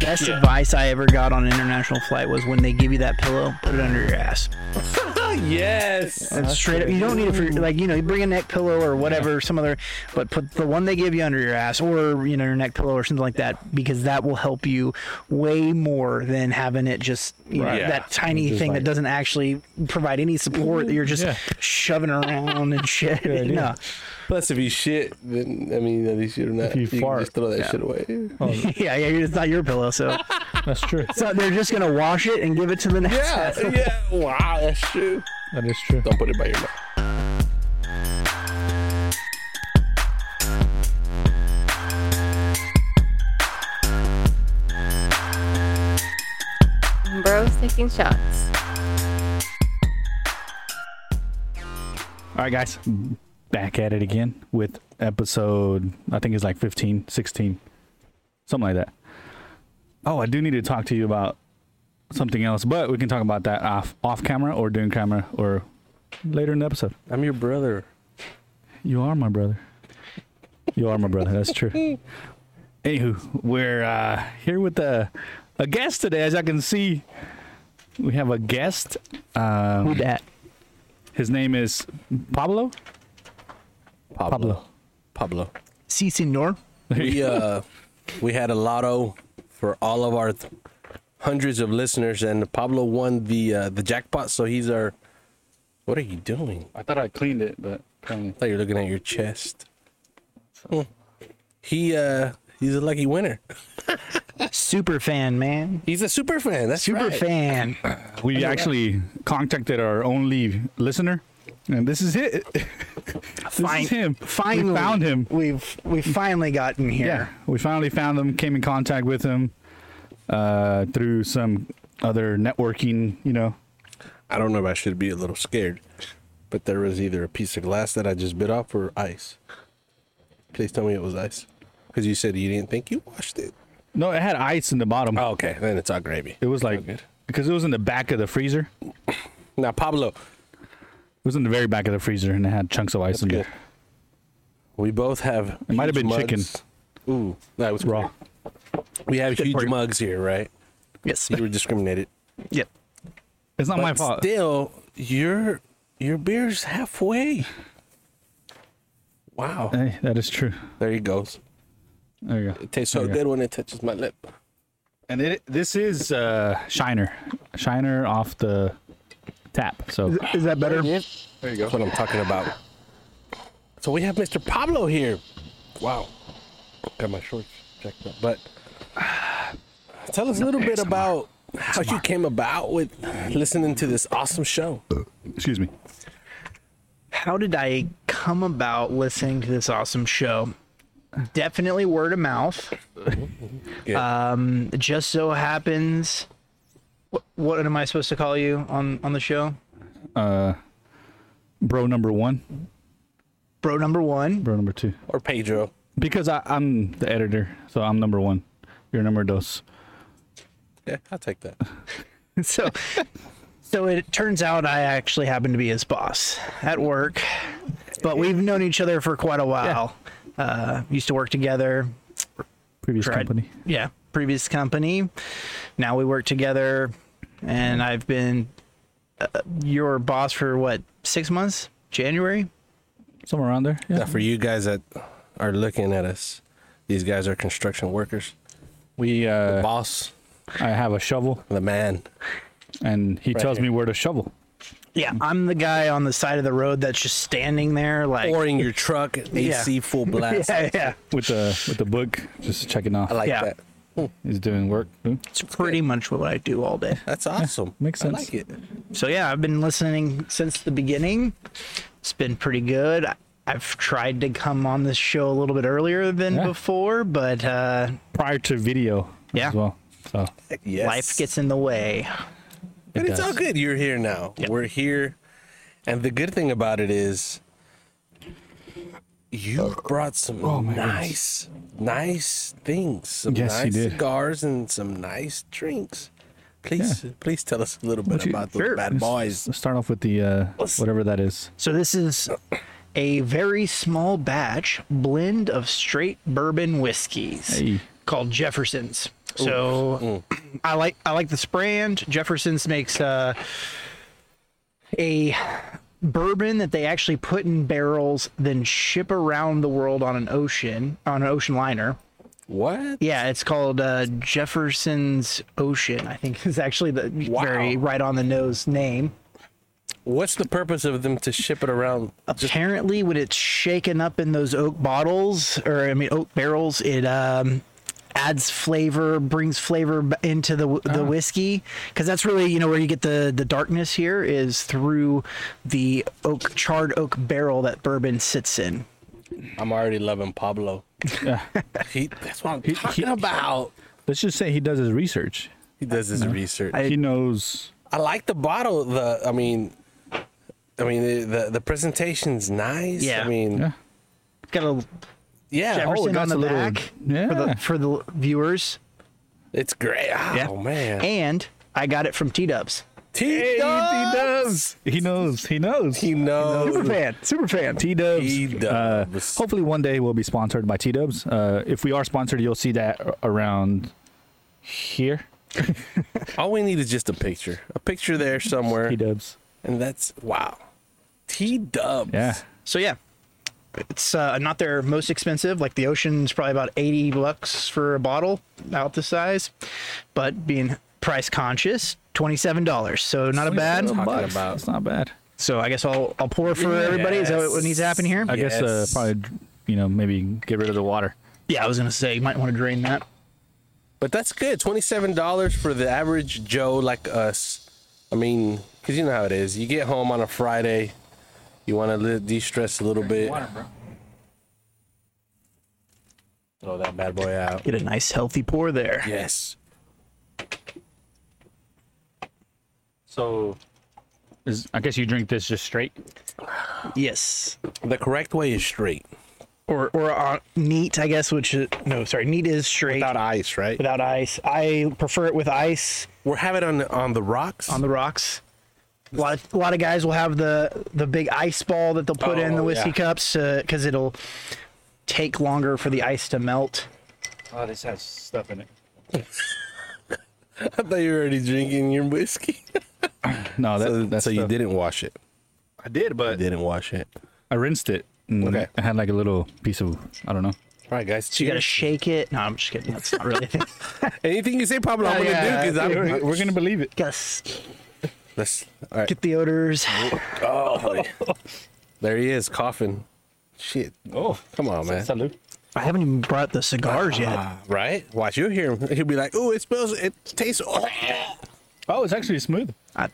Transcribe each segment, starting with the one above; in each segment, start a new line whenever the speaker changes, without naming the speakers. best advice I ever got on an international flight was when they give you that pillow, put it under your ass.
yes.
And straight up, you don't need it for like you know, you bring a neck pillow or whatever, some other, but put the one they give you under your ass or you know your neck pillow or something like that because that will help you way more than having it just you know
Right. Yeah.
that tiny thing that doesn't actually provide any support
Mm-hmm.
that you're just
Yeah.
shoving around and shit. no,
Plus, if you shit, then I mean, at least you're not.
you
can
fart.
just throw that shit away.
Oh. yeah, yeah, it's not your pillow, so
That's true.
so they're just gonna wash it and give it to the next.
Yeah, yeah. Wow, that's true.
That is true.
Don't put it by your mouth.
Bros taking shots.
All right, guys.
Back at it again with episode, I think it's like 15, 16, something like that. Oh, I do need to talk to you about something else, but we can talk about that off off camera or during camera or later in the episode.
I'm your brother.
You are my brother. You are my brother. That's true. Anywho, we're uh, here with a, a guest today. As I can see, we have a guest.
Who
Um,
that?
his name is Pablo.
Pablo. Pablo.
Si, senor.
We uh, we had a lotto for all of our th- hundreds of listeners, and Pablo won the uh, the jackpot. So he's our. What are you doing?
I thought I cleaned it, but apparently.
I thought you were looking at your chest. Hmm. He uh, he's a lucky winner.
Super fan, man.
He's a super fan. That's
Super
right.
fan.
We actually contacted our only listener, and this is it. this
Fin-
is him.
Finally,
we found him.
We've we've finally gotten here.
Yeah, we finally found him. Came in contact with him uh, through some other networking. You know,
I don't know if I should be a little scared, but there was either a piece of glass that I just bit off or ice. Please tell me it was ice, because you said you didn't think you washed it.
no, it had ice in the bottom.
Oh, okay, then it's all gravy.
It was like
Okay.
because it was in the back of the freezer. It
Now Pablo,
was in the very back of the freezer, and it had chunks of ice in
good.
there.
we both have.
It might have
huge
been chicken.
mugs. Ooh, that was
Raw.
We have huge
for you.
mugs here, right?
Yes.
You were discriminated.
Yep.
It's not my
But
fault.
Still, your your beer's halfway. Wow,
Hey, that is true.
there he goes.
There you go.
It tastes so
Okay.
good when it touches my lip.
And it, this is uh, Shiner, Shiner off the tap. So
Is that better?
There you go. That's what I'm talking about. So we have Mr. Pablo here. Wow. Got my shorts checked up. But tell us a little bit about how you came about with listening to this awesome show.
excuse me.
How did I come about listening to this awesome show? Definitely word of mouth.
Uh,
Um, it just so happens. What, what am I supposed to call you on on the show?
Bro number one,
Bro number one.
bro number two.
Or Pedro.
Because I, I'm the editor, so I'm number one. You're number dos.
Yeah, I'll take that.
so so it turns out I actually happen to be his boss at work, but we've known each other for quite a while. Uh, used to work together.
Previous
tried-
company.
Yeah, previous company. Now we work together, and I've been uh, your boss for what six months? January.
Somewhere around there. Yeah.
Now, for you guys that are looking at us, these guys are construction workers.
We. Uh,
Boss,
I have a shovel,
the man.
and he tells
here.
me where to shovel.
Yeah, I'm the guy on the side of the road that's just standing there, like
Or in your truck, AC full blast.
yeah, yeah.
With the with the book, just checking off.
I like
Yeah.
that.
He's doing work. Hmm?
It's pretty much what I do all day.
That's awesome.
makes
I
sense.
like it.
so yeah, I've been listening since the beginning. It's been pretty good. I- I've tried to come on this show a little bit earlier than
Yeah.
before, but uh,
Prior to video.
Yeah.
As well. So.
Yes.
life gets in the way.
But it's
does.
all good. You're here now. We're here. And the good thing about it is you brought some
Oh my
nice, nice things. Some
Yes, you
nice
did.
cigars and some nice drinks. Please, please tell us a little bit
you-
about those
Sure.
bad boys.
Let's start off with the uh, whatever that is.
So this is a very small batch blend of straight bourbon whiskeys
Hey.
called Jeffersons. So I like I like this brand. Jefferson's makes uh, a bourbon that they actually put in barrels, then ship around the world on an ocean on an ocean liner.
What?
Yeah, it's called uh, Jefferson's Ocean. I think is actually the
Wow.
very right on the nose name.
What's the purpose of them to ship it around?
Apparently, when it's shaken up in those oak bottles or I mean oak barrels, it um, adds flavor, brings flavor b- into the wh-
Ah.
the whiskey because that's really you know where you get the the darkness here is through the oak charred oak barrel that bourbon sits in.
I'm already loving Pablo. he, that's what I'm talking
he-
about.
Let's just say he does his research.
He does his research. I,
I-
He knows.
like the bottle. The I mean, I mean the the, the presentation's nice.
Yeah.
I mean,
Yeah.
yeah.
It's got a
oh,
Jefferson
got
on
a
the
little-
back for
yeah.
the for the viewers.
it's great. Oh man.
And I got it from T Dubs.
T does.
He knows. He knows.
He knows.
fan. Super fan.
T Dubs. Uh,
T-dubs.
hopefully, one day we'll be sponsored by T Dubs. Uh, if we are sponsored, you'll see that a- around here.
All we need is just a picture. A picture there somewhere.
T Dubs.
And that's wow. T dubs.
Yeah.
So yeah. It's uh, not their most expensive. Like the ocean's probably about 80 bucks for a bottle out the size, but being price conscious, $27. So not a bad.
Talking
Bucks.
about-
It's not bad.
So I guess I'll I'll pour for everybody. Is that what needs to happen here?
I guess uh,
Yes.
probably you know maybe get rid of the water.
yeah, I was gonna say you might want to drain that.
But that's good. Twenty-seven dollars for the average Joe like us. I mean, because you know how it is. You get home on a Friday, you want to li- de-stress a little bit. Throw that bad boy out.
Get a nice healthy pour there.
Yes.
So, is, I guess you drink this just straight.
Yes.
The correct way is straight,
Or or uh, neat, I guess. Which is, no, sorry, neat is straight
without ice, right?
without ice. I prefer it with ice.
We're having it on the, on the rocks.
on the rocks. A lot, a lot of guys will have the the big ice ball that they'll put in
Oh,
the whiskey
yeah.
cups because it'll take longer for the ice to melt.
Oh, this has stuff in it.
I thought you were already drinking your whiskey.
No, that,
so
that's
so you
stuff.
didn't wash it.
I did,
You
but
didn't wash it.
I rinsed it. And
Okay.
I had like a little piece of I don't know.
All right, guys.
You gotta
Cheers.
shake it. No, I'm just kidding. That's not really a thing.
Anything you say, Pablo, I'm
Yeah,
gonna
yeah,
do because I'm.
We're, we're gonna believe it.
gotta s-
Let's. All right.
get the odors.
Oh, there he is coughing. Shit.
Oh,
Come on, man.
salute.
I haven't even brought the cigars yet.
Ah, right? Watch, you'll hear him. He'll be like, "Ooh, it smells. It tastes." Oh.
Oh, it's actually smooth.
I, Uh,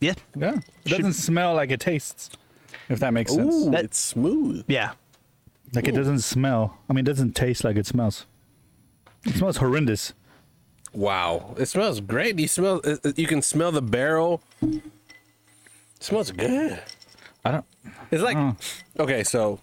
yeah,
Yeah, it doesn't smell like it tastes. If that makes sense.
Ooh,
That-
it's smooth.
yeah.
Like it doesn't smell. I mean, it doesn't taste like it smells. It smells horrendous.
Wow, it smells great. You smell. it- it- You can smell the barrel. It smells good.
I don't.
It's like,
Mm.
okay, so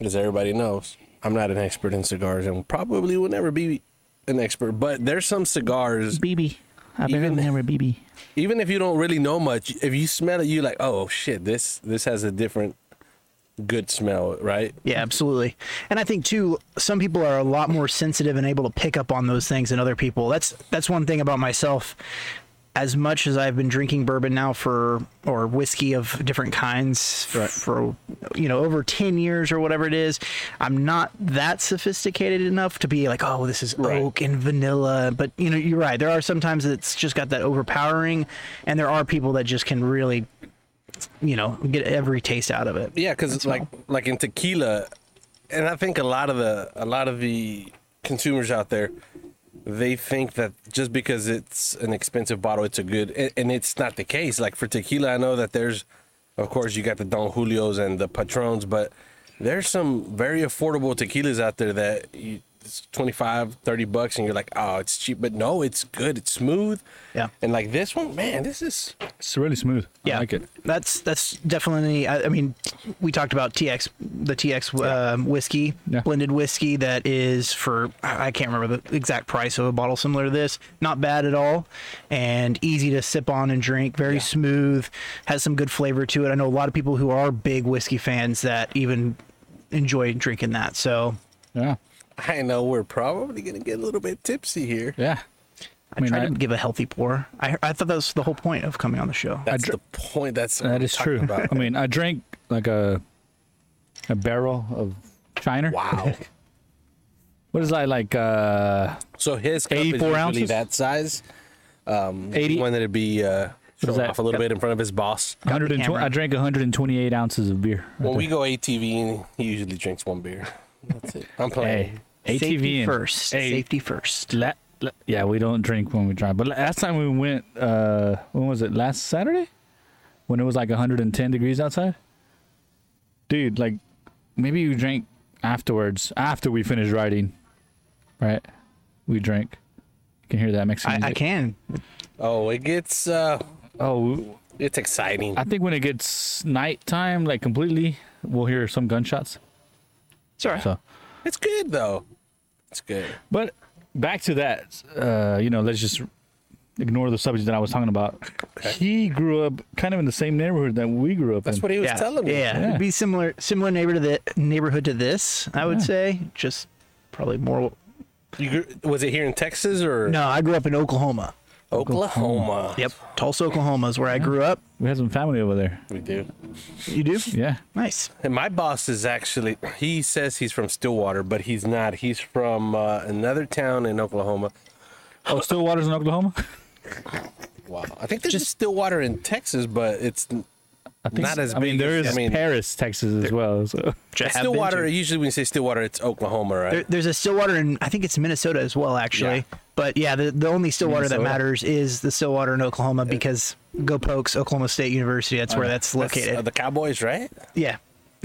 as everybody knows, I'm not an expert in cigars, and probably will never be an expert. But there's some cigars
BB. I
Even-
never BB.
even if you don't really know much, if you smell it, you like, oh shit, this this has a different good smell, right?
Yeah, absolutely. And I think too, some people are a lot more sensitive and able to pick up on those things than other people. That's that's one thing about myself. As much as I've been drinking bourbon now for or whiskey of different kinds f- for you know over ten years or whatever it is, I'm not that sophisticated enough to be like, oh, this is
Right.
oak and vanilla. But you know, you're right. There are sometimes it's just got that overpowering, and there are people that just can really, you know, get every taste out of it.
Yeah, because like like in tequila, and I think a lot of the a lot of the consumers out there, they think that just because it's an expensive bottle, it's a good, and, and it's not the case. Like for tequila, I know that there's, of course, you got the Don Julio's and the Patrons, but there's some very affordable tequilas out there that you, it's 25, 30 bucks, and you're like, oh, it's cheap, but no, it's good, it's smooth.
Yeah.
And like this one, man, this is
It's really smooth.
Yeah,
I like it.
That's that's definitely. I, I mean, we talked about TX, the TX um, whiskey,
Yeah.
blended whiskey that is for I I can't remember the exact price of a bottle similar to this. Not bad at all, and easy to sip on and drink. Very smooth, has some good flavor to it. I know a lot of people who are big whiskey fans that even enjoy drinking that. So
Yeah.
I know we're probably gonna get a little bit tipsy here.
Yeah.
I,
mean,
tried
I-
to give a healthy pour. I, I thought that was the whole point of coming on the show.
That's the point. That's what
That
I'm
is
talking
true.
About.
I mean, I drank like a a barrel of China.
wow.
What is that like? Uh,
So his cup is
84
usually
ounces?
that size. Um,
80
he wanted to be uh, showing
that?
off a little bit in front of his boss.
120.
camera.
I drank 128 ounces of beer. right
When we
there.
go ATV, he usually drinks one beer. That's it. I'm
hey,
playing.
ATV
Safety
and-
first.
Hey,
Safety first.
la- la- yeah, we don't drink when we drive. But last time we went, uh, when was it? Last Saturday, when it was like 110 degrees outside. Dude, like maybe you drank afterwards after we finished riding, right? We drank. You can hear that Mexican.
I, I
music.
can.
Oh, it gets uh,
Oh,
it's exciting.
I think when it gets nighttime, like completely, we'll hear some gunshots.
Sorry.
So,
It's good though. It's good.
but back to that, uh, you know, let's just ignore the subject that I was talking about. He grew up kind of in the same neighborhood that we grew up
That's
in.
what he was
yeah,
telling me.
Yeah, it'd be similar similar neighbor to the neighborhood to this. I would say just probably more.
You grew, was it here in Texas or
No, I grew up in Oklahoma.
Oklahoma?
Yep, Tulsa, Oklahoma is where I grew up.
we had some family over there.
we do.
You do?
Yeah.
Nice.
And my boss is actually, he says he's from Stillwater, but he's not. He's from uh, another town in Oklahoma.
Oh, Stillwater's in Oklahoma.
Wow. I think there's just Stillwater in Texas, but it's
I think.
Not as
I mean,
big
there
as-
is
I mean-
Paris, Texas as well. So.
Which I have been
Stillwater.
to.
Usually when you say Stillwater, it's Oklahoma, right?
There, there's a Stillwater in I think it's Minnesota as well, actually.
Yeah.
But yeah, the, the only Stillwater
Minnesota.
that matters is the Stillwater in Oklahoma because Go Pokes, Oklahoma State University. That's where that's
That's,
located.
uh, the Cowboys, right?
yeah,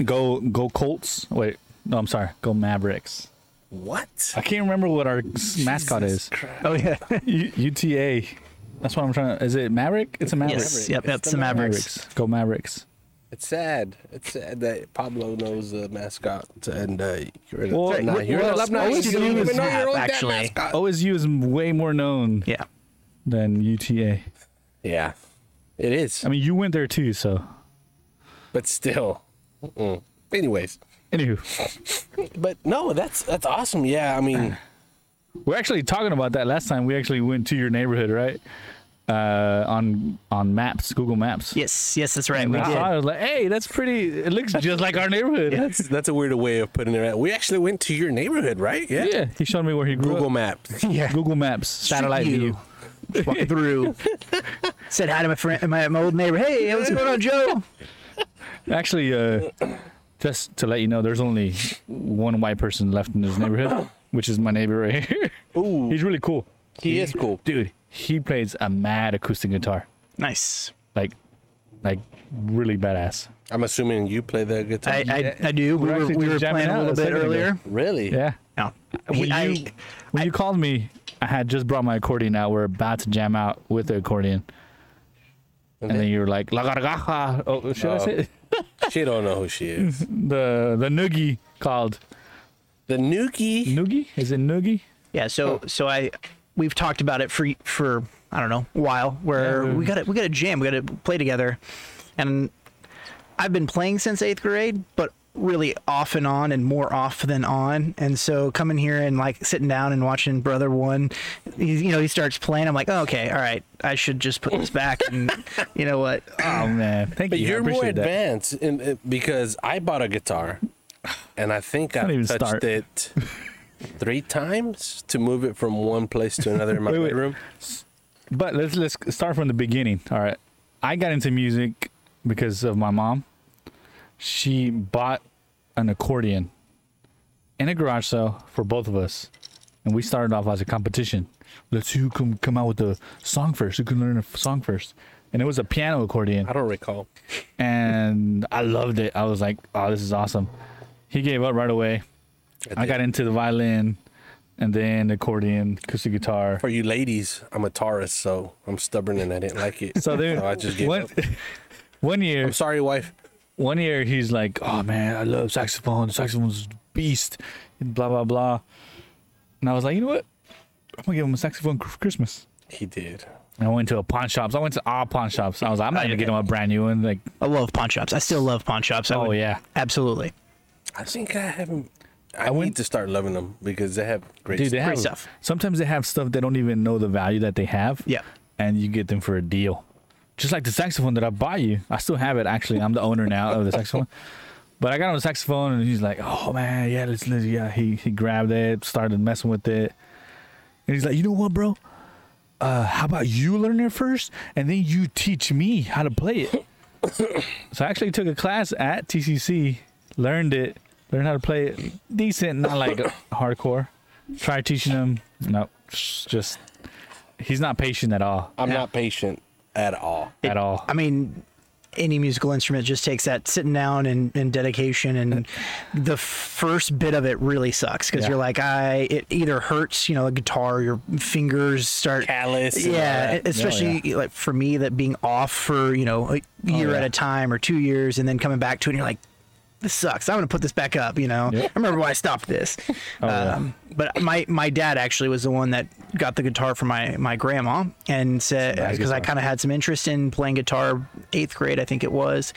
Go, go Colts. Wait, no, I'm sorry. Go Mavericks.
What?
I can't remember what our mascot
Jesus
is.
Christ.
Oh yeah.
U- UTA. That's what I'm trying to. Is it Maverick? It's a Maverick.
yes. Yep.
It's
That's
the
the Mavericks.
Go Mavericks.
It's sad. It's sad that Pablo knows the mascot, and uh, you're
Well,
nah,
what-
you're
what
allowed-
else-
nah,
what
you
else
don't
do you
even
use
know
map,
your own damn
actually?
mascot.
OSU is way more known
Yeah.
than UTA.
Yeah, it is.
I mean, you went there too, so.
but still. Mm-mm. Anyways,
Anywho,
but no, that's that's awesome. Yeah, I mean,
we're actually talking about that last time. We actually went to your neighborhood, right? Uh, on on maps, Google Maps.
Yes. Yes. That's right.
And
We
we saw it, I
did.
was like, hey, that's pretty. It looks just like our neighborhood.
that's that's a weird way of putting it. Out. We actually went to your neighborhood, right? Yeah.
Yeah, he showed me where he grew
Google
up.
Maps.
Yeah.
Google Maps, satellite
view.
view.
Just Walking through. Said hi to my friend, my, my old neighbor. Hey, what's going on, Joe?
Actually, uh, just to let you know, there's only one white person left in this neighborhood, which is my neighbor right here.
Ooh.
he's really cool,
He is cool,
dude. He plays a mad acoustic guitar,
Nice.
like, like really badass.
I'm assuming you play the guitar.
I I, I do. We
We're
were
actually
we
just
were
jamming
playing a
out
little
a
bit
second ago.
earlier.
really?
Yeah.
No.
When
He-
you
I-
when you called me, I had just brought my accordion out. We're about to jam out with the accordion, and then you were like, "La gargaja." Oh, should I
Oh.
say it?
She don't know who she is.
the the noogie called
The Nuki.
noogie? Is it noogie?
Yeah, so so I we've talked about it for for I don't know a while where
Yeah, we-
we got to we got to jam, we got to play together, and I've been playing since eighth grade, but really off and on and more off than on and so coming here and like sitting down and watching brother one he, you know he starts playing i'm like oh, okay all right i should just put this back and you know what
Oh man, thank
But
you. I
you're more
appreciate that.
advanced in, in- because I bought a guitar, and I think I
Don't even
touched
start.
it three times to move it from one place to another in my
Wait, wait.
bedroom.
But let's let's start from the beginning. All right, I got into music because of my mom. She bought an accordion in a garage sale for both of us, and we started off as a competition. Let's see who can come out with a song first. Who can learn a f- song first? And it was a piano accordion.
I don't recall.
and I loved it. I was like, "Oh, this is awesome." He gave up right away. I got into the violin, and then accordion, acoustic guitar.
For you ladies, I'm a Taurus, so I'm stubborn and I didn't like it.
So then,
Oh, I just gave
one,
up.
one year,
I'm sorry, wife.
one year he's like, "Oh man, I love saxophone. Saxophone's a beast." And blah blah blah. And I was like, "You know what? I'm gonna give him a saxophone for Christmas."
He did.
And I went to a pawn shops. I went to all pawn shops. I was like, "I'm not gonna get him a brand new one." Like,
i love pawn shops i still love pawn shops I
oh
would-
yeah.
absolutely
I think I haven't. I, need
went-
to start loving them because they have great.
Dude, they
stuff.
Great
have
stuff.
Sometimes they have stuff they don't even know the value that they have.
Yeah.
And you get them for a deal. Just like the saxophone that I bought you. I still have it actually. I'm the owner now of the saxophone. But I got on the saxophone and he's like, Oh man, yeah, let's let yeah. He he grabbed it, started messing with it. And he's like, You know what, bro? Uh, how about you learn it first and then you teach me how to play it? so I actually took a class at TCC, learned it, learned how to play it decent, not like hardcore. Try teaching him. No, just he's not patient at all.
I'm not patient at all.
at all.
I mean, any musical instrument just takes that sitting down and, and dedication, and the first bit of it really sucks because
Yeah.
you're like, I it either hurts, you know, a guitar, your fingers start
Callous and all
yeah, e,
that.
especially like for me that being off for you know a year
Oh, yeah.
at a time or two years, and then coming back to it, and you're like. This sucks. I'm gonna put this back up. You know,
Yep. Oh,
I remember why I stopped this.
yeah.
um, But my my dad actually was the one that got the guitar for my my grandma and said
Nice
because I
guitar.
kind of had some interest in playing guitar eighth grade I think it was,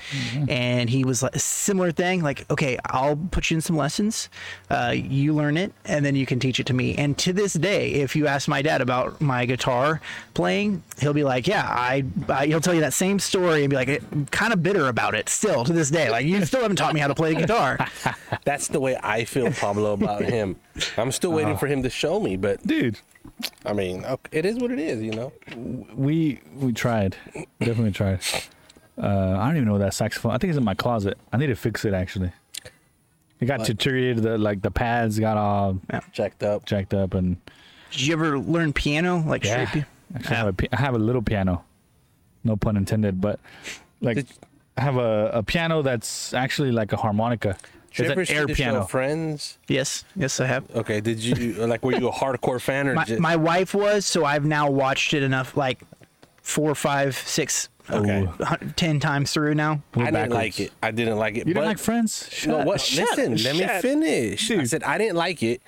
and he was like similar thing like okay I'll put you in some lessons, uh, you learn it and then you can teach it to me. And to this day, if you ask my dad about my guitar playing, he'll be like yeah I, I he'll tell you that same story and be like kind of bitter about it still to this day like you still haven't taught me how to play guitar.
That's the way I feel, Pablo, about him. I'm still
Uh.
waiting for him to show me, but
Dude,
I mean, ok- it is what it is, you know.
we we tried, definitely tried. Uh, I don't even know that saxophone. I think it's in my closet. I need to fix it actually. It got deteriorated. The like the pads got all
Checked up.
jacked up, and
Did you ever learn piano like
yeah.
straight pi-
Actually, I, have a, pi- I have a little piano. No pun intended, but like
Did-
I have a, a piano that's actually like a harmonica.
Did you ever
It's
see
an air
the show
piano.
Friends.
Yes, yes, I have.
Okay, did you like? Were you a hardcore fan or
My,
just,
my wife was, so I've now watched it enough, like four, five, six,
Okay.
a hun- ten times through now.
I didn't
backwards.
like it. I didn't like it.
You
but,
don't like Friends? Shut,
No, what?
shut-
listen, let me
shut.
finish. I
Dude.
said I didn't like it,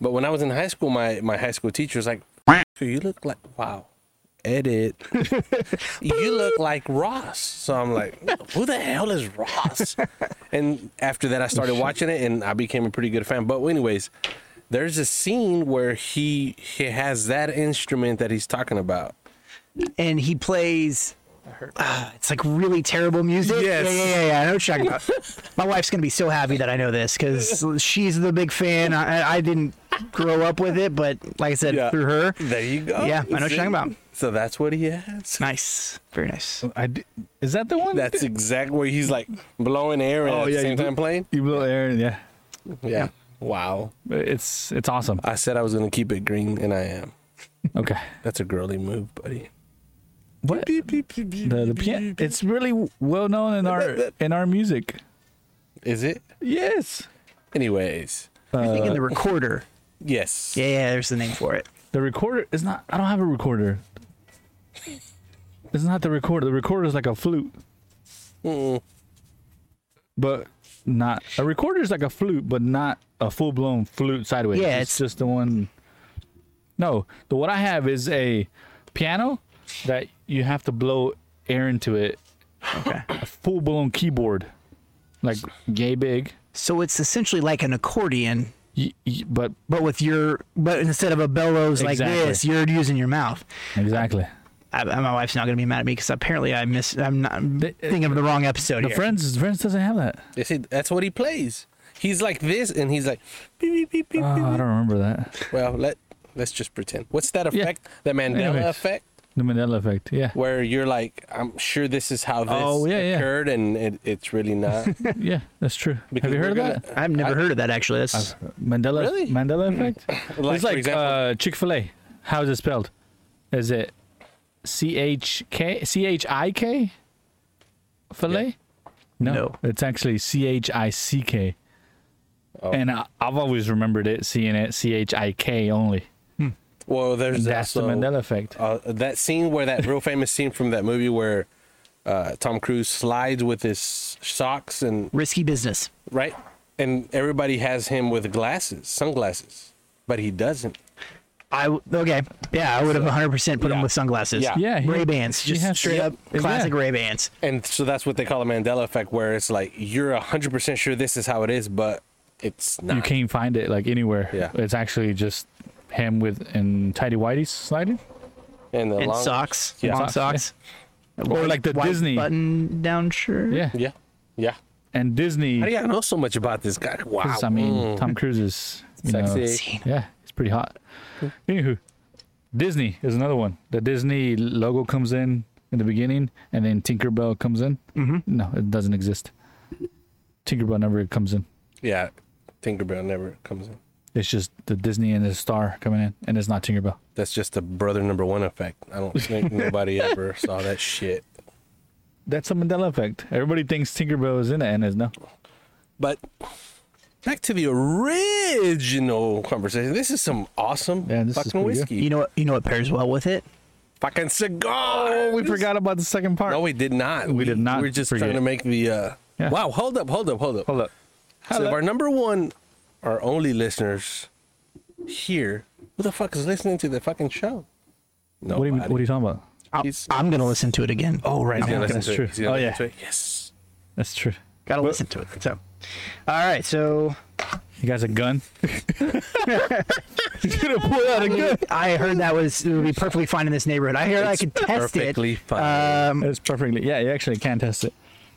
but when I was in high school, my my high school teacher was like, "You look like wow." Edit. you look like Ross. So I'm like, who the hell is Ross? and after that, I started watching it, and I became a pretty good fan. But anyways, there's a scene where he he has that instrument that he's talking about.
And he plays. ah, it's like really terrible music.
Yes.
Yeah, yeah, yeah, yeah. I know what you're talking about. My wife's gonna be so happy that I know this because she's the big fan. I, I didn't grow up with it, but like I said,
Yeah.
through her,
There you go.
Yeah, I know what you're
See?
talking about.
So that's what he has.
nice, very nice.
I di- is that the one?
That's exactly where he's like blowing air and
Oh,
at
yeah,
the
you
same
do-
time playing.
you blow air. Yeah,
Yeah. Wow.
it's it's awesome.
I said I was gonna keep it green, and I am.
Okay,
That's a girly move, buddy.
what the, the pian- It's really well known in our in our music.
Is it?
Yes,
Anyways,
I think in the recorder.
yes.
Yeah, yeah. There's the name for it.
the recorder is not. I don't have a recorder. It's not the recorder. The recorder is like a flute,
Mm-mm.
but not a recorder is like a flute, but not a full blown flute sideways.
Yeah, it's-
it's, just the one. No, the what I have is a piano that you have to blow air into it.
Okay.
A full blown keyboard, like yay big.
So it's essentially like an accordion,
Y- y- but
but with your but instead of a bellows
Exactly.
like this, you're using your mouth.
exactly.
I, I- my wife's not gonna be mad at me because apparently I miss. I'm not I'm
The-
thinking of the wrong episode.
The
here.
friends friends doesn't have that.
They say that's what he plays. He's like this, and he's like, beep, beep, beep, beep,
Oh, I
beep.
don't remember that.
well, let let's just pretend. What's that
Yeah.
effect? The Mandela
Anyways.
effect,
The Mandela effect. Yeah.
where you're like, I'm sure this is how this
Oh, yeah, yeah.
occurred, and it, it's really not.
Yeah, that's true.
Because
have you heard
we're
of
gonna-
that?
I've never heard of that actually. That's
Mandela
Really?
Mandela effect?
Like,
it's
for
like
example-
uh, Chick fil A. How is it spelled? Is it C H K C H I K? Filet? No,
No.
It's actually C H I C K.
Oh.
And I, I've always remembered it, seeing it C H I K only.
well, there's
That's the
also,
Mandela effect.
uh, that scene where that real famous scene from that movie where uh, Tom Cruise slides with his socks and
risky business.
right, and everybody has him with glasses, sunglasses, but he doesn't.
I w- okay. Yeah, I would have 100 percent put him
yeah.
with sunglasses.
Yeah.
Yeah, he-
Ray Bans,
he
just
has-
straight
yeah.
up classic
Yeah.
Ray Bans.
And so that's what they call a Mandela effect, where it's like you're hundred percent sure this is how it is, but It's not.
You can't find it like anywhere.
Yeah.
It's actually just him with and tidy whities sliding.
And, the
and
long,
socks,
yeah.
long
Socks,
socks,
Or like the
White
Disney.
button down shirt.
Yeah.
Yeah, yeah.
And Disney.
How do you know so much about this guy? Wow.
'cause, I mean, Tom Cruise is you know,
Sexy.
Seen.
Yeah, it's pretty hot. Anywho, Disney is another one. The Disney logo comes in in the beginning, and then Tinkerbell comes in. Mm-hmm. No, it doesn't exist. Tinkerbell never comes in.
Yeah, Tinkerbell never comes in.
It's just the Disney and the star coming in, and it's not Tinkerbell.
That's just the brother number one effect. I don't think nobody ever saw that shit.
That's a Mandela effect. Everybody thinks Tinkerbell is in it, and it's no.
But back to the original conversation. This is some awesome
Yeah, this is
fucking
pretty good.
whiskey.
You know what? You know what pairs well with it?
Fucking cigar.
Oh, We forgot about the second part.
No, we did not.
We did not
We are just
forget.
trying to make the. Uh...
Yeah.
Wow, hold up, hold up, hold up.
Hold up.
So if our number one, our only listeners here, who the fuck is listening to the fucking show? No.
What are, you, what are you talking about?
I'm,
He's-
I'm gonna listen to it again. Oh, right,
now.
gonna,
that's true. Oh, yeah.
Yes.
That's true.
gotta listen to it. So, all right, so
You guys a gun? He's gonna pull out a gun.
I heard that was it would be perfectly fine in this neighborhood. I heard I could test it.
perfectly fine.
Um,
That's perfectly. Yeah, you actually can test it.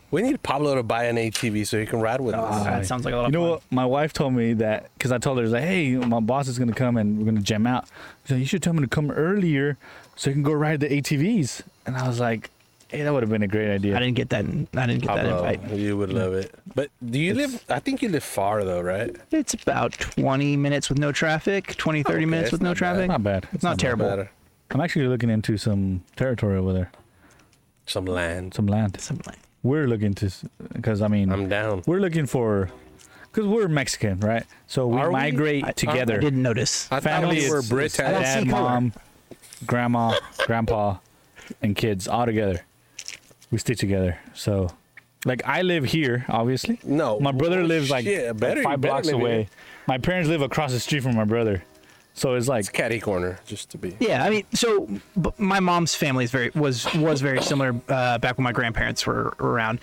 We need Pablo to buy an ATV so he can ride with
Ah,
us.
that sounds like a lot
You
of
know
fun.
what? My wife told me that because I told her like, "Hey, my boss is gonna come and we're gonna jam out." So you should tell him to come earlier so you can go ride the ATVs. And I was like, "Hey, that would have been a great idea."
I didn't get that. I didn't get that invite.
Pablo, you would love it. But do you live? I think you live far though, right?
It's about 20 minutes with no traffic, 20, 30 minutes
it's
with no
not bad.
traffic.
Not bad.
It's not,
bad.
terrible.
Better.
I'm actually looking into some territory over there,
Some land.
some land.
Something like
We're looking to, because I mean,
I'm down.
we're looking for, because we're Mexican, right? So we
Are we?
migrate
I-
together.
I didn't notice.
I thought we
is-
were
is
British.
I don't see
Dad,
color.
mom, grandma, grandpa, and kids all together. We stick together. So, like, I live here, obviously.
No.
My brother
Oh,
lives like
shit, better- you
five
better
blocks
live
away.
here.
My parents live across the street from my brother. So it's like,
It's catty corner, just to be.
Yeah, I mean, so but my mom's family is very was was very similar uh, back when my grandparents were around.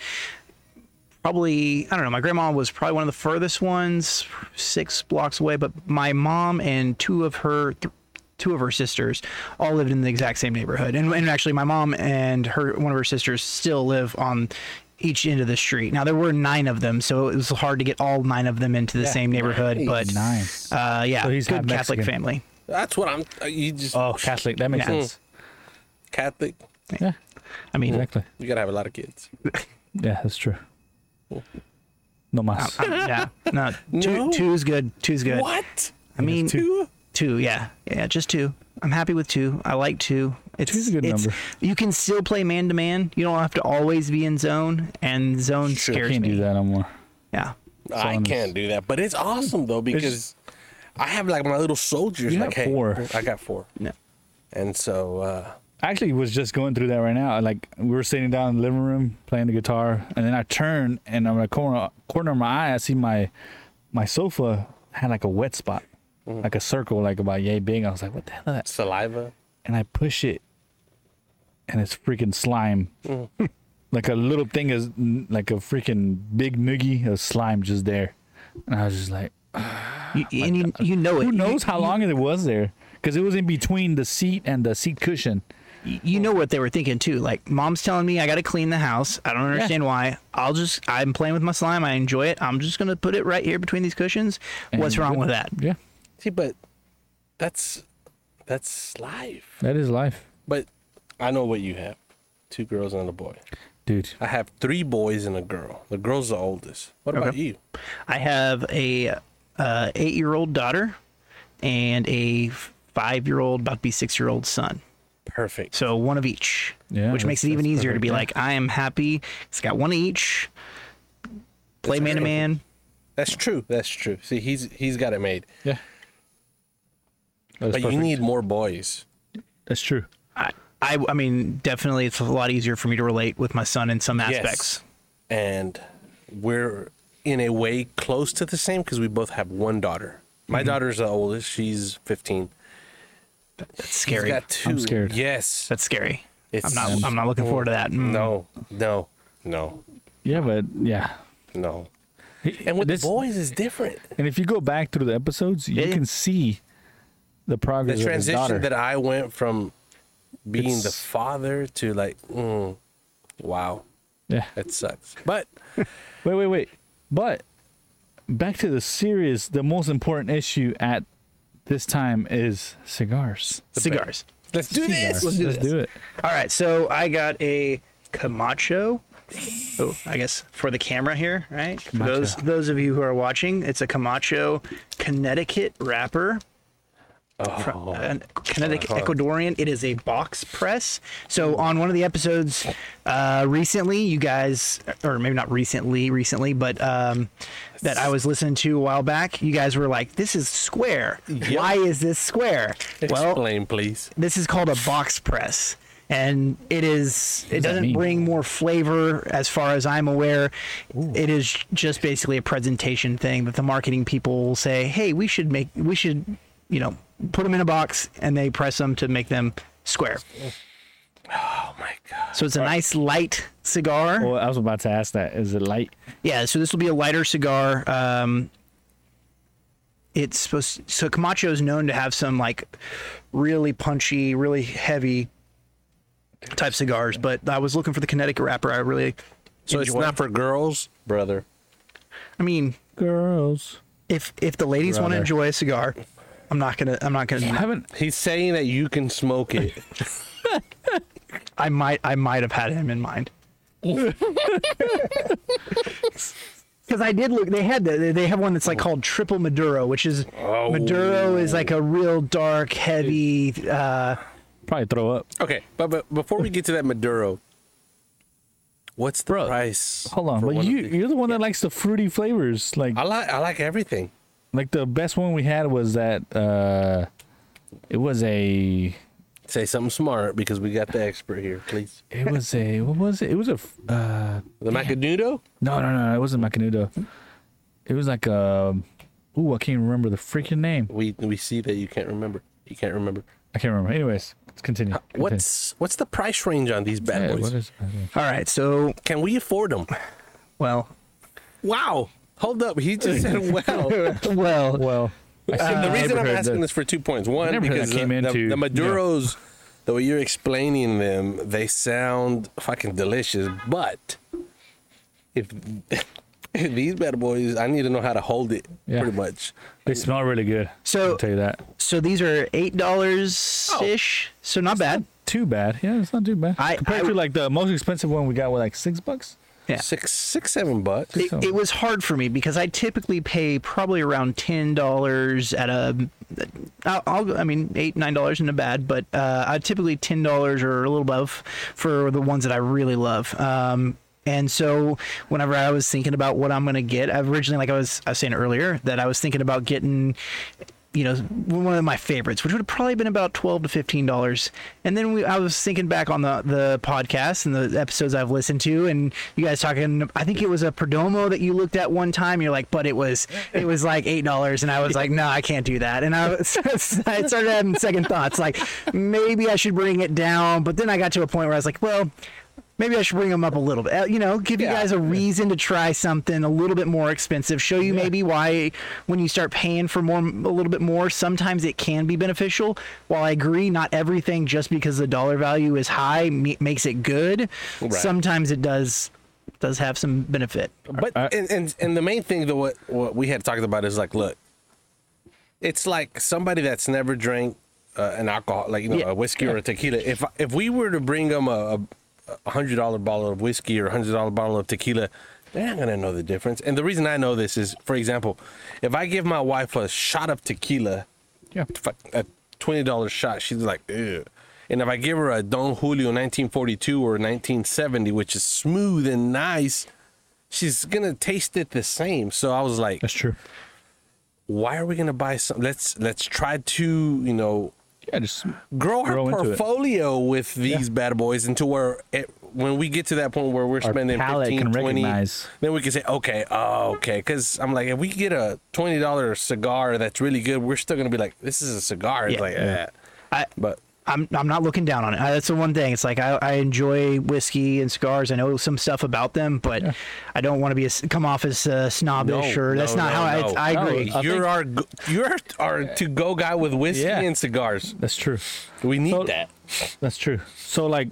Probably, I don't know. My grandma was probably one of the furthest ones, six blocks away. But my mom and two of her, th- two of her sisters, all lived in the exact same neighborhood. And, and actually, my mom and her one of her sisters still live on each end of the street. Now there were nine of them, so it was hard to get all nine of them into the same neighborhood. But
nice.
uh, yeah,
So he's half
good Catholic
Mexican.
family.
That's what I'm. uh, You just
oh, Catholic. That makes
Mm-hmm.
Yeah.
sense.
Catholic.
Yeah,
I mean,
exactly.
You gotta have a lot of kids.
Yeah, that's true. No mas.
yeah, Um, no, two,
No?
two's good. Two's good.
What?
I mean,
two?
two, yeah, yeah, just two. I'm happy with two. I like two. It's,
Two's a good
it's-
number.
You can still play man to man. You don't have to always be in zone, and zone scares
Can't
me.
do that no more.
Yeah,
I
honest.
can't do that, but it's awesome though because I have like my little soldiers.
You
like,
have
hey,
four.
I got four,
no.
and so uh,
actually was just going through that right now. Like we were sitting down in the living room playing the guitar, and then I turn and I'm in the corner corner of my eye, I see my my sofa had like a wet spot,
Mm-hmm.
like a circle, like about yay big. I was like, what the hell? Is that?
saliva.
And I push it, and it's freaking slime.
Mm-hmm.
like a little thing is like a freaking big noogie of slime just there, and I was just like,
You, and you, you know it.
who
You-
knows how long it was there? Because it was in between the seat and the seat cushion.
You, know what they were thinking too. Like mom's telling me I got to clean the house. I don't understand why. I'll just I'm playing with my slime. I enjoy it. I'm just gonna put it right here between these cushions. What's
And-
wrong with that?
Yeah,
See, but that's that's life.
that is life,
But I know what you have: two girls and a boy.
dude.
I have three boys and a girl. The girl's the oldest. What about
Okay.
you?
I have a uh, eight-year-old daughter and a five-year-old, about to be six-year-old son.
Perfect.
So one of each,
Yeah,
which makes it
that's-
even
that's
easier to be
perfect,
like, I am happy. It's got one of each. Play man to man.
That's true. That's true. See, he's he's got it made.
Yeah. That's
but you need more boys.
That's true.
I, I, I mean, definitely, it's a lot easier for me to relate with my son in some aspects.
And we're in a way close to the same because we both have one daughter. My daughter's the oldest. She's 15.
That's
He's
scary.
got 2
scared.
Yes.
That's scary.
It's-
I'm not. I'm not looking forward to that. Mm.
No. No. No.
Yeah, but yeah,
No. And with
This-
the boys, it's different.
And if you go back through the episodes, you
Yeah, yeah.
can see the
The
progress of his daughter.
transition that I went from being the
It's-
father to like, mm, wow,
yeah.
that sucks. But
Wait, wait, wait. But back to the serious, the most important issue at this time is cigars.
Cigars.
let's do this.
Let's do
Let's
this.
do it.
All right, so I got a Camacho. Oh, I guess for the camera here, right? For those those of you who are watching, it's a Camacho Connecticut wrapper.
Oh.
From, uh, Connecticut Ecuadorian. It is a box press. So on one of the episodes uh, recently, you guys, or maybe not recently, recently, but um, that I was listening to a while back, you guys were like, "This is square. Why is this square?" Well,
Explain, please.
this is called a box press and it is it
does that
doesn't
mean?
bring more flavor as far as i'm aware it is just basically a presentation thing that the marketing people will say hey we should make we should you know put them in a box and they press them to make them square
Oh my god.
so it's a nice light cigar
Well, I was about to ask that. Is it light?
yeah so this will be a lighter cigar um it's supposed so camacho is known to have some like really punchy really heavy type cigars but i was looking for the connecticut wrapper i really
So it's
enjoy.
not for girls, brother.
i mean
Girls.
if if the ladies want to
Brother.
enjoy a cigar i'm not gonna i'm not
I
gonna
haven't.
He's saying that you can smoke it.
i might i might have had him in mind because i did look they had the, they have one that's like called triple maduro which is maduro is like a real dark heavy uh
Probably throw up.
Okay, but, but before we get to that Maduro, what's the price?
Hold on.
for
But
one of
you,
these?
you're the one that likes the fruity flavors. Like,
I like I like everything.
like the best one we had was that. uh It was a.
Say something smart because we got the expert here, please.
It was a. What was it? It was a. f- Uh,
The Macanudo?
No, no, no, no, it wasn't Macanudo. It was like a. Ooh, I can't even remember the freaking name.
We we see that you can't remember. You can't remember.
I can't remember. Anyways, let's continue.
Uh,
continue.
What's what's the price range on these bad
Yeah,
boys?
what is-
all right so
Can we afford them?
Well,
Wow. Hold up. He just said wow.
well,
Well, uh, I
And the
seen
reason I'm
neighborhood
asking
that-
this for two points. One,
neighborhood
because
I came
the, the-
into,
the
yeah.
Maduros, the way you're explaining them, they sound fucking delicious. But if these bad boys, I need to know how to hold it
Yeah.
pretty much.
They smell really good.
So-
I'll tell you that.
so these are eight dollars ish, so not bad.
Too bad. Yeah, it's not too bad.
I-
Compared
I-
to like the most expensive one we got with like six bucks.
Yeah.
Six, six, seven bucks.
It, it was hard for me because I typically pay probably around ten dollars at a, I'll, I'll, I mean eight nine dollars in a bad, but uh, I typically ten dollars or a little above for the ones that I really love. Um, and so whenever I was thinking about what I'm gonna get, I originally like I was I was saying earlier that I was thinking about getting you know one of my favorites which would have probably been about 12 to 15 dollars and then we, i was thinking back on the the podcast and the episodes i've listened to and you guys talking i think it was a perdomo that you looked at one time you're like but it was it was like eight dollars and i was like no i can't do that and i was, i started having second thoughts like maybe i should bring it down but then i got to a point where i was like well Maybe I should bring them up a little bit. Uh, You know, give you
Yeah.
guys a reason to try something a little bit more expensive. Show you maybe why when you start paying for more, a little bit more, sometimes it can be beneficial. While I agree, not everything just because the dollar value is high me- makes it good.
Right.
Sometimes it does does have some benefit.
But and, and and the main thing though what what we had talked about is like look, it's like somebody that's never drank uh, an alcohol like you know
Yeah.
a whiskey or a tequila. If if we were to bring them a, a- a hundred dollar bottle of whiskey or a hundred dollar bottle of tequila, they're not gonna know the difference. And the reason I know this is, for example, if I give my wife a shot of tequila,
Yeah.
fuck, a twenty dollar shot. She's like, Ew. and if I give her a Don Julio 1942 or 1970, which is smooth and nice, she's gonna taste it the same. So I was like,
That's true.
why are we gonna buy some? Let's let's try to you know
Yeah, just
grow her
Grow into it.
portfolio with these bad boys into where it, when we get to that point where we're
Our
spending
palate
15
can
20
recognize.
then we can say okay oh, okay because i'm like if we get a $20 cigar that's really good we're still gonna be like this is a cigar it's
Yeah.
like
Yeah.
eh.
I
but
I'm I'm not looking down on it. I, that's the one thing. It's like I, I enjoy whiskey and cigars. I know some stuff about them, but I don't want to be a s come off as uh, snobbish or that's not how I, I
No,
agree.
I
You're our go- you're our to go guy with whiskey
Yeah.
and cigars.
That's true.
We need
So-
that.
That's true. So like,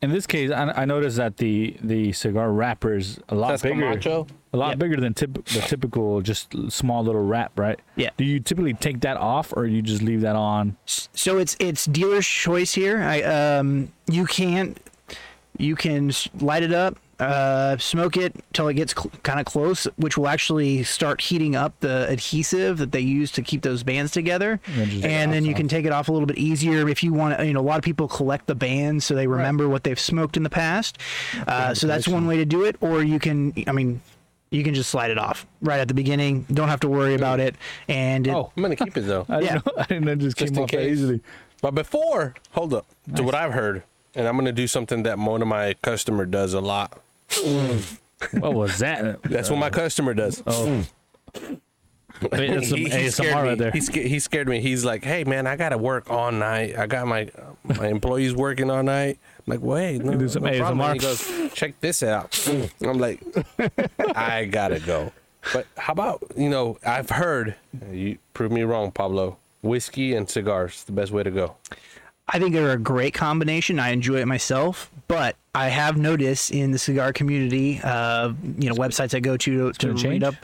in this case, I, I noticed that the the cigar wrapper is a lot
That's
bigger,
Camacho?
a lot
Yeah.
bigger than tip, the typical just l- small little wrap, right?
Yeah.
Do you typically take that off, or you just leave that on?
so it's it's dealer's choice here. I um you can't you can s- light it up, uh, smoke it till it gets cl- kind of close, which will actually start heating up the adhesive that they use to keep those bands together.
And then just take it
and then
off,
you
huh?
can take it off a little bit easier if you want. You know, a lot of people collect the bands so they remember what they've smoked in the past. Uh, so that's one way to do it. Or you can, I mean. You can just slide it off right at the beginning. Don't have to worry about it. And it,
Oh, I'm gonna keep it though.
Yeah.
I didn't know. I didn't know it just,
just
came
in
off that
case.
easily.
But before, hold up. To what I've heard, and I'm gonna do something that one of my customer does a lot.
What was that?
That's what my customer does.
Oh. Wait, that's some
He- he scared
ASMR
me.
right there.
He, sca- he scared me. He's like, "Hey man, I gotta work all night. I got my my employees working all night." I'm like, "Wait, no,
do some
no problem."
ASMR.
And He goes, "Check this out." I'm like, "I gotta go." But how about you know? I've heard you prove me wrong, Pablo. Whiskey and cigars the best way to go.
I think they're a great combination. I enjoy it myself, but I have noticed in the cigar community, uh, you know, websites I go to to
gonna
read
change?
up.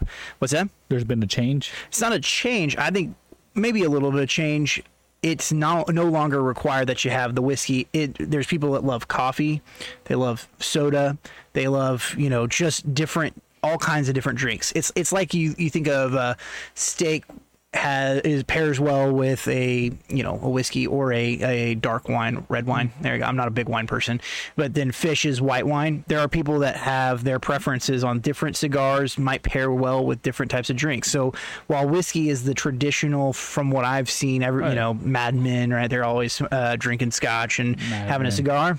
What's that?
There's been a change.
It's not a change. I think maybe a little bit of change. It's now no longer required that you have the whiskey. It there's people that love coffee, they love soda, they love you know just different all kinds of different drinks. It's it's like you you think of uh, steak has is pairs well with a you know a whiskey or a, a dark wine red wine there you go i'm not a big wine person but then fish is white wine there are people that have their preferences on different cigars might pair well with different types of drinks so while whiskey is the traditional from what i've seen every you
Right.
know mad men right they're always uh, drinking scotch and having a
Men.
cigar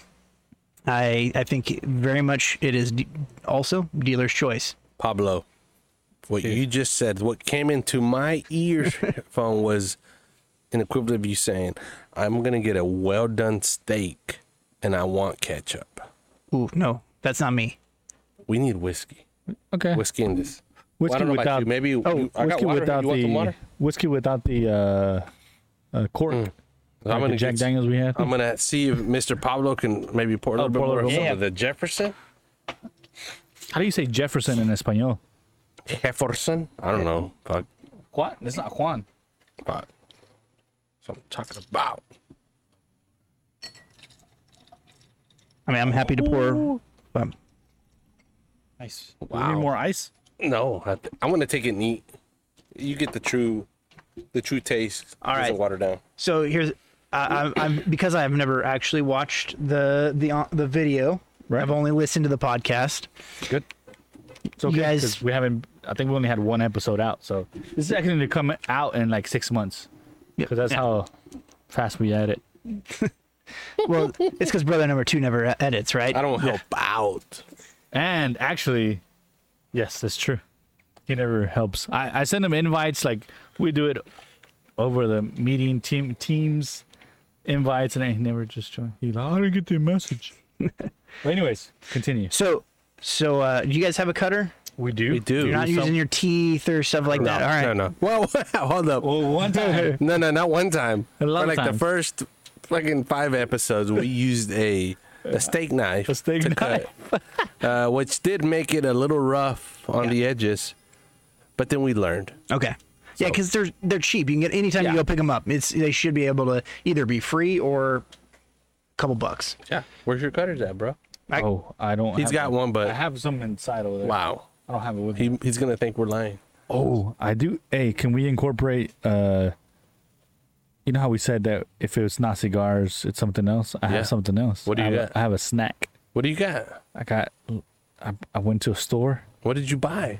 i i think very much it is de- also dealer's choice
Pablo, what you just said, what came into my earphone was an equivalent of you saying, I'm going to get a well done steak and I want ketchup.
ooh no that's not me
We need whiskey.
Okay.
Whiskey in this. Well, I
Whiskey
don't know about
without
you. Maybe
oh,
you- I got
whiskey
water.
without
You want
the
some water? Mm.
whiskey without the uh, uh, cork. Like
I'm
the
gonna
Jack
get-
Daniels we had.
I'm going to see if Mr. Pablo can maybe pour a little bit
Oh, pour a
more
little
of some
bit.
of the Jefferson.
How do you say Jefferson in español?
Jefferson? I don't know. Fuck.
Juan. It's not Juan.
Fuck. That's what I'm talking about.
i mean i'm happy to pour but
Nice.
Wow.
We need more ice.
No, I th- I'm going to take it neat. You get the true. The true taste
All
doesn't
right.
water down.
So here's, I, I, I'm because I've never actually watched the the uh, the video.
Right.
I've only listened to the podcast.
Good. It's okay.
guys-
'cause we haven't. I think we only had one episode out, so this is actually going to come out in like six months. Because that's how fast we edit.
Well, it's because brother number two never e- edits, right?
I don't help out.
And actually, yes, that's true. He never helps. I, I send him invites like we do it over the meeting team teams invites, and he never just joined. He like, "Oh, I didn't get the message. but anyways, continue.
So, so uh, do you guys have a cutter?
We do.
We do.
You're not
So-
using your teeth or stuff like that.
No,
All right.
No, no. Well, hold up.
Well, one time.
No, no, not one time.
A lot
For
of
like the
times.
first fucking five episodes, we used a a steak knife.
A steak
to
knife.
Cut, uh, which did make it a little rough on the edges, but then we learned.
Okay. Yeah, because they're they're cheap. You can get anytime
Yeah.
you go pick them up. It's they should be able to either be free or a couple bucks.
Yeah. Where's your cutters at, bro?
I-
oh, I don't.
He's
have
got one, but-
I have some inside over there.
Wow.
I don't have it with me.
He, he's gonna think we're lying.
Oh, I do. Hey, can we incorporate? uh You know how we said that if it's not cigars, it's something else. I
Yeah.
have something else.
What do
I
you
have,
got?
I have a snack.
What do you got?
I got. I, I went to a store.
What did you buy?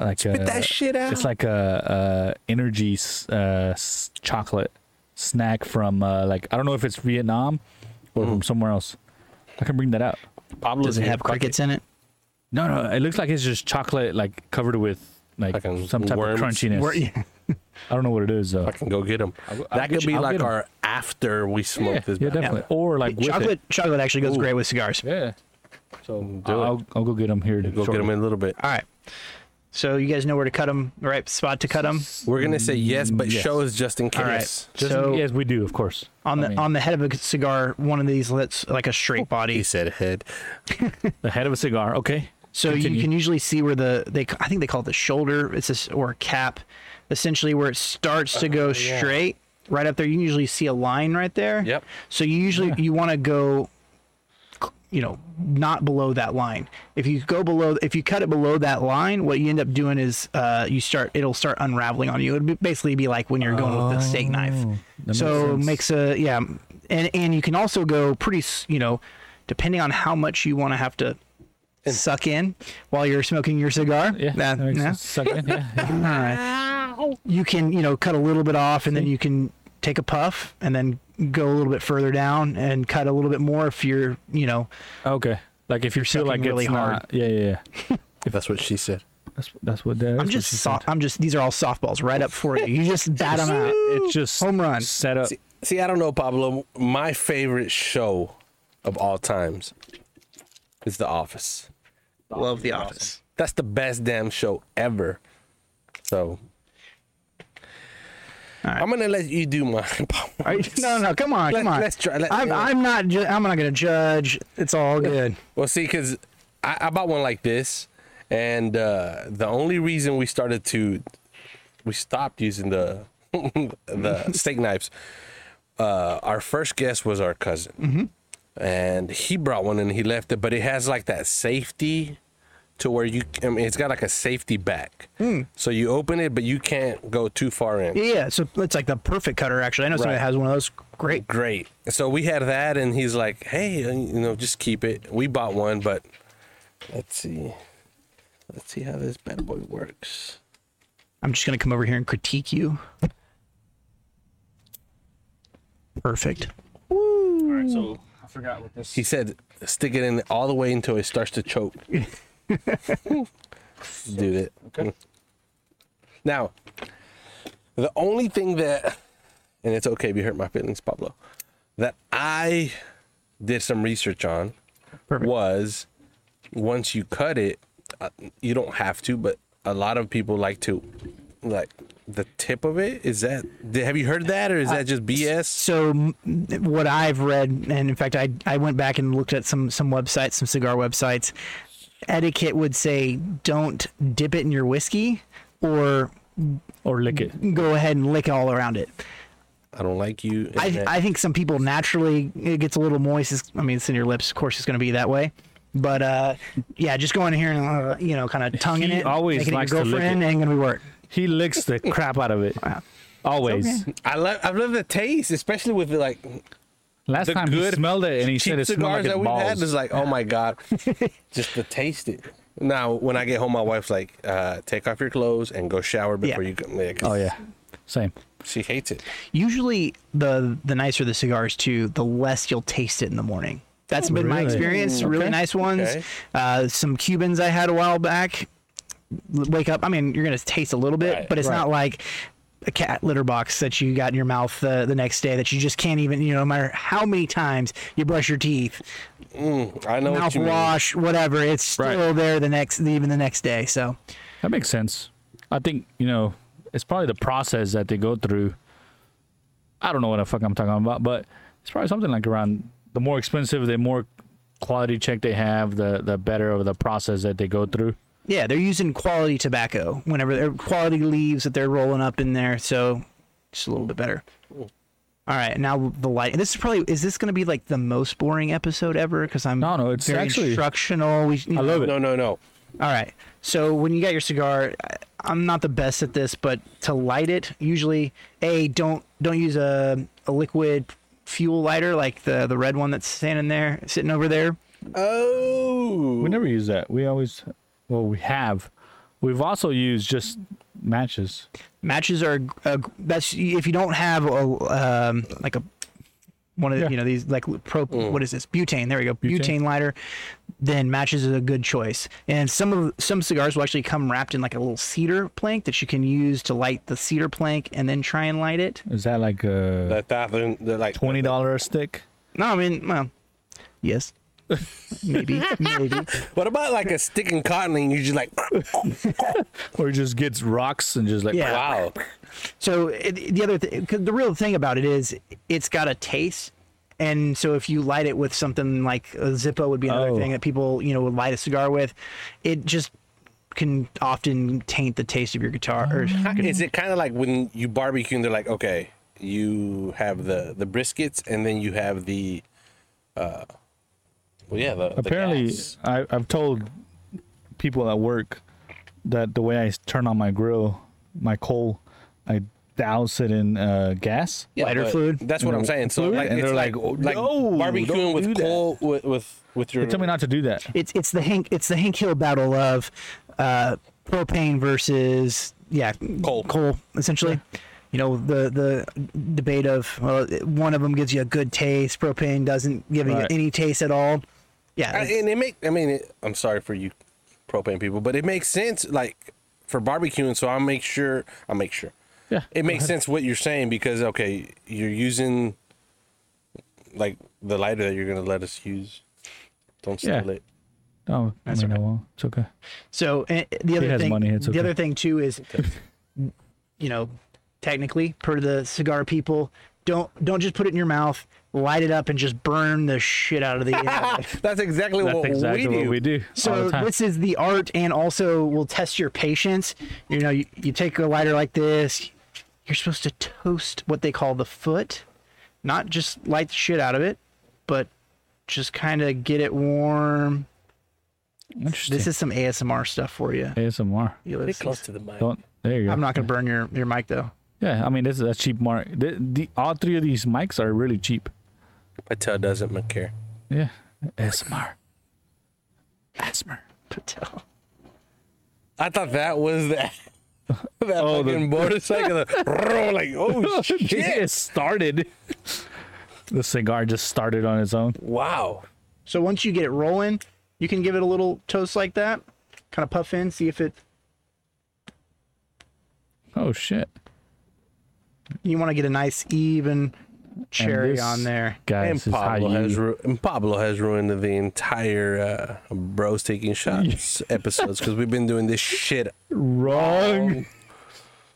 Like Spit
that shit out.
Uh, It's like a, a energy s- uh, s- chocolate snack from uh, like I don't know if it's Vietnam or
Mm-hmm.
from somewhere else. I can bring that out.
Pablo
Does it have crickets in it?
No, no, it looks like it's just chocolate like covered with like
Fucking
some type
worms.
of crunchiness.
Where-
I don't know what it is though.
I can go get them.
I'll
That could
get
be
you- I'll
like
get 'em.
our after we smoke
yeah,
this.
yeah,
bad
definitely.
boy.
Or like with it.
chocolate chocolate actually goes
Ooh.
great with cigars.
Yeah. So
it.
I'll, I'll I'll go get them here.
Go get them in a little bit.
All right. So you guys know where to cut them, right spot to cut them.
We're gonna say yes, but
Mm, yes.
show us just in case.
All right.
Just,
so
yes, we do, of course.
on the
I mean, Oh,
on the head of a cigar, one of these lets like a straight
He
body.
said head.
the head of a cigar. Okay.
So you
Continue.
can usually see where the they I think they call it the shoulder. It's this or cap, essentially where it starts to go
Oh,
straight right up there. You can usually see a line right there.
Yep.
So you usually you want to go, you know, not below that line. If you go below, if you cut it below that line, what you end up doing is uh, you start it'll start unraveling on you. It'll be, basically be like when you're going with a steak knife.
Oh, that
So
makes sense.
makes a yeah, and and you can also go pretty s- you know, depending on how much you want to have to suck in while you're smoking your cigar.
Yeah.
That-
that makes
yeah.
sense. Suck it, yeah, yeah.
You can, you know, cut a little bit off and then you can take a puff and then go a little bit further down and cut a little bit more if you're, you know,
Okay. Like if you
sucking
feel like
really
it's
hard.
not. Yeah, yeah, yeah.
That's what she said.
That's that's what. That, that's
I'm
what
just
she
soft.
said.
I'm just these are all softballs right up for you. You just bat them out.
It's just
Home run.
Set up.
See, see, I don't know, Pablo. My favorite show of all times is The Office.
Love The Office.
That's the best damn show ever. So I'm gonna let you do mine. Pablo.
Are you, no, no, come on,
Let-
come on.
let's try- let-
I'm,
yeah.
I'm not. Ju- I'm not gonna judge. It's all good.
Well, see, because I, I bought one like this, and uh, the only reason we started to, we stopped using the the steak knives. Uh, our first guest was our cousin, and he brought one and he left it, but it has like that safety to where you. I mean, it's got like a safety back, so you open it, but you can't go too far in.
Yeah, yeah. So it's like the perfect cutter. Actually, I know somebody
Right.
that has one of those. Great.
great. So we had that, and he's like, "Hey, uh, you know, just keep it." We bought one, but let's see, let's see how this bad boy works.
I'm just gonna come over here and critique you. Perfect.
So I forgot what this.
He said, "Stick it in all the way until it starts to choke." Dude, it.
Okay.
Now, the only thing that, and it's okay if you hurt my feelings, Pablo, that I did some research on
Perfect.
was once you cut it, uh, you don't have to, but a lot of people like to, like the tip of it. Is that, did- have you heard that or is that just BS?
So m- what I've read, and in fact, I I went back and looked at some some websites, some cigar websites. Etiquette would say don't dip it in your whiskey, or
Or lick it.
go ahead and lick all around it.
I don't like you.
I, I think some people naturally it gets a little moist. It's- I mean, it's in your lips. Of course, it's going to be that way. But uh, yeah, just going in here and uh, you know, kind of tonguing
He
it,
always
making
likes
it
to
your
lick
girlfriend,
it.
ain't going to be work.
He licks the crap out of it. Always.
I love, I love the taste, especially with like
Last
the
time
good
he smelled it and he
cheap
said it smelled
cigars
like his
that we've had
balls.
is like, oh my god, just to taste it. Now, when I get home, my wife's like, uh, take off your clothes and go shower before
Yeah.
you come. Yeah, 'cause
oh yeah. Same.
she hates it.
Usually, the the nicer the cigars too, the less you'll taste it in the morning. That's been my
really?
experience. Really
okay.
nice ones.
Oh, Mm, Okay.
Uh, some Cubans I had a while back. l- Wake up. I mean, you're gonna taste a little bit,
Right,
but it's not like a cat litter box that you got in your mouth uh, the next day that you just can't even. You know, no matter how many times you brush your teeth,
I know what you mean.
mouthwash, whatever. It's still
Right.
there the next, even the next day. So
That makes sense. I think, you know, it's probably the process that they go through. I don't know what the fuck I'm talking about, but it's probably something like around the more expensive, the more quality check they have, the the better of the process that they go through.
yeah, they're using quality tobacco whenever they're quality leaves that they're rolling up in there. So just a little bit better. All right, now the light. This is probably is this going to be like the most boring episode ever? Because I'm
No, no, it's
very
actually-
instructional. We,
I love it.
No, no, no.
All right. So when you got your cigar, I- I'm not the best at this, but to light it, usually a don't don't use a, a liquid fuel lighter like the the red one that's standing there sitting over there.
Oh,
We never use that. We always, well, we have. We've also used just matches.
Matches are uh, that's if you don't have a um, like a one of the,
Yeah.
you know these like pro what is this butane there we go butane,
Butane.
lighter then matches is a good choice and some of some cigars will actually come wrapped in like a little cedar plank that you can use to light the cedar plank and then try and light it
Is that like a
That thousand, the like
twenty dollar a stick?
no i mean well yes maybe maybe
What about like a stick and cotton and you just like
Or it just gets rocks and just like
Yeah.
wow.
So it, the other thing, the real thing about it is it's got a taste. And so if you light it with something like a Zippo would be another
Oh.
thing that people, you know, would light a cigar with, it just can often taint the taste of your guitar. Or,
Is it kind of like when you barbecue and they're like, okay, you have the the briskets and then you have the, uh, well yeah, the the
apparently
gas.
I, I've told people at work that the way I s- turn on my grill, my coal, I douse it in uh, gas.
lighter
but
fluid,
That's what I'm saying. So
fluid,
like,
and
it's
they're
like
like,
like
oh, no,
barbecuing
don't do
with
that.
coal with with with your.
They tell me not to do that.
it's, it's the Hank, it's the Hank Hill battle of uh, propane versus, yeah,
Coal.
coal essentially. You know, the, the debate of, well, one of them gives you a good taste. Propane doesn't give you
Right.
any taste at all. Yeah.
I-
it's-
and it make I mean it, I'm sorry for you propane people, but it makes sense like for barbecuing. So I'll make sure I'll make sure
Yeah,
it makes sense what you're saying because okay, you're using like the lighter that you're gonna let us use. Don't
Yeah.
steal it.
Oh,
That's
I mean,
okay.
I won't. It's okay.
So and the other
has
thing,
money, it's
the
okay.
other thing too is, you know, technically per the cigar people, don't don't just put it in your mouth, light it up, and just burn the shit out of the. end of it.
That's exactly
That's
what
exactly
we do.
what we do. all
So
the time.
this is the art, and also will test your patience. You know, you, you take a lighter like this, you're supposed to toast what they call the foot, not just light the shit out of it, but just kind of get it warm.
Interesting.
This is some ASMR stuff for you.
ASMR.
You
Get
listen.
close to the mic.
Don't. There you go.
I'm not gonna burn your your mic though.
Yeah, I mean, this is a cheap mark. The, the all three of these mics are really cheap.
Patel doesn't care.
Yeah, ASMR. ASMR.
Patel.
I thought that was that. That
Oh, the-
fucking motorcycle, the- like oh shit!
it started. the cigar just started on its own.
Wow,
So once you get it rolling, you can give it a little toast like that, kind of puff in, see if it.
Oh shit,
You want to get a nice even cherry
this-
on there.
guys!
and
this is how
Pablo has
you-
ru- and Pablo has ruined the entire uh, bros taking shots episodes because we've been doing this shit.
wrong.
Oh.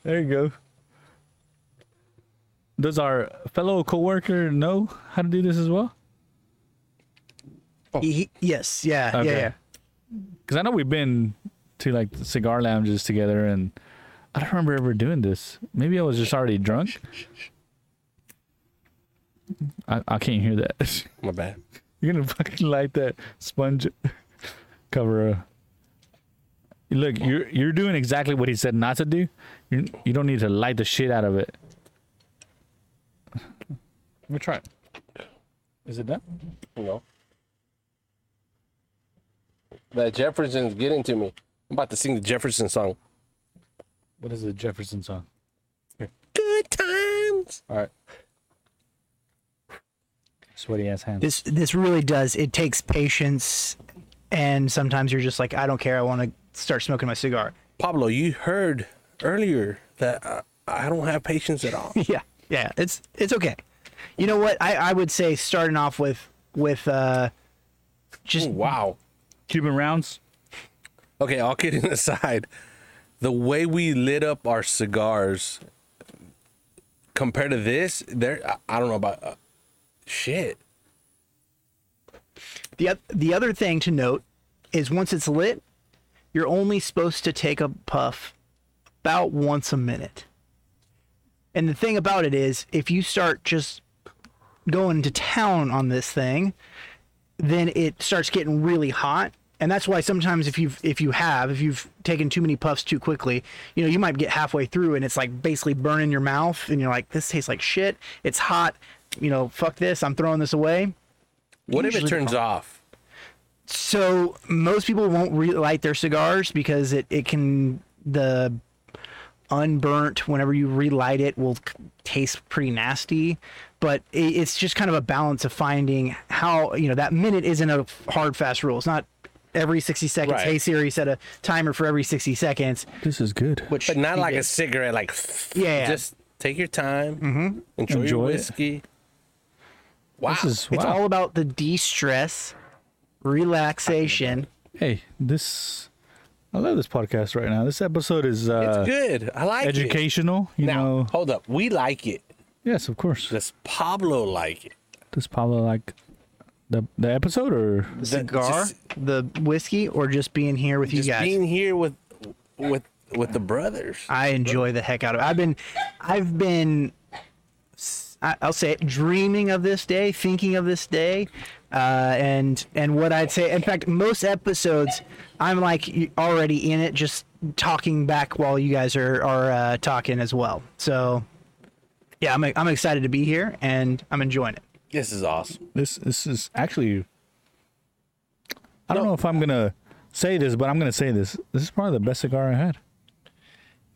There you go. Does our fellow coworker know how to do this as well?
He- he- yes, yeah, yeah,
Okay.
yeah.
Because I know we've been to like the cigar lounges together, and I don't remember ever doing this. Maybe I was just already drunk. I, I can't hear that.
My bad.
You're gonna fucking light that sponge cover. Uh, look, you're you're doing exactly what he said not to do. You you don't need to light the shit out of it. Let me try it. Is it done?
No. That Jefferson's getting to me. I'm about to sing the Jefferson song.
What is the Jefferson song?
Good times.
All right. Sweaty ass hands.
This this really does. It takes patience, and sometimes you're just like, I don't care. I want to start smoking my cigar.
Pablo, you heard earlier that I, I don't have patience at all.
yeah, yeah. It's it's okay. You know what? I I would say starting off with with uh, just
wow.
Cuban rounds.
Okay, all kidding aside, the way we lit up our cigars compared to this, there I, I don't know about uh, shit.
The oth- the other thing to note is once it's lit, you're only supposed to take a puff about once a minute. And the thing about it is, if you start just going to town on this thing, then it starts getting really hot. And that's why sometimes if you've if you have if you've taken too many puffs too quickly, you know you might get halfway through and it's like basically burning your mouth, and you're like, this tastes like shit. It's hot. You know, fuck this. I'm throwing this away.
What if it
Usually
turns off?
So most people won't relight their cigars because it, it can the unburnt whenever you relight it will c- taste pretty nasty but i- it's just kind of a balance of finding how you know that minute isn't a hard fast rule it's not every 60 seconds
Right.
hey siri set a timer for every 60 seconds
This is good.
which
But not
he
like
did.
a cigarette. Like,
Yeah.
Just take your time. Enjoy,
Mm-hmm. Enjoy
your
it.
whiskey. Wow.
This is
it's
wow.
all about the de-stress relaxation
hey, this. I love this podcast right now. This episode is
it's
uh,
good. I like it.
educational. You
Now,
know.
hold up. We like it.
Yes, of course.
Does Pablo like it?
Does Pablo like the the episode or
the cigar
just-
the whiskey or just being here with
Just
you guys
being here with, with, with the brothers.
I enjoy the heck out of it. I've been, I've been, I- I'll say it, dreaming of this day, thinking of this day, uh, and and what I'd say. In fact, most episodes, I'm like already in it, just talking back while you guys are are uh, talking as well. So, yeah, I'm I'm excited to be here, and I'm enjoying it.
This is awesome.
this? This is actually. I don't
No.
know if I'm gonna say this, but I'm gonna say this. This is probably the best cigar I had.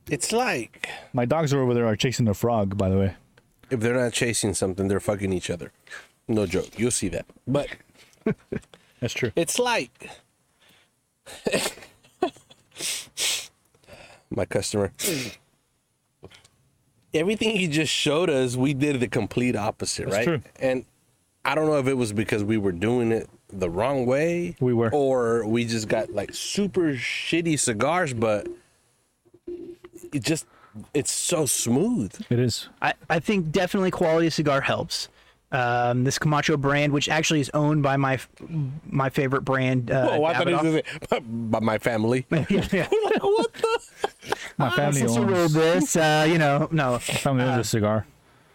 It's like
My dogs are over there are chasing a frog. By the way,
if they're not chasing something, they're fucking each other. No joke. You'll see that. But
that's true.
it's like my customer. Everything he just showed us, we did the complete opposite,
That's
right?
true.
And I don't know if it was because we were doing it the wrong way.
We were.
Or we just got like super shitty cigars, but it just it's so smooth.
It is.
I, I think definitely quality of cigar helps. Um, this Camacho brand, which actually is owned by my f- my favorite brand, uh,
Oh, I thought
Davidoff.
it was by my family.
Yeah, yeah.
like, what the?
My family
Since you rolled
owns.
this, uh, you know, no.
Family owns a cigar.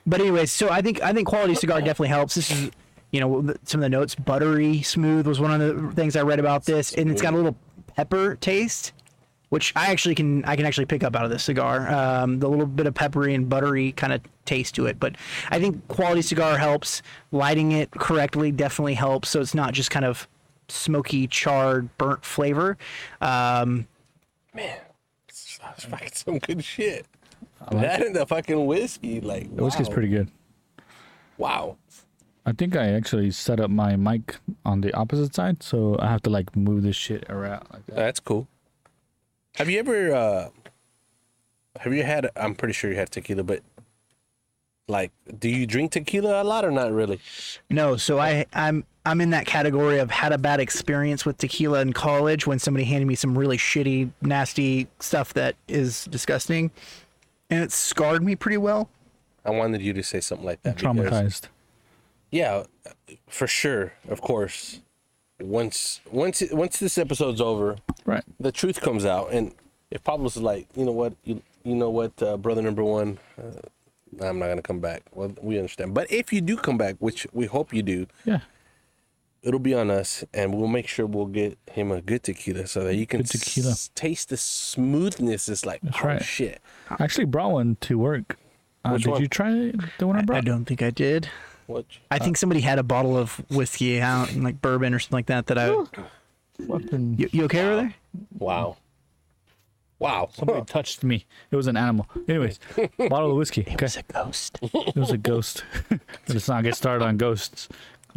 But anyways, so I think I think quality cigar definitely helps. This is, you know, the- some of the notes buttery, smooth was one of the things I read about this, and it's got a little pepper taste, which I actually can I can actually pick up out of this cigar. Um, the little bit of peppery and buttery kind of taste to it, but I think quality cigar helps. Lighting it correctly definitely helps, so it's not just kind of smoky, charred, burnt flavor. Um,
That's fucking some good shit. that and the fucking whiskey, like
The whiskey's
wow.
pretty good.
Wow,
I think I actually set up my mic on the opposite side, so I have to like move this shit around like that.
that's cool. Have you ever? uh Have you had? I'm pretty sure you had tequila, but like, do you drink tequila a lot or not really?
No, so I I'm I'm in that category of had a bad experience with tequila in college when somebody handed me some really shitty, nasty stuff that is disgusting, and it scarred me pretty well.
I wanted you to say something like that. because-
Traumatized.
yeah, for sure, of course. Once once once this episode's over,
Right.
the truth comes out and if pablo's like you know what you, you know what uh, brother number one uh, i'm not gonna come back well we understand but if you do come back which we hope you do
Yeah.
it'll be on us and we'll make sure we'll get him a good tequila so that you can
Good tequila.
s- taste the smoothness it's like oh
right.
shit
I actually brought one to work. Uh,
Which
did
one?
you try the one I brought?
I don't think I did.
what
I think somebody had a bottle of whiskey out, like bourbon or something like that. That I
Fucking-
you, you okay over there?
wow wow
Somebody touched me. It was an animal. Anyways, bottle of whiskey. Okay.
It's a ghost.
It was a ghost. Let's not get started on ghosts.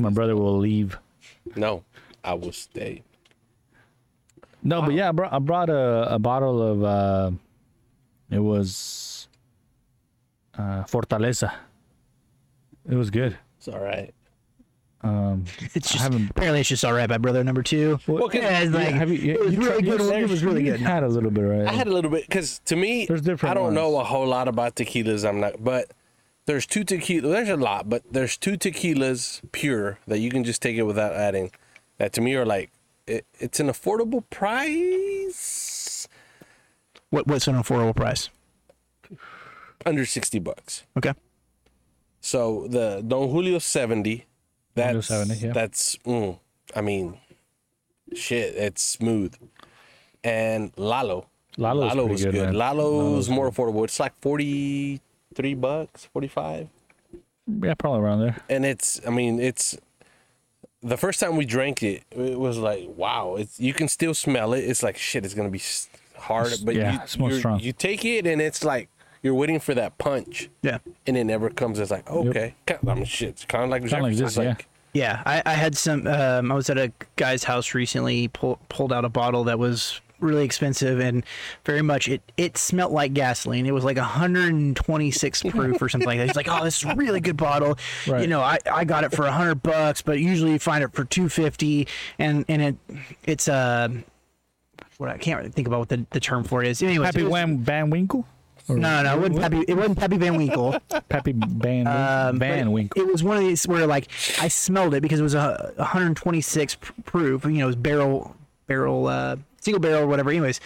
My brother will leave.
no i will stay
No, but yeah, I brought, I brought a, a bottle of, uh, it was uh, Fortaleza. It was good.
it's all right
It's just
haven't-
apparently it's just all right by brother number two.
Okay.
yeah, it's like,
Have you- you-
it was
you
really
tried-
good.
you-
It was really
you
good.
Had a little bit, right?
I had a little bit because to me,
There's different
I don't
ones.
know a whole lot about tequilas. I'm not, but there's two tequila. There's a lot, but there's two tequilas pure that you can just take it without adding. That to me are like it, it's an affordable price
What what's an affordable price?
under sixty bucks.
Okay.
So the Don Julio seventy, that's
70, yeah.
that's mm, I mean, shit, it's smooth, and Lalo.
Lalo's
Lalo
pretty
was
good,
good.
man.
Lalo's more affordable. It's like forty three bucks, forty five.
yeah, probably around there.
and it's i mean it's the first time we drank it it was like wow it's you can still smell it it's like shit it's gonna be s- hard, but
yeah,
you,
it smells
you're-
strong.
you take it and it's like you're waiting for that punch.
Yeah.
And it never comes. It's like okay, kind- I mean, shit. It's kind of like
Kinda like
Jefferson's,
this, yeah.
Yeah, I, I had some. Um, I was at a guy's house recently. He pull, pulled out a bottle that was really expensive and very much it it smelled like gasoline. It was like 126 proof or something like that. He's like, "Oh, this is a really good bottle. You
Right.
know, I, I got it for 100 bucks, but usually you find it for 250 and and it it's uh, what I can't really think about what the, the term for it is. Anyways, it
Happy
was-
Wham Van Winkle? Or
No, no, it wasn't
what?
Pappy. It wasn't Pappy Van Winkle.
Pappy Van
Um,
Van
but
Winkle.
It was one of these where like I smelled it because it was a 126 pr- proof. You know, it was barrel, barrel, uh, single barrel, or whatever. Anyways,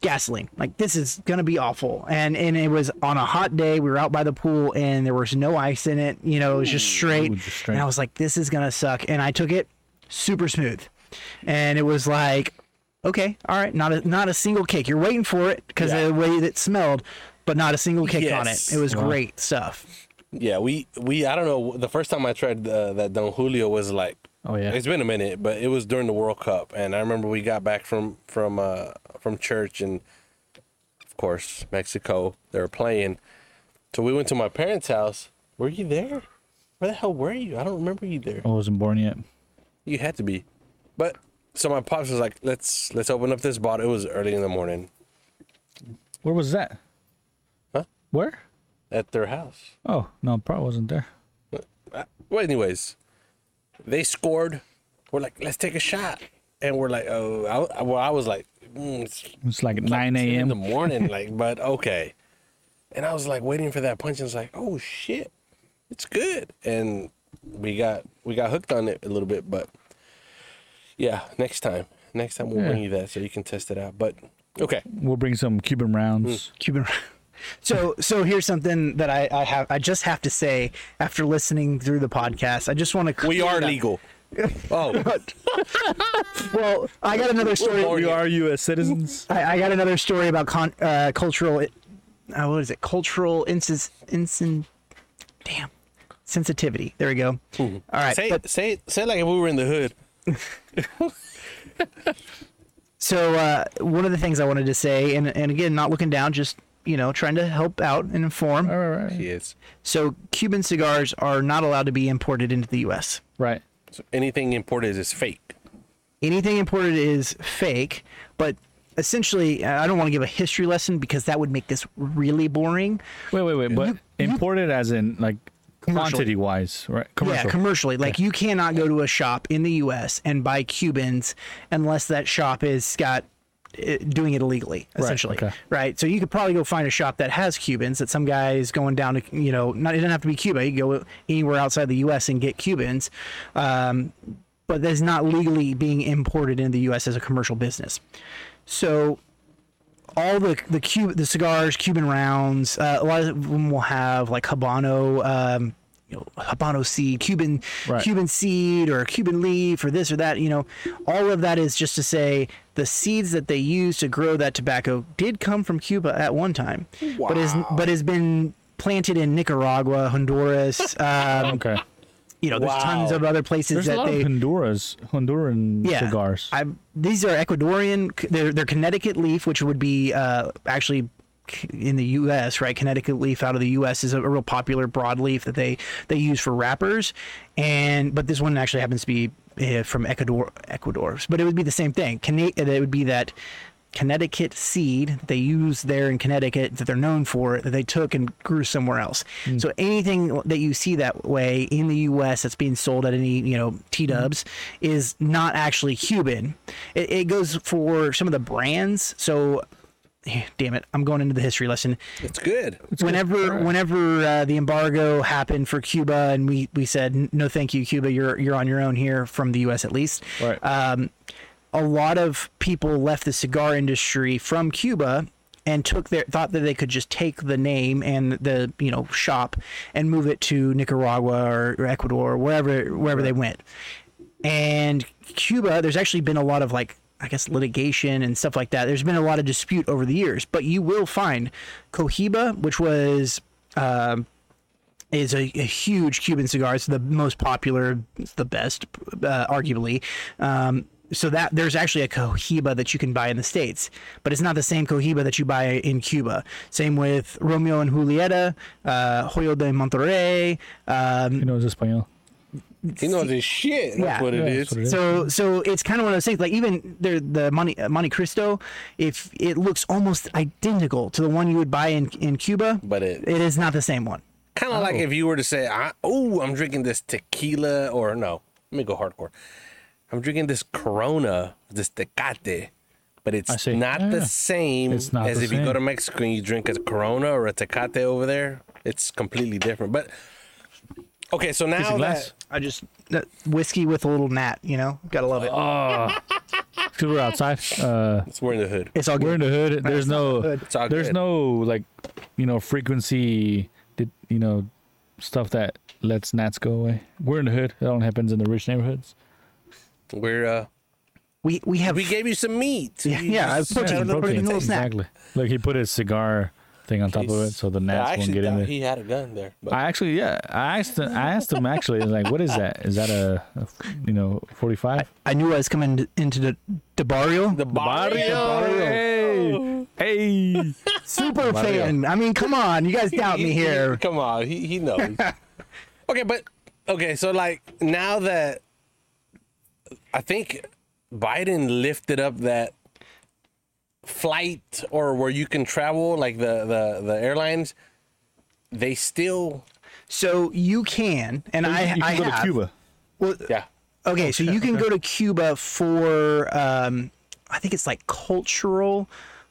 gasoline. Like this is gonna be awful. And and it was on a hot day. We were out by the pool and there was no ice in it. You know, it was just straight.
ooh, just straight.
And I was like, this is gonna suck. And I took it, super smooth, and it was like. Okay, all right, not a not a single kick. You're waiting for it because
Yeah.
of the way that it smelled, but not a single kick on it.
Yes.
It was great stuff.
Yeah, we we I don't know. The first time I tried uh, that Don Julio was like,
Oh, yeah.
it's been a minute, but it was during the World Cup, and I remember we got back from from uh, from church, and of course Mexico they were playing, so we went to my parents' house. Were you there? Where the hell were you? I don't remember you there.
I wasn't born yet.
You had to be, but so my pops was like, let's let's open up this bottle. It was early in the morning
Where was that?
Huh?
Where?
at their house.
Oh no, probably wasn't there.
Well, anyways, they scored. We're like, let's take a shot, and we're like, oh, I, well, I was like, mm, it's
It's like at 9
10 in the
a.m.
morning, like, but okay. And I was like waiting for that punch, and it's like, oh shit, it's good, and we got we got hooked on it a little bit, but yeah, next time, next time we'll bring
Yeah.
you that so you can test it out. But okay,
We'll bring some Cuban
Hmm.
rounds.
Cuban. So so here's something that I, I have I just have to say after listening through the podcast. I just want to
we are legal. Oh,
Well, I got another story.
We're
We are U.S. citizens.
I, I got another story about con, uh, cultural. Uh, what is it? Cultural insen insen. Damn, sensitivity. There we go. All right.
Mm-hmm. say
but-
it, say it, say it like if we were in the hood.
So uh, one of the things I wanted to say, and and again, not looking down, just you know, trying to help out and inform.
All right, right,
Yes.
So Cuban cigars are not allowed to be imported into the U.S.
right.
So anything imported is fake.
anything imported is fake but essentially i I don't want to give a history lesson because that would make this really boring
Wait, wait, wait. But imported as in like
Commercial.
quantity wise, right? Commercial.
yeah commercially like you cannot go to a shop in the us and buy cubans unless that shop is got eh, doing it illegally essentially right,
okay.
so you could probably go find a shop that has cubans that some guy is going down to you know not it doesn't have to be cuba you can go anywhere outside the us and get cubans um, but that's not legally being imported into the us as a commercial business so all the the Cuba, the cigars, Cuban rounds. Uh, a lot of them will have like Habano, um, you know, Habano seed, Cuban
Right.
Cuban seed, or Cuban leaf, or this or that. You know, all of that is just to say the seeds that they use to grow that tobacco did come from Cuba at one time, but is but has been planted in Nicaragua, Honduras. um,
Okay.
you know, there's
Wow.
tons of other places
There's a
that
lot
they
of Honduras, Honduran
yeah.
cigars.
I these are Ecuadorian. c- They're, they're Connecticut leaf, which would be uh, actually c- in the U.S. Right, Connecticut leaf out of the U.S. is a, a real popular broadleaf that they they use for wrappers. And but this one actually happens to be uh, from Ecuador, Ecuador. But it would be the same thing. Conne- it would be that. Connecticut seed that they use there in Connecticut that they're known for that they took and grew somewhere else.
Mm.
So anything that you see that way in the U.S. that's being sold at any you know T Dubs
Mm.
is not actually Cuban. It, it goes for some of the brands. So damn it, I'm going into the history lesson
It's good.
whenever whenever uh, the embargo happened for Cuba and we we said no thank you Cuba you're you're on your own here from the US at least
Right.
um, a lot of people left the cigar industry from Cuba and took their thought that they could just take the name and the you know shop and move it to Nicaragua or, or Ecuador or wherever wherever they went and Cuba, there's actually been a lot of like I guess litigation and stuff like that. There's been a lot of dispute over the years, but you will find Cohiba, which was um, is a, a huge Cuban cigar. It's the most popular, it's the best, uh, arguably. Um, so that there's actually a cohiba that you can buy in the states, but it's not the same cohiba that you buy in Cuba. Same with Romeo and Julieta, uh, Hoyo de Monterrey. Um,
He knows Espanol.
He knows his shit. That's
Yeah.
what it
Yeah,
is.
that's what it is.
so so it's kind of one of those things. Like even there, the Monte uh, Monte Cristo, if it looks almost identical to the one you would buy in in Cuba,
But it-
it is not the same one.
Kind of like if you were to say, I, "Oh, I'm drinking this tequila," or no, let me go hardcore. I'm drinking this Corona, this Tecate, but
I
it's
see.
not
Yeah.
the same
It's not
as
the
if you go
same.
to Mexico and you drink a Corona or a Tecate over there. It's completely different. But okay, so
Piece of
now
glass.
that
I just that whiskey with a little gnat, you know, gotta love it.
Oh,
Because we're outside. Uh,
it's we're in the hood,
it's all
we're in
good.
the hood. There's no.
hood.
It's all
There's
good.
no like, you know, frequency. Did you know stuff that lets gnats go away? We're in the hood. That only happens in the rich neighborhoods.
we're uh,
We we have
we gave you some meat.
Yeah,
You
yeah,
just-
I put- Protein,
it's
little protein, little snack.
Exactly. Like he put his cigar thing on top of it, so the
I
gnats won't
actually
get in
thought
there.
he had a gun there. But
I actually, yeah, I asked, him, I asked him actually, like, what is that? Is that a, a you know, forty-five?
I knew I was coming to, into the, the barrio.
the barrio.
Hey, hey,
Super
Barrio.
fan. I mean, come on, you guys doubt me
He- he-
here.
Come on, he he knows. okay, but okay, so like now that I think Biden lifted up that flight or where you can travel, like the the the airlines, they still
So you can, and I
you can
I
go
have.
to Cuba.
Well,
yeah.
Okay, so you can go to Cuba for um, I think it's like cultural,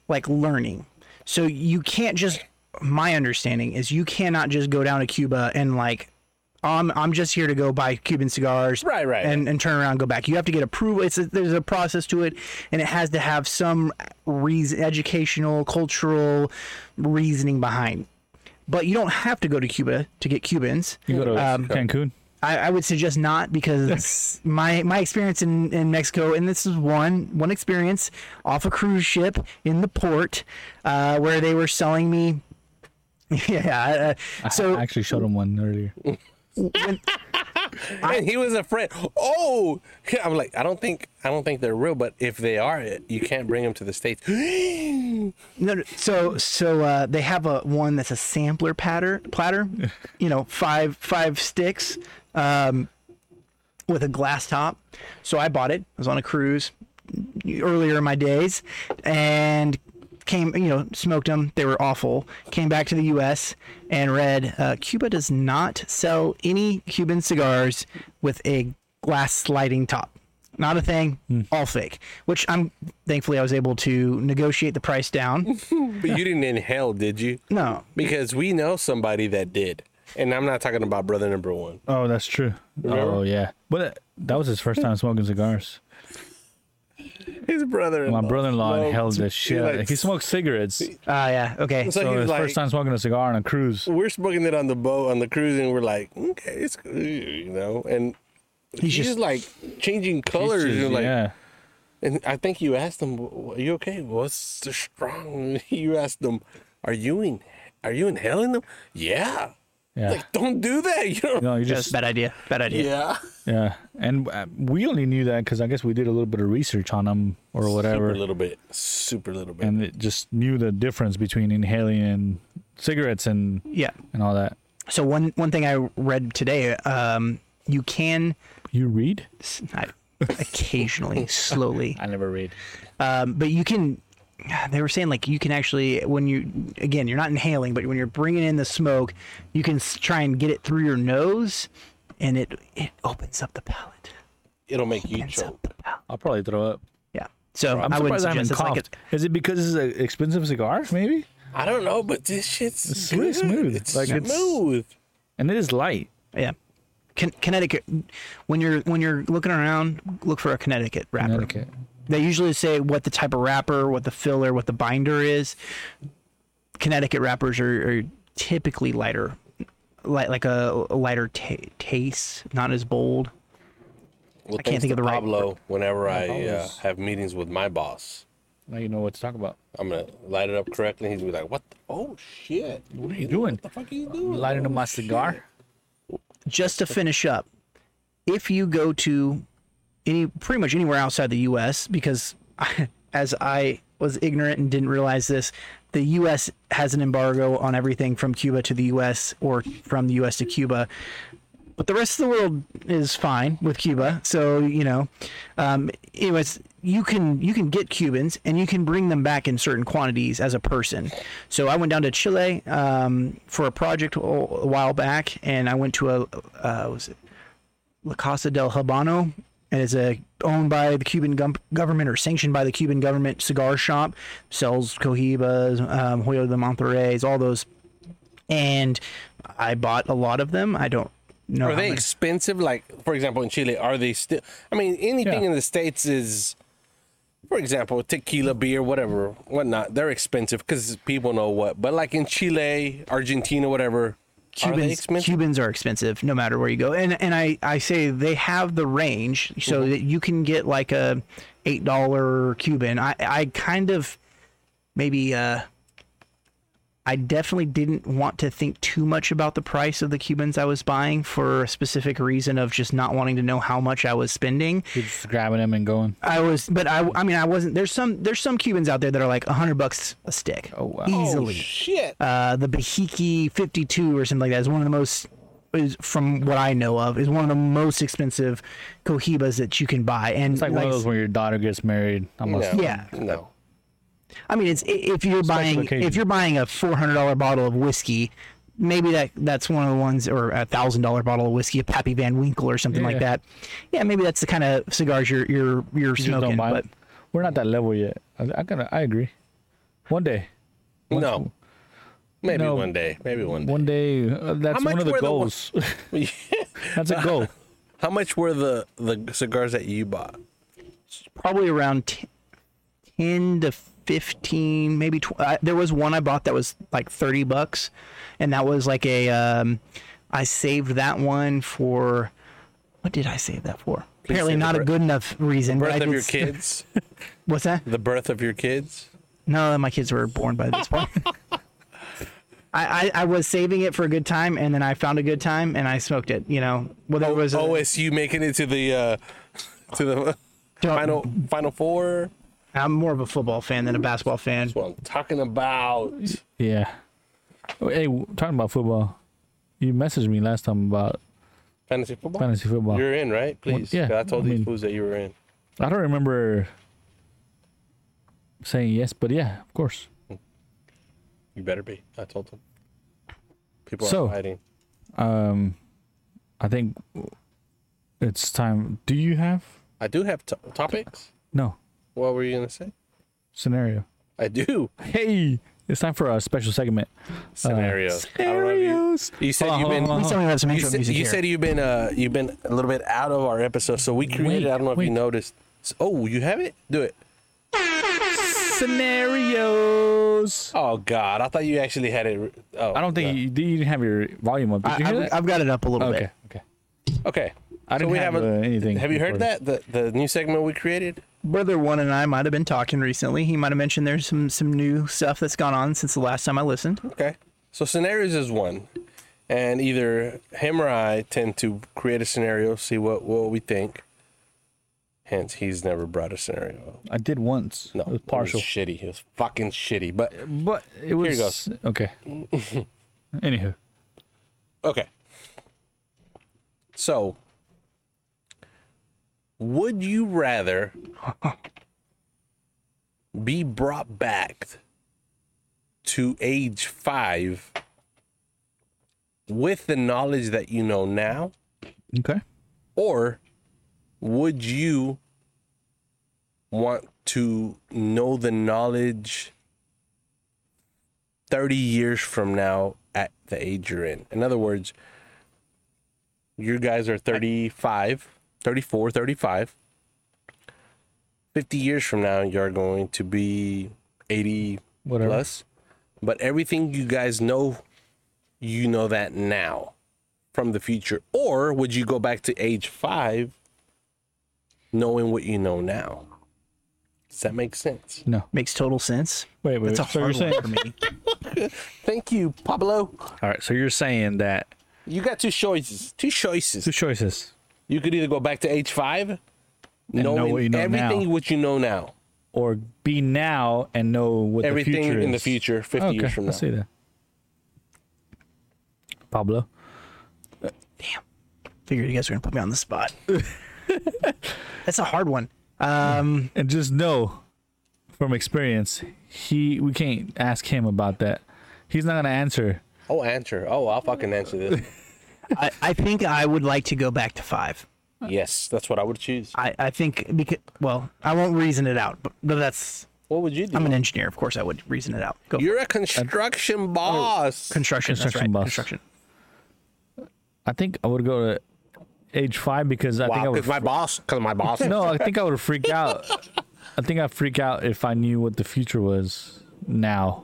like learning. So you can't just. My understanding is you cannot just go down to Cuba and like, I'm I'm just here to go buy Cuban cigars,
Right, right,
and and turn around and go back. You have to get approval. It's a, there's a process to it, and it has to have some reason, educational, cultural reasoning behind. But you don't have to go to Cuba to get Cubans.
You go to
um,
Cancun.
I, I would suggest not because my my experience in, in Mexico, and this is one one experience off a cruise ship in the port, uh, where they were selling me. Yeah, uh, so
I actually showed him one earlier.
and he was a friend. Oh, I'm like I don't think I don't think they're real, but if they are, you can't bring them to the states.
No, no, so so uh, they have a one that's a sampler platter, platter, you know, five five sticks, um, with a glass top. So I bought it. I was on a cruise earlier in my days, and came you know smoked them. They were awful. Came back to the U.S. and read uh, Cuba does not sell any Cuban cigars with a glass sliding top not a thing, all fake. Which I'm thankfully I was able to negotiate the price down.
but you didn't inhale, did you?
No,
Because we know somebody that did. And I'm not talking about brother number one.
Oh, that's true. Oh yeah, but uh, that was his first time smoking cigars.
His brother in law.
My brother-in-law held this shit.
like,
Like, he smoked cigarettes.
uh, yeah, okay.
So
So
he was
his
like,
first time smoking a cigar on a cruise.
we're smoking it on the boat, on the cruise, and we're like, okay, it's, cool," you know, and he's,
just-
just like changing colors. and like,
yeah.
and I think you asked him, "W- "Are you okay? What's the strong?" You asked him, "Are you in? Are you inhaling them?" Yeah.
Yeah.
Like, don't do that. You don't.
no, you just
That's bad idea. Bad idea.
Yeah.
Yeah, and uh, we only knew that because I guess we did a little bit of research on them or
Super
whatever,
little bit. Super little bit.
and it just knew the difference between inhaling and cigarettes and
Yeah.
and all that.
So one one thing I read today, um, you can
You read?
s- I, occasionally, slowly,
I never read.
um, but you can. They were saying like you can actually when you again you're not inhaling, but when you're bringing in the smoke, you can s- try and get it through your nose, and it it opens up the palate.
It'll make you
Opens
choke.
up the palate.
I'll probably throw up.
Yeah. So
I'm
I would not
surprised
suggest
I haven't
it's like a,
coughed. Is it because it's an expensive cigar? Maybe.
I don't know, but this shit's
It's really
good.
smooth.
It's
Like, it's-
smooth.
And it is light.
Yeah. Con- Connecticut. When you're when you're looking around, look for a Connecticut wrapper.
Connecticut.
They usually say what the type of wrapper, what the filler, what the binder is. Connecticut wrappers are, are typically lighter, like like a, a lighter ta taste, not as bold.
Well,
I can't
thanks
think of
to
the right
Pablo, whenever I uh,
Pablo's.
have meetings with my boss,
Now you know what to talk about.
I'm gonna light it up correctly. He's gonna be like, "What? The, oh shit! What
are you doing?
What the fuck are you doing?
Lighting up my cigar.
Just to finish up, if you go to any pretty much anywhere outside the U.S. because as I was ignorant and didn't realize this, the U.S. has an embargo on everything from Cuba to the U.S. or from the U.S. to Cuba. But the rest of the world is fine with Cuba, so you know. Um, anyways, you can you can get Cubans and you can bring them back in certain quantities as a person. So I went down to Chile um, for a project a a while back, and I went to a uh, was it La Casa del Habano, and it's a owned by the Cuban gum- government or sanctioned by the Cuban government cigar shop. Sells Cohibas, um, Hoyo de Monterrey's, all those. And I bought a lot of them. I don't know.
Are
how
they
many-
expensive? Like, for example, in Chile, are they still? I mean, anything
Yeah.
in the states is, for example, tequila, beer, whatever, whatnot. They're expensive because people know what. But like in Chile, Argentina, whatever, are they
Cubans,
expensive?
Cubans are expensive no matter where you go, and and I I say they have the range so
Mm-hmm.
that you can get like a eight dollar Cuban. I I kind of maybe uh I definitely didn't want to think too much about the price of the Cubans I was buying for a specific reason of just not wanting to know how much I was spending.
You're just grabbing them and going.
I was, but I I mean I wasn't. There's some there's some Cubans out there that are like hundred bucks a stick.
Oh, wow. Oh,
easily.
Shit.
Uh, the Bahiki 52 or something like that is one of the most is from what I know of is one of the most expensive cohibas that you can buy and
It's like, one of those where your daughter gets married. Almost.
No.
yeah.
No.
I mean it's i- if you're buying
occasion.
if you're buying a $400 bottle of whiskey maybe that that's one of the ones or a thousand dollar bottle of whiskey a Pappy Van Winkle or something like
Yeah.
that yeah maybe that's the kind of cigars you're you're you're
Just
smoking
don't buy
but
it. We're not that level yet. I, I gotta. I agree. One day.
No. Maybe
No.
one day. Maybe one day.
One day. uh, that's
much
one of the
were the one-
goals. that's a goal.
How much were the the cigars that you bought?
probably around t- 10 to 15 maybe tw- I, there was one i bought that was like 30 bucks and that was like a um, i saved that one for what did i save that for apparently
say the
not a
birth-
good enough reason but
Birth
I
of
did
your
s-
kids.
what's that
the birth of your kids.
no my kids were born by this point I, I, I was saving it for a good time and then i found a good time and i smoked it you know well
Oh,
there was a,
OSU making it to the uh, to
Uh,
the
Don't-
final final four.
i'm more of a football fan than a basketball fan
That's what I'm talking about.
Yeah. Oh, Hey, w- talking about football, you messaged me last time about
Fantasy football.
fantasy football.
You're in, right? Please.
yeah,
I told
I
these
mean-
fools that you were in.
I don't remember saying yes, but yeah, of course.
You better be. I told them. People
So-
are fighting.
Um, I think it's time. Do you have
I do have to- topics.
no
What were you gonna say?
scenario?
I do
Uh, Hey, it's time for our special segment.
scenarios. I don't know if you-
Scenarios.
You said
Hold on,
you've
hold on,
been.
hold
we still have some
You,
intro
said,
music
you
here.
said you've been uh you've been a little bit out of our episode, so we created. I don't know if
wait.
you noticed. s- Oh, you have it. Do it.
Scenarios.
Oh God, I thought you actually had it. re- Oh,
I don't think you, you didn't have your volume up. Did you
I,
hear
I've,
that?
I've got it up a little bit
okay. Okay.
Okay.
I didn't have, uh, anything
Have you heard
recorded.
that? The the new segment we created?
Brother One and I might have been talking recently. He might have mentioned there's some some new stuff that's gone on since the last time I listened.
Okay. So scenarios is one. And either him or I tend to create a scenario, see what, what we think. Hence he's never brought a scenario.
I did once.
No.
it was partial.
shitty. It was fucking shitty. But
But it was
you goes.
okay. Anywho,
okay. So would you rather be brought back to age five with the knowledge that you know now?
okay.
or would you want to know the knowledge 30 years from now at the age you're in in other words you guys are 35 34 35 50 years from now you're going to be 80
Whatever.
plus but everything you guys know you know that now from the future or would you go back to age five knowing what you know now does that make sense
No.
Makes total sense.
Wait, wait.
That's a
so
hard
you're saying?
one for me.
thank you pablo
All right. So you're saying that
you got two choices two choices
two choices.
you could either go back to age five
know what you know
everything
now.
what you know now,
or be now and know what
everything
the future
in the
is.
future, fifty
Okay,
years from
I
now.
see that. Pablo,
Figured you guys were gonna put me on the spot. That's a hard one. Um,
and just know from experience, he we can't ask him about that. He's not gonna answer.
Oh, answer. Oh, I'll fucking answer this.
I, I think I would like to go back to five.
yes, that's what I would choose.
I, I think because well, I won't reason it out, but, but that's
What would you do?
I'm an engineer, of course I would reason it out. Go
You're a
Oh,
construction boss.
construction, that's
Construction
right.
boss.
Construction.
I think I would go to age five because I think I
wow,
would
because my boss, because my boss.
No, I think I would freak out. I think I'd freak out if I knew what the future was now,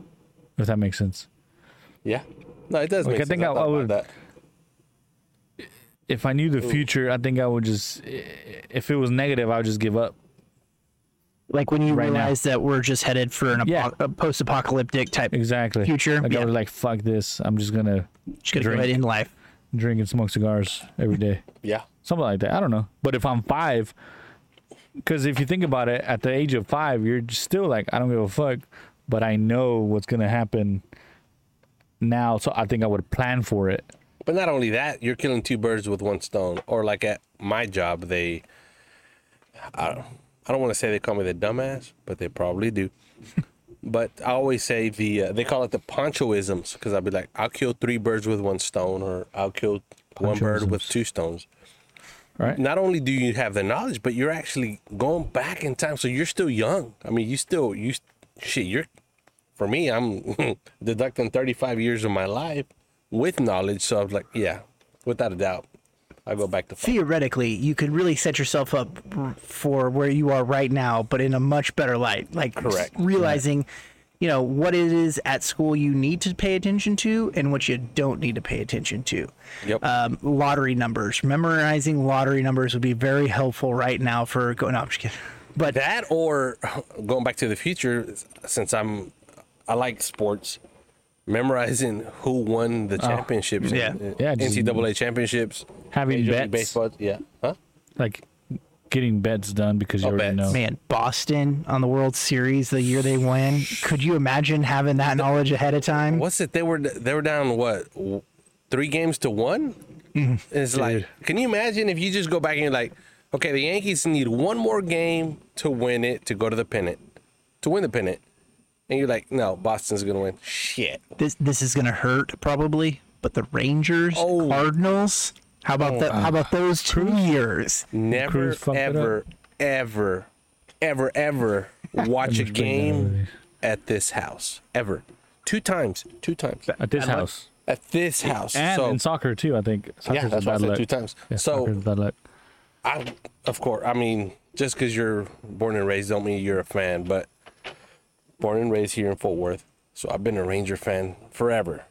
if that makes sense.
Yeah. No, it does.
Like,
make
I think
sense.
I-
thought
I
about
would-
That.
If I knew the future, I think I would just, if it was negative, I would just give up.
Like when you
Right now.
realize that we're just headed for an apo-
Yeah.
a post-apocalyptic type,
Exactly.
Future,
Like
yeah.
I would like, fuck this. I'm just going to
just gonna go
drink.
ahead in life.
drink and smoke cigars every day.
Yeah.
Something like that. I don't know. But if I'm five, because if you think about it, at the age of five, you're just still like, I don't give a fuck, but I know what's going to happen now. So I think I would plan for it.
But not only that, you're killing two birds with one stone. Or like at my job, they, I don't, I don't want to say they call me the dumbass, but they probably do. but I always say the, uh, they call it the ponchoisms because I'll be like, I'll kill three birds with one stone, or I'll kill one bird with
Ponchoisms.
two stones.
Right.
Not only do you have the knowledge, but you're actually going back in time, so you're still young. I mean, you still you, shit, you're. For me, I'm deducting 35 years of my life with knowledge, so I was like, yeah, without a doubt, I go back to. Five.
Theoretically, you could really set yourself up r- for where you are right now, but in a much better light. Like s-
Correct.
realizing, you know, what it is at school you need to pay attention to and what you don't need to pay attention to.
Yep.
um, lottery numbers. Memorizing lottery numbers would be very helpful right now for going. No, I'm just kidding. But
that or going back to the future, since I'm, I like sports. Memorizing who won the championships, uh,
yeah.
in-
Yeah, just-
NCAA championships,
Having
Major League
bets.
baseball, yeah, huh?
like getting bets done because you
Oh,
already
bets.
know.
man, Boston on the World Series the year they win. Could you imagine having that knowledge ahead of time?
What's it? They were they were down what w- three games to one.
Mm-hmm.
It's like, can you imagine if you just go back and you're like, okay, the Yankees need one more game to win it to go to the pennant, to win the pennant, and you're like, no, Boston's gonna win. Shit.
This this is gonna hurt probably. But the Rangers,
Oh.
Cardinals. How about
Oh,
that?
uh,
How about those two years?
Never,
Cruz fucked it
ever, ever, ever, ever watch a
just playing that
game
movie.
at this house ever. Two times, two times
At this house.
at this house.
And
so
in soccer too, I think. Soccer's
yeah, that's
a
why I
bad
said
luck.
two times.
Yeah,
so
soccer's bad luck.
I, of course, I mean, just because you're born and raised don't mean you're a fan, but born and raised here in Fort Worth, so I've been a Ranger fan forever.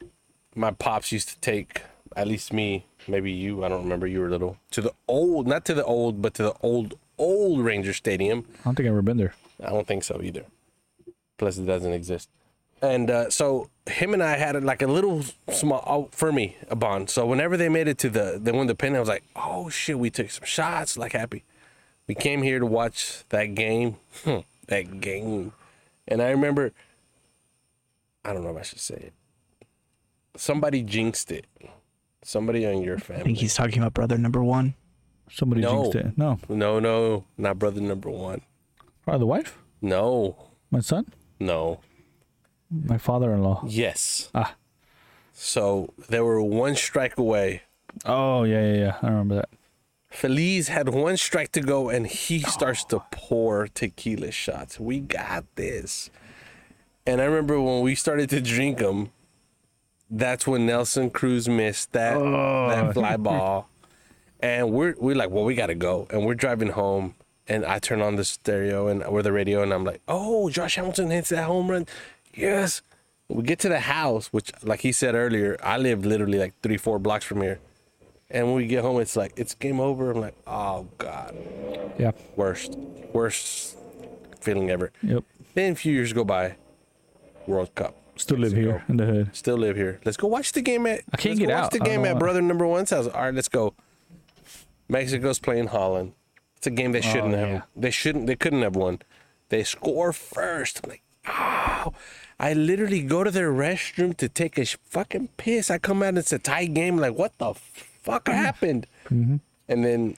My pops used to take at least me, maybe you, I don't remember, you were little, to the old, not to the old, but to the old, old Ranger Stadium.
I don't think I've ever been there.
I don't think so either. Plus, it doesn't exist. And uh, so him and I had a- like a little small oh, for me a bond. So whenever they made it to the they won the pennant, I was like, oh shit, we took some shots, like happy. We came here to watch that game, hmm, that game, and I remember. I don't know if I should say it. Somebody jinxed it. Somebody on your
I think
family.
he's talking about brother number one.
Somebody
No.
jinxed it. No.
No, no, not brother number one.
Probably the wife?
No,
My son?
no.
My father in law.
Yes.
Ah.
So they were one strike away.
Oh yeah, yeah, yeah. I remember that.
Feliz had one strike to go, and he starts to pour tequila shots. We got this. And I remember when we started to drink them, that's when Nelson Cruz missed that, that fly ball. and we're, we're like, well, we got to go. And we're driving home, and I turn on the stereo and or the radio, and I'm like, oh, Josh Hamilton hits that home run. Yes. We get to the house, which, like he said earlier, I live literally like three, four blocks from here. And when we get home, it's like, it's game over. I'm like, oh, God.
Yeah.
Worst, worst feeling ever.
Yep.
Then a few years go by, World Cup.
Still live
Mexico.
here in the hood.
Still live here. Let's go watch the game at.
I can't
let's go
get
watch
out.
the
I don't
game
know
at
why.
brother number one's house. All right, let's go. Mexico's playing Holland. It's a game they shouldn't have.
Oh, yeah.
They shouldn't. They couldn't have won. They score first. I'm like, oh, I literally go to their restroom to take a sh- fucking piss. I come out. It's a tie game. Like, what the fuck
Mm-hmm.
happened? And then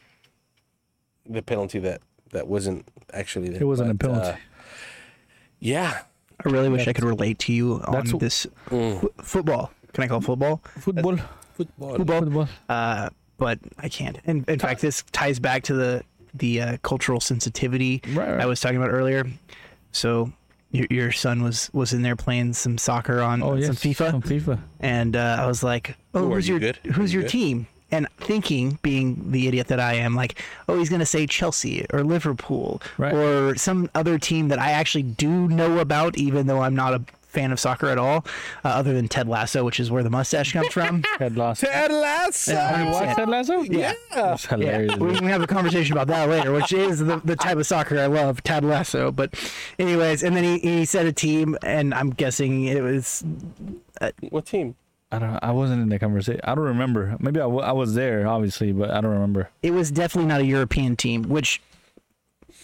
the penalty that that wasn't actually there.
It wasn't a
but, uh,
penalty.
yeah,
I really wish I could relate to you on
that's wh-
this fo- football. Can I call it football?
football.
football.
Football.
Uh, but I can't. And in fact, this ties back to the the uh, cultural sensitivity
Right, right.
I was talking about earlier. So your, your son was was in there playing some soccer on
Oh, yes.
some FIFA,
Some FIFA.
and uh, I was like, "Oh,
Who are
who's
you,
your
good? Are
who's
you
your
good?"
team?" And thinking, being the idiot that I am, like, "Oh, he's gonna say Chelsea or Liverpool
Right.
or some other team that I actually do know about, even though I'm not a fan of soccer at all, uh, other than Ted Lasso, which is where the mustache comes from."
Ted Lasso.
Ted Lasso.
Yeah.
You watched Ted Lasso?
Yeah.
It's hilarious.
Yeah, we can have a conversation about that later, which is the, the type of soccer I love, Tad Lasso. But, anyways, and then he, he said a team, and I'm guessing it was
What team?
I don't. I wasn't in the conversation. I don't remember. Maybe I, w- I was there, obviously, but I don't remember.
it was definitely not a European team, which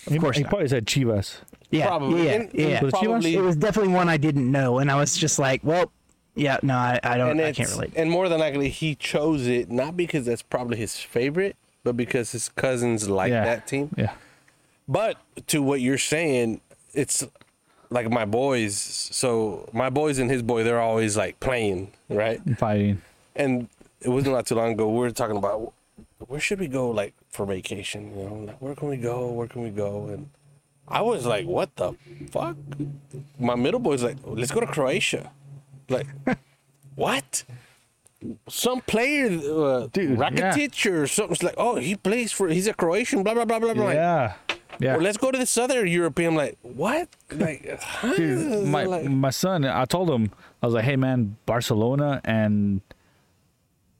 Of
course
he
not.
probably said Chivas.
yeah,
Probably.
yeah,
And-
yeah.
and
Was it Chivas?
probably-
It was definitely one I didn't know, and I was just like, well, yeah, no, I, I don't,
and
I
it's,
can't relate.
And more than likely, he chose it not because that's probably his favorite, but because his cousins like
yeah.
that team.
Yeah.
But to what you're saying, it's like my boys. So my boys and his boy, they're always like playing, right?
Fighting.
And it wasn't not too long ago. We were talking about where should we go, like for vacation. You know, like where can we go? Where can we go? And I was like, what the fuck? My middle boy's like, let's go to Croatia. Like, what? Some player, uh,
Dude, yeah.
Rakitic or something's like, oh, he plays for, he's a Croatian, blah, blah, blah, blah, blah. Like,
Yeah. Yeah.
well, let's go to this other European. Like, what? Like, huh?
Dude, my
Like,
my son, I told him, I was like, hey man, Barcelona and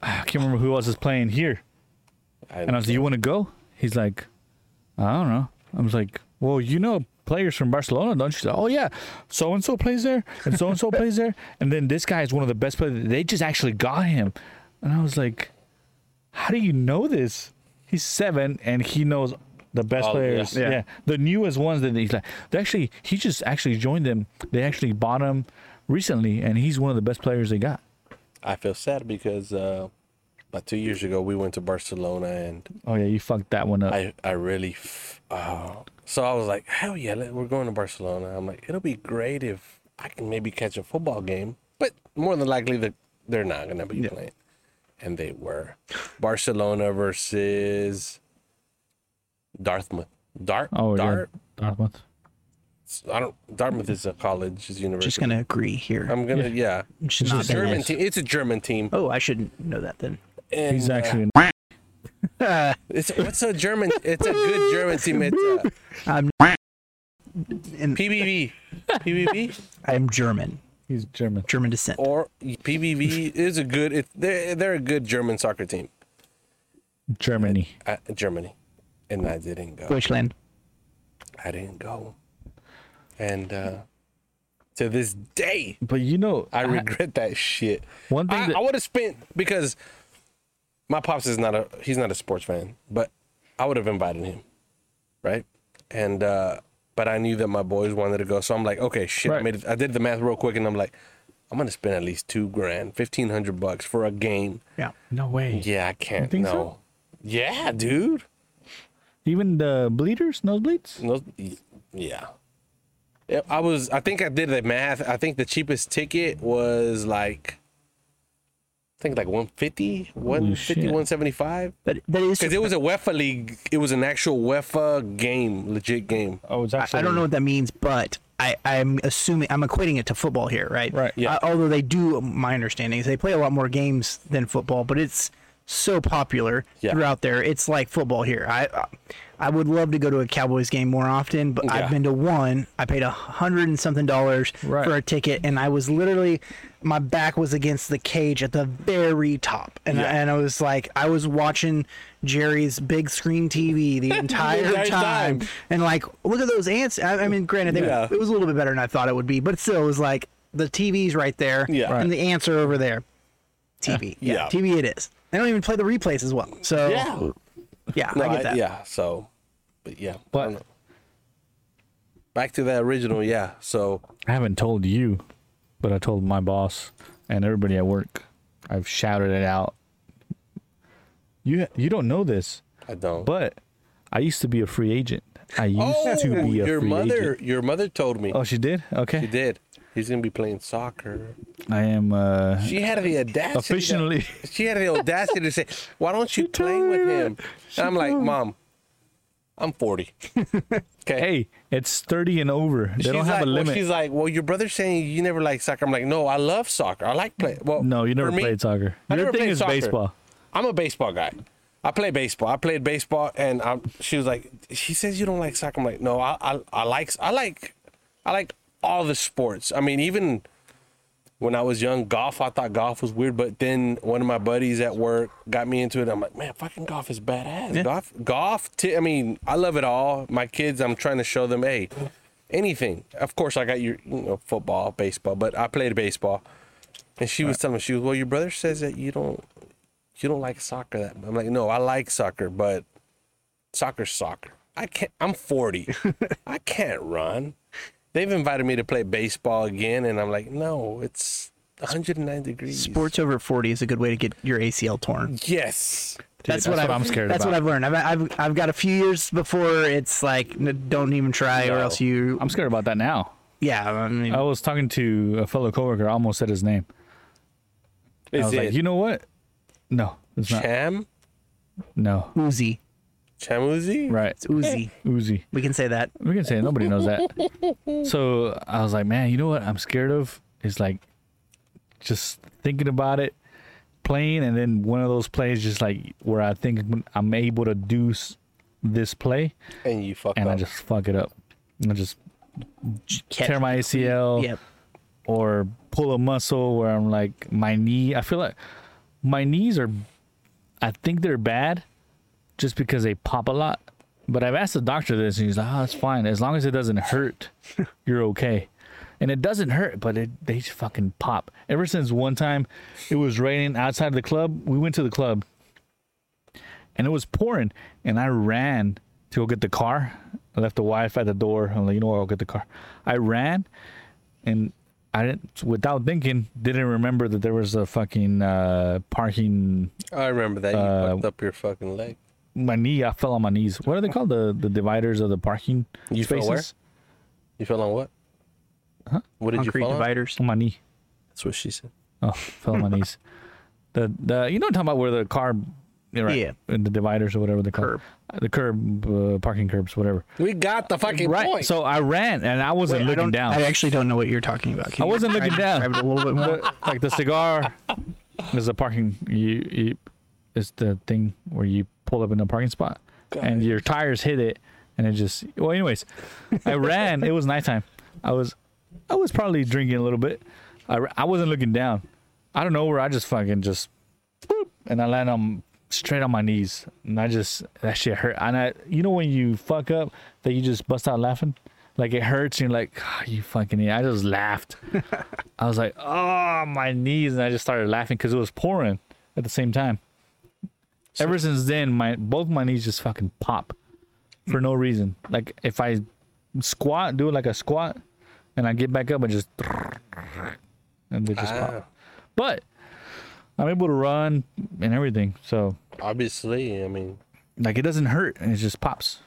I can't remember who else is playing here. And I was like, you want to go? He's like, I don't know. I was like, well, you know players from Barcelona, don't you? She's like, oh yeah, so and so plays there, and so and so plays there, and then this guy is one of the best players. They just actually got him, and I was like, how do you know this? He's seven and he knows the best
All- yeah.
players.
Yeah.
Yeah. the newest ones that he's like. They actually, he just actually joined them. They actually bought him recently, and he's one of the best players they got.
I feel sad because uh, about two years ago we went to Barcelona and
Oh yeah, you fucked that one up.
I I really f- uh, so I was like, hell yeah, let- we're going to Barcelona. I'm like, it'll be great if I can maybe catch a football game, but more than likely that they're not gonna be playing, and they were Barcelona versus Dartmouth. Dart.
oh
Dart.
yeah, Dartmouth.
I don't. Dartmouth is a college, is a university.
Just gonna agree here.
I'm gonna yeah.
It's just not
It's a
that
German
nice.
team. It's a German team.
Oh, I shouldn't know that then.
And,
Oh, He's
uh,
actually.
it's what's a German? It's a good German team. It's uh,
I'm,
PBV, PBV
I'm German,
He's German.
German descent.
or PBV is a good. It, they're they're a good German soccer team.
Germany.
Uh, Germany, and I didn't go.
Deutschland.
I didn't go, and uh, to this day
But you know,
I regret that shit.
one thing
I,
that
I would have spent because my pops is not a he's not a sports fan, but I would have invited him, right? And uh, but I knew that my boys wanted to go, so I'm like, okay, shit. I,
Right.
made it, I did the math real quick, and I'm like, I'm gonna spend at least two grand, fifteen hundred bucks for a game.
Yeah.
no way.
Yeah, I can't.
think
no.
so?
Yeah, dude.
Even the bleeders, nosebleeds.
No, yeah. Yeah, I was. I think I did the math. I think the cheapest ticket was like, I think like 150, 150,
shit.
175.
But that is
Because it was a UEFA league. It was an actual UEFA game, legit game.
Oh, it's
I- I don't know what that means, but I, I'm assuming I'm equating it to football here, right?
Right,
yeah.
Uh, although they do, my understanding is they play a lot more games than football, but it's so popular
Yeah.
throughout there. It's like football here. I I- I would love to go to a Cowboys game more often, but
Yeah.
I've been to one. I paid a hundred and something dollars
Right.
for a ticket, and I was literally my back was against the cage at the very top, and I, and I was like I was watching Jerry's big screen TV the entire,
entire
time.
time.
And like, look at those ants. I, I mean, granted, they,
Yeah.
it was a little bit better than I thought it would be, but still, it was like the TV's right there,
Yeah.
and the ants are over there. TV, yeah,
Yeah.
TV, it is. They don't even play the replays as well. So yeah,
No,
I get that.
yeah. So But yeah. I
But-
don't know. back to that original, yeah. So
I haven't told you, but I told my boss and everybody at work. I've shouted it out. You you don't know this,
I don't.
but I used to be a free agent. I used to be a
Oh, your
free
mother
agent.
your mother told me.
Oh, she did. Okay,
She did. He's gonna be playing soccer.
I am uh,
She had the audacity.
Officially.
to- she had the audacity to say, "Why don't you play
told me
with
that.
him?" And I'm like, "Mom, I'm 40." Okay.
Hey, it's 30 and over. They don't have
like,
a
well,
limit.
she's like, "Well, your brother's saying you never like soccer." I'm like, "No, I love soccer. I like play." Well,
no, you never
for me,
played soccer.
I
Your
never
thing
played
is
soccer.
baseball.
I'm a baseball guy. I play baseball. I played baseball, and i she was like, "She says you don't like soccer." I'm like, "No, I, I I like I like I like all the sports. I mean, even when I was young, golf. I thought golf was weird, but then one of my buddies at work got me into it. I'm like, man, fucking golf is badass. Golf, golf. T- I mean, I love it all. My kids. I'm trying to show them, hey, anything. Of course, I got your you know football, baseball, but I played baseball. And she was telling me, she was, well, your brother says that you don't, you don't like soccer that. much." I'm like, no, I like soccer, but soccer's soccer. I can't. I'm 40. I can't run. They've invited me to play baseball again, and I'm like, no, it's 109 degrees.
Sports over 40 is a good way to get your ACL torn.
Yes.
that's,
that's
what,
what
I've,
I'm scared
That's what
about.
I've learned. I've, I've, I've got a few years before it's like, n- don't even try or
No.
else you.
I'm scared about that now.
yeah, I mean,
I was talking to a fellow coworker. I almost said his name. I
Is
was
it
like, you know what? No, it's not.
Cham?
No,
Uzi.
Chamuzi?
right?
It's Uzi.
Uzi.
We can say that.
We can say it. nobody knows that. So I was like, man, you know what? I'm scared of is like just thinking about it, playing, and then one of those plays just like where I think I'm able to do s- this play,
And you fuck
and
up.
I just fuck it up. I just
Catch-
tear my ACL
Yep.
or pull a muscle where I'm like my knee. I feel like my knees are, I think they're bad, just because they pop a lot. But I've asked the doctor this, and he's like, "Oh, it's fine as long as it doesn't hurt, you're okay." And it doesn't hurt, but it they just fucking pop. Ever since one time, it was raining outside the club. We went to the club, and it was pouring, and I ran to go get the car. I left the wife at the door. I'm like, you know what? I'll get the car. I ran, and I didn't, without thinking, didn't remember that there was a fucking uh, parking.
I remember that. You
Uh,
fucked up your fucking leg.
My knee, I fell on my knees. What are they called? The the dividers of the parking
You fell
spaces.
where? You fell on what? Huh? What did
Concrete
you fall on?
dividers.
On my knee.
That's what she said.
Oh, fell on my knees. The the you know what I'm talking about where the car, yeah, right,
Yeah.
and the dividers or whatever they call
Curb.
the curb, uh, parking curbs, whatever.
We got the fucking
Right.
point.
So I ran and I wasn't
Wait, I
looking
don't-
down.
I actually don't know what you're talking about. Can
I
you
wasn't
try
looking
and
down.
describe it a little bit more.
The- like the cigar is the parking you, you is the thing where you pull up in the parking spot and your tires hit it and it just well anyways i ran it was nighttime i was i was probably drinking a little bit i, ra- I wasn't looking down i don't know where i just fucking just boop, and i land on straight on my knees and i just that shit hurt and i you know when you fuck up that you just bust out laughing like it hurts and you're like "Ah, you fucking idiot." i just laughed I was like, oh, my knees. And I just started laughing because it was pouring at the same time. Ever since then, my both my knees just fucking pop for no reason. Like if I squat, do it like a squat, and I get back up and just and they just
Ah,
pop. But I'm able to run and everything, so
obviously, I mean,
like it doesn't hurt and it just pops.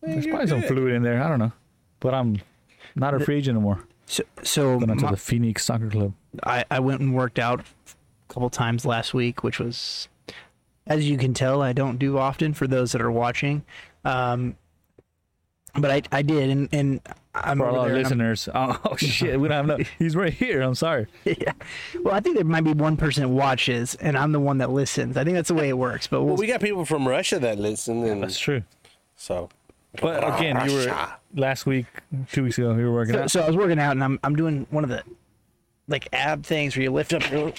There's
you're
probably some
good.
fluid in there. I don't know, but I'm not a free agent anymore.
So, so
Going to
my-
the Phoenix Soccer Club.
I, I went and worked out a couple times last week, which was, as you can tell, I don't do often for those that are watching. Um, but I, I did, and, and I'm
for
over
our
there and I'm-
listeners. Oh, shit, we don't have no. He's right here. I'm sorry.
yeah. Well, I think there might be one person that watches, and I'm the one that listens. I think that's the way it works. But
well,
we'll,
we got people from Russia that listen, and
true.
so Ah,
But again, you were
Russia.
last week, two weeks ago. You were working
so,
out.
so I was working out, and I'm I'm doing one of the like ab things where you lift up your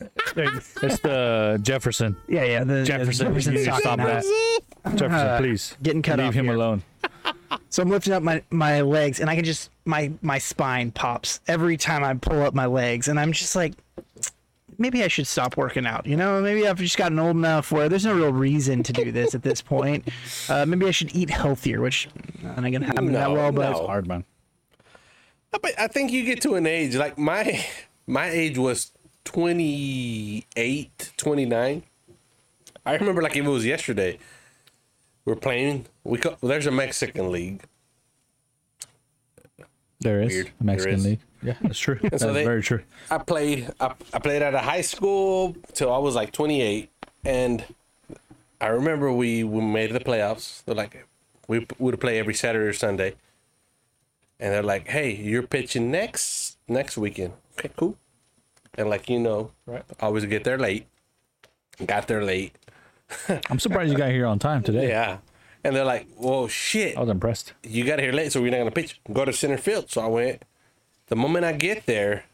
It's the Jefferson.
yeah yeah the
Jefferson,
Jefferson
you need to
sock
stop
and
that. Jefferson, please.
getting cut
Leave
off
him
here.
alone.
So I'm lifting up my, my legs and I can just my my spine pops every time I pull up my legs and I'm just like maybe I should stop working out. You know, maybe I've just gotten old enough where there's no real reason to do this at this point. Uh, maybe I should eat healthier, which uh, not gonna happen that
No,
well. But
no.
Hard man.
I, bet- I think you get to an age like my my age was 28, 29. I remember like if it was yesterday. We're playing. We co- well, there's a Mexican league,
There is
Weird.
the Mexican
There is.
league. Yeah, that's true. That's
so they-
very true.
I played. I, I played out of high school till I was like 28, and I remember we we made the playoffs. They're like, we would play every Saturday or Sunday, and they're like, "Hey, you're pitching next next weekend." Okay, cool. And like you know, right? I always get there late. Got there late.
I'm surprised you got here on time today.
Yeah, and they're like, "Whoa, shit!"
I was impressed.
you got here late, so we're not gonna pitch. Go to center field. So I went. The moment I get there,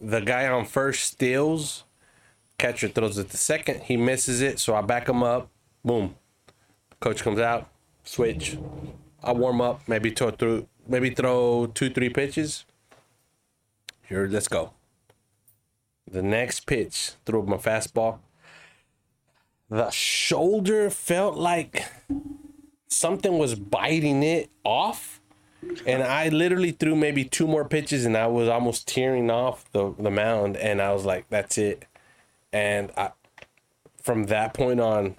the guy on first steals. Catcher throws it to second. He misses it, so I back him up. Boom. Coach comes out. Switch. I warm up. Maybe throw through. Maybe throw two, three pitches. Here, let's go. The next pitch, threw my fastball. The shoulder felt like something was biting it off and i literally threw maybe two more pitches and i was almost tearing off the, the mound and i was like that's it and i from that point on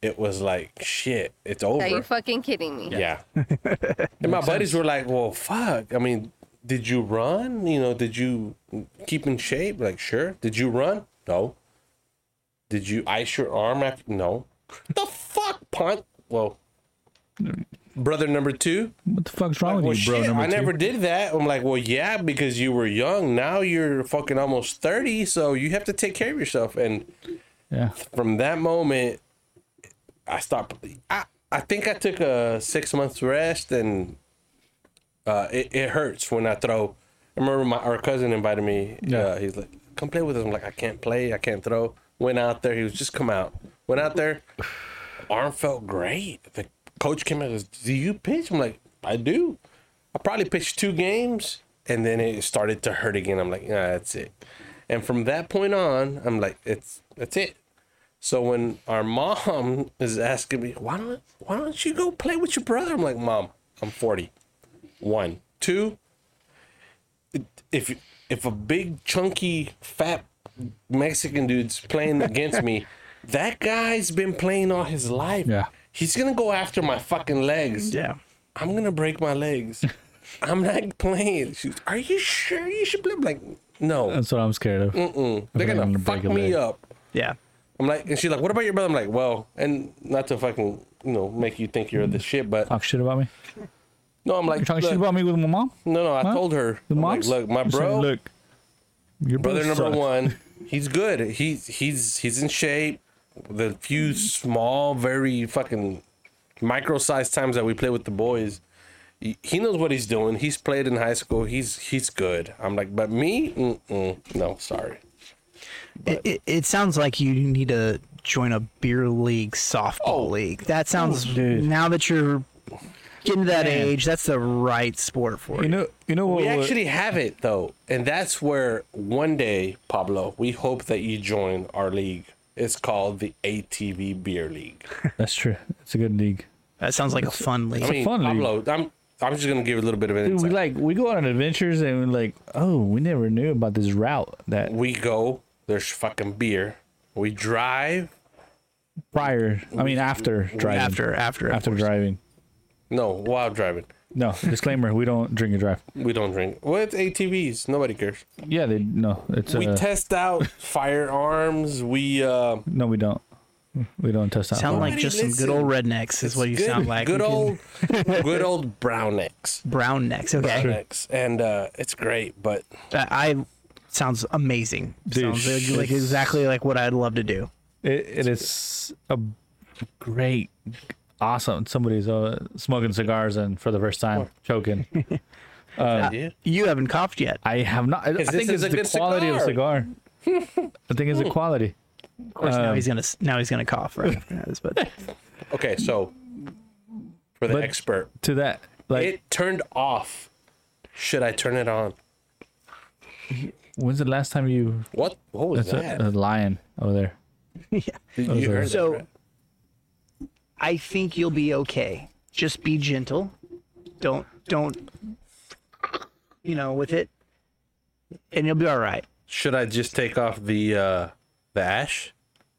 it was like shit it's over
Are you fucking kidding me?
yeah. and my buddies were like, well, fuck. I mean, did you run? You know, did you keep in shape? Like, sure. Did you run? No. Did you ice your arm after? No. the fuck, punt? Well, brother number two.
What the fuck's wrong
Well,
with you, bro?
shit,
number
I
two?
never did that. I'm like, well, yeah, because you were young. Now you're fucking almost 30, so you have to take care of yourself. And
Yeah.
from that moment, I stopped. I, I think I took a six months rest, and uh, it, it hurts when I throw. I remember my our cousin invited me. Yeah,
Yeah.
he's like, "Come play with us." I'm like, "I can't play. I can't throw." Went out there. He was just come out. Went out there. Arm felt great. The coach came out. and goes, Do you pitch? I'm like, I do. I probably pitched two games, and then it started to hurt again. I'm like, yeah, that's it. And from that point on, I'm like, it's that's it. So when our mom is asking me, why don't why don't you go play with your brother? I'm like, mom, I'm 40. One, two. If if a big chunky fat Mexican dude's playing against me, that guy's been playing all his life.
Yeah.
He's gonna go after my fucking legs.
yeah,
I'm gonna break my legs. I'm not playing. She's, Are you sure you should play? I'm like, no.
That's what I'm scared of.
They're
I'm
gonna
gonna
fuck
break a
me
leg.
up.
yeah.
I'm like, and she's like, "What about your brother?" I'm like, "Well, and not to fucking you know make you think you're the shit, but
Talk shit about me.
no." I'm like,
You're talking shit
"Look,"
about me with my mom.
No, no, I
Huh?
told her.
The
I'm
moms.
like, look, my
You're saying,
bro,
look, your
brother number
sucks."
one, he's good. He's he's he's in shape. The few small, very fucking micro-sized times that we play with the boys, he he knows what he's doing. He's played in high school. He's he's good. I'm like, but me, Mm-mm. no, sorry.
It, it, it sounds like you need to join a beer league, softball league. That sounds
dude.
now that you're getting to that age, that's the right sport for you.
You know, you know what?
We
what-
actually have it though, and that's where one day, Pablo, we hope that you join our league. It's called the ATV Beer League.
that's true. It's a good league.
that sounds like a fun league.
I mean,
fun league.
Pablo, I'm I'm just gonna give a little bit of an
Dude, we
insight.
like we go on adventures and we're like, oh, we never knew about this route that
we go. There's fucking beer. We drive.
prior. I mean, after driving.
after, after,
after driving.
No, while driving,
No disclaimer. we don't drink and drive.
we don't drink. Well, it's ATVs. Nobody cares.
Yeah, they no. It's
we
uh,
test out firearms. We uh,
no, we don't. We don't test out.
sound like
Nobody
just some good old rednecks is what you
good,
sound like.
Good
You can-
old, good old brownnecks.
brown necks. Okay,
Brownnecks, and uh, it's great, but
That- I sounds amazing.
Dude,
sounds like, like
it's-
exactly like what I'd love to do.
It, it is a great, awesome. Somebody's uh, smoking cigars and for the first time choking.
yeah.
You haven't coughed yet.
I have not. I, I
this
think
is
it's
a
the
good
quality of the cigar. I think it's the quality.
Of course,
Um,
now he's gonna s- now he's gonna cough right after this, but
Okay, so for the
But-
expert,
To that, like
it turned off. Should I turn it on?
When's the last time you?
What? What was
That's a, uh,
that?
a lion over there.
Did
those
you
are-
heard
So-
that, right?
I think you'll be okay. Just be gentle. Don't don't you know with it, and you'll be all right.
should I just take off the uh the ash?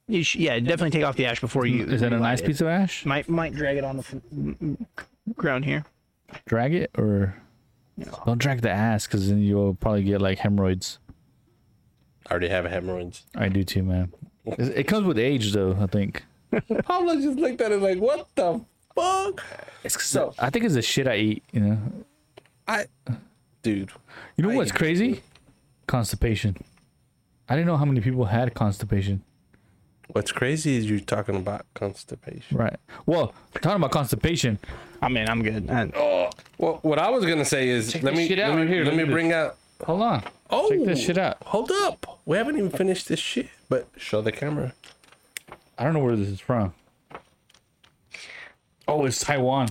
You sh- yeah, definitely take off the ash before you.
Mm, Is that a
relight
nice
it.
piece of ash?
Might might drag it on the f- m- m- ground here.
Drag it or don't drag the ass, because then you'll probably get like hemorrhoids.
I already have hemorrhoids.
I do too, man. It's- It comes with age, though. I think.
Pablo just looked at it like, what the fuck?
It's 'cause
So-
I think it's the shit I eat. You know.
I, dude,
You know
I
what's
eat
crazy? Constipation. I didn't know how many people had constipation.
what's crazy is you're talking about constipation.
Right. Well, talking about constipation,
I mean, I'm good. I-
Oh, Well, what I was gonna say is let
this
me
shit
let
out
me,
right here.
let
Look
me
at this.
bring out.
hold on.
Oh,
Check this shit out.
Hold up, we haven't even finished this shit. But show the camera.
I don't know where this is from. Oh, it's Taiwan.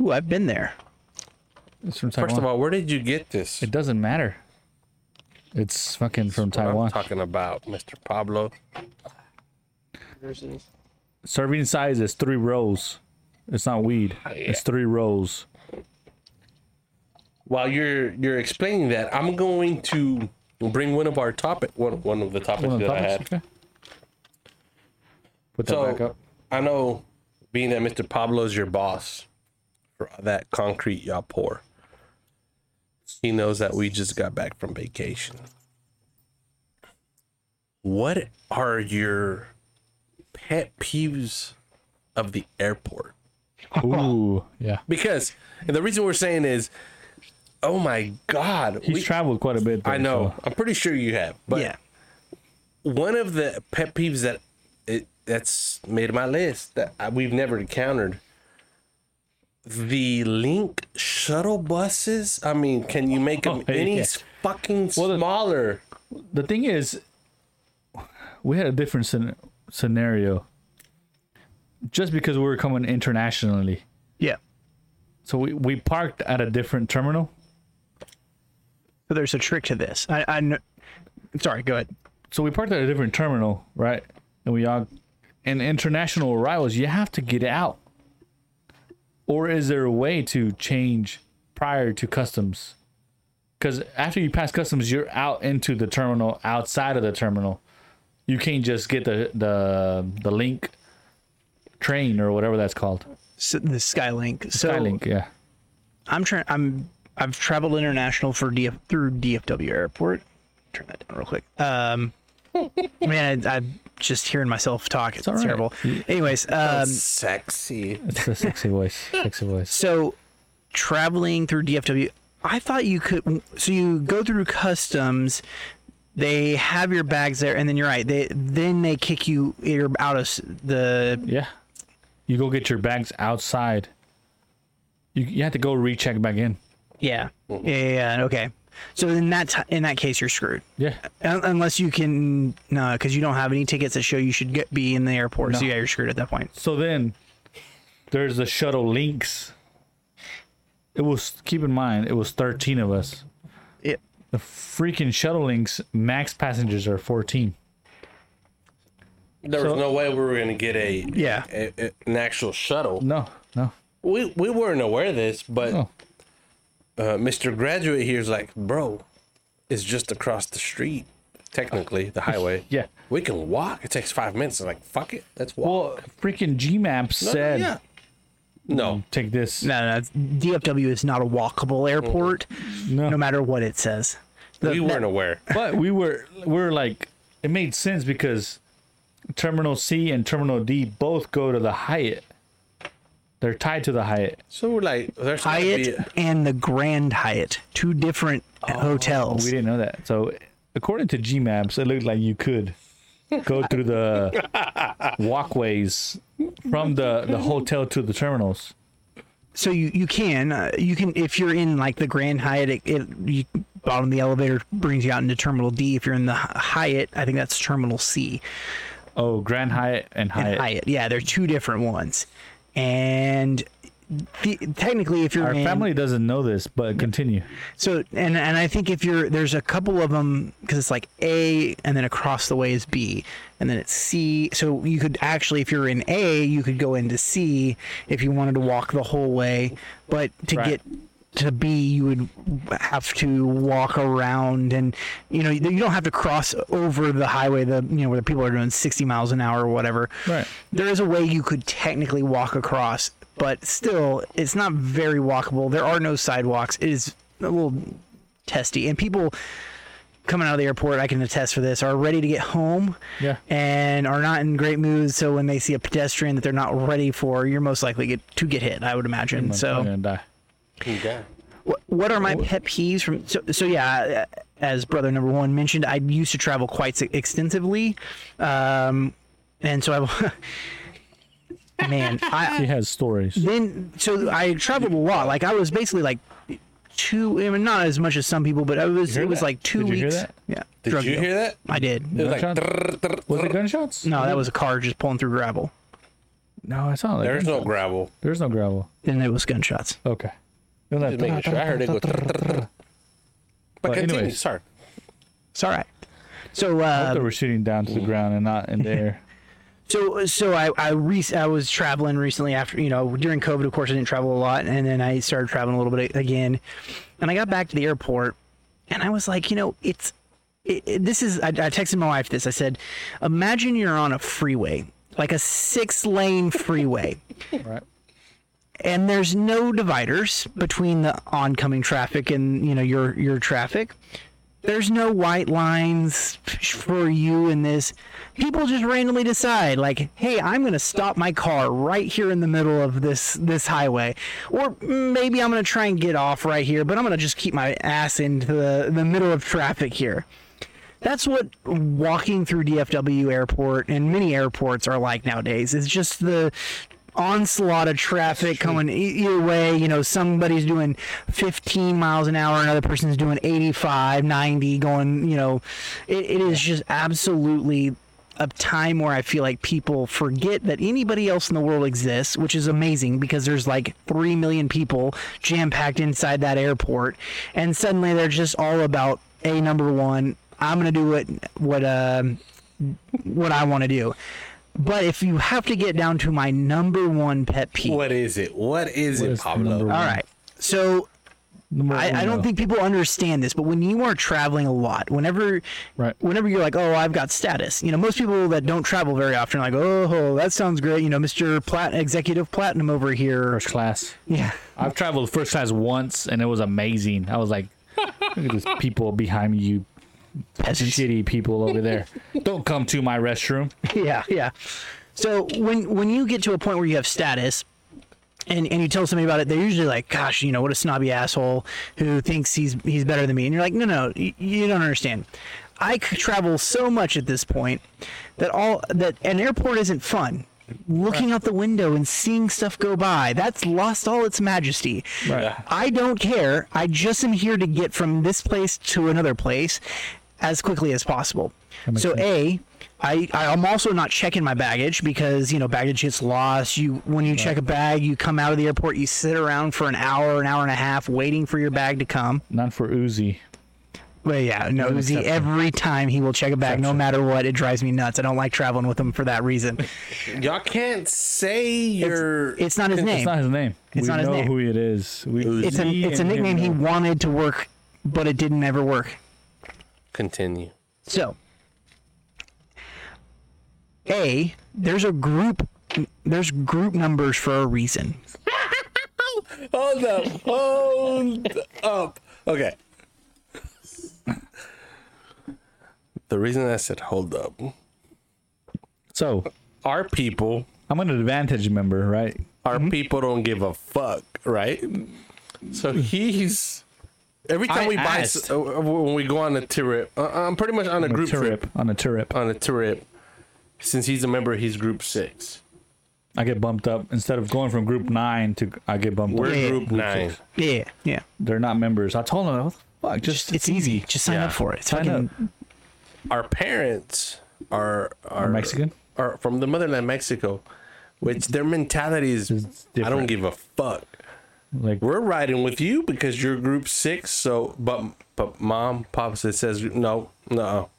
Ooh, I've been there.
It's from Taiwan.
First of all, where did you get this?
it doesn't matter. It's fucking from
What I'm
Taiwan.
talking about, Mr. Pablo.
Serving size is three rolls. It's not weed.
Ah,
It's three rolls.
While you're you're explaining that, I'm going to bring one of our topic one one of the topics
One of the
that I had.
topics? Okay. Put that
So
back up.
I know being that Mr. Pablo's your boss for that concrete y'all pour. He knows that we just got back from vacation. What are your pet peeves of the airport?
Ooh, yeah.
Because and the reason we're saying is, oh my god,
He's
we-
traveled quite a bit.
I
though,
know.
so-
I'm pretty sure you have, but
yeah.
one of the pet peeves that it, that's made my list that I, we've never encountered the link shuttle buses i mean can you make them
Oh, yeah.
any s- fucking
the-
smaller
the thing is, we had a different scen- scenario. Just because we were coming internationally,
Yeah.
so we, we parked at a different terminal.
So there's a trick to this. I, I kn- sorry. Go ahead.
So we parked at a different terminal, right? And we all, and international arrivals, you have to get out. Or is there a way to change prior to customs? Because after you pass customs, you're out into the terminal, outside of the terminal. You can't just get the the the link train or whatever that's called.
So the Skylink. So
Skylink, yeah.
I'm trying. I'm. I've traveled international for DF through DFW airport. Turn that down real quick. Um, man, I, I'm just hearing myself talk. It's,
all right.
terrible. Anyways, um,
sexy
It's a sexy voice. Sexy voice.
so traveling through DFW, I thought you could. So you go through customs. They have your bags there, and then you're right. They then they kick you you're out of s- the.
Yeah. You go get your bags outside. You you have to go recheck back in.
Yeah. Yeah. yeah, yeah, Okay. So in that ti- in that case, you're screwed.
Yeah.
Un- Unless you can, no, because you don't have any tickets that show you should get, be in the airport. So
No.
yeah, you're screwed at that point.
So then there's the shuttle links. It was keep in mind it was 13 of us.
It,
The freaking shuttle links max passengers are 14.
there was no way we were gonna get a
Yeah.
a- a- an actual shuttle
No, no.
we we weren't aware of this but
Oh.
uh, mr graduate here's like bro it's just across the street technically the highway
Yeah.
we can walk it takes five minutes I'm like fuck it let's walk
Well, freaking GMAP
No, no,
said
yeah. no
take this.
no, no, it's- DFW is not a walkable airport,
No.
no matter what it says. The-
we
that-
weren't aware.
but we were we were like it made sense because terminal c and terminal d both go to the hyatt they're tied to the hyatt
So we're like, there's gotta be
Hyatt and the Grand Hyatt, two different hotels.
we didn't know that so according to gmaps it looked like you could go through the walkways from the the hotel to the terminals
so you you can uh, you can if you're in like the Grand Hyatt, it, it you, bottom of the elevator brings you out into Terminal D. If you're in the Hy- Hyatt, I think that's Terminal C.
oh grand hyatt and hyatt,
and Hyatt. Yeah, they're two different ones. And the, technically, if you're
Our
in,
family doesn't know this, but continue.
so and and I think if you're there's a couple of them because it's like A and then across the way is B and then it's C. So you could actually, if you're in A, you could go into C if you wanted to walk the whole way. But to
Right.
get to B, you would have to walk around, and you know you don't have to cross over the highway, the you know where the people are doing 60 miles an hour or whatever.
Right.
There is a way you could technically walk across, but still, it's not very walkable. There are no sidewalks. It is a little testy, and people coming out of the airport, I can attest for this, are ready to get home
Yeah.
and are not in great moods. So when they see a pedestrian that they're not ready for, you're most likely get, to get hit, I would imagine.
I'm
So
gonna die.
Yeah.
what, what are my pet peeves from? So, so yeah, uh, as brother number one mentioned, I used to travel quite s- extensively, um, and so I, man, I,
He has stories.
then so I traveled a lot. Like I was basically like two, I mean, not as much as some people, but I was
hear
it was
that?
like two
Did you
weeks.
hear that?
Yeah.
Did
drug
you
deal.
hear that?
I did.
It was like,
Gunshot?
"Drrr, drrr,
Was it
drrr."
gunshots?
No, that was a car just pulling through gravel.
No, it's not. Like
There's no
gunshots.
gravel.
There's no gravel.
Then it was gunshots.
Okay. It was
Just
like,
making sure. I heard it go. "Drrr, drrr, drrr." But
But
continue.
anyways.
Sorry.
It's all right. So
I
uh,
thought they were shooting down to the
Mm.
ground and not in the air.
So so I I, re- I was traveling recently after you know during COVID of course I didn't travel a lot and then I started traveling a little bit again, and I got back to the airport, and I was like you know it's it, it- this is I, I texted my wife this I said imagine you're on a freeway like a six lane freeway
Right.
and there's no dividers between the oncoming traffic and you know your your traffic. There's no white lines for you in this. People just randomly decide like, "Hey, I'm going to stop my car right here in the middle of this this highway." Or maybe I'm going to try and get off right here, but I'm going to just keep my ass into the the middle of traffic here. That's what walking through DFW airport and many airports are like nowadays. It's just the onslaught of traffic coming e- either way. You know, somebody's doing 15 miles an hour, another person's doing 85, 90, going, you know, it, it is just absolutely a time where I feel like people forget that anybody else in the world exists, which is amazing because there's like 3 million people jam packed inside that airport. And suddenly they're just all about a number one. I'm going to do what, what, um what I want to do. But if you have to get down to my number one pet peeve.
What is it? What is
What
it,
is the
Pablo?
number
All right. So
Number
I, I
uno.
don't think people understand this, but when you are traveling a lot, whenever
Right.
whenever you're like, oh, I've got status, you know, most people that don't travel very often are like, oh, that sounds great, you know, Mr. Plat- Executive Platinum over here.
first class.
Yeah.
I've traveled first class once and it was amazing. I was like, look at these people behind me, you
Peasants.
shitty people over there. Don't come to my restroom.
yeah, yeah. So when when you get to a point where you have status, and and you tell somebody about it, they're usually like, "Gosh, you know what a snobby asshole who thinks he's he's better than me." And you're like, "No, no, you, you don't understand. I c- travel so much at this point that all that an airport isn't fun." Looking out the window and seeing stuff go by, that's lost all its majesty.
Right.
I don't care. I just am here to get from this place to another place as quickly as possible. So a, I I'm also not checking my baggage because you know baggage gets lost. You when you check a bag, you come out of the airport, you sit around for an hour, an hour and a half waiting for your bag to come.
Not for Uzi.
But yeah, no,
an
Uzi,
exception.
every time he will check a bag, no matter what, it drives me nuts. I don't like traveling with him for that reason.
Y'all can't say your.
It's not his name.
It's not his name.
It's
we
not his
know
name.
who it is. We,
It's a
we
it's a
and him
nickname he
know.
wanted to work, but it didn't ever work.
Continue.
So, A, there's a group, there's group numbers for a reason.
Hold up. Oh, Hold up. Okay. The reason I said hold up,
So
our people,
I'm an advantage member, right?
our people don't give a fuck, right? So he's every time
I
we buy
asked.
s- uh, when we go on a trip, uh, I'm pretty much on a
On a
group trip.
turip. On a turip.
On a trip, since he's a member, he's group six.
I get bumped up instead of going from group nine to I get bumped
We're
up.
Yeah.
group nine.
Yeah, yeah.
They're not members. I told them, what the fuck? Just
It's easy. Just sign
Yeah.
up for it. It's
sign
fucking,
up.
Our parents are are
Mexican?
are from the motherland Mexico, Which their mentality is,
It's
I don't
different.
give a fuck.
Like
We're riding with you because you're group six. So, but but mom, pops, it says no, no.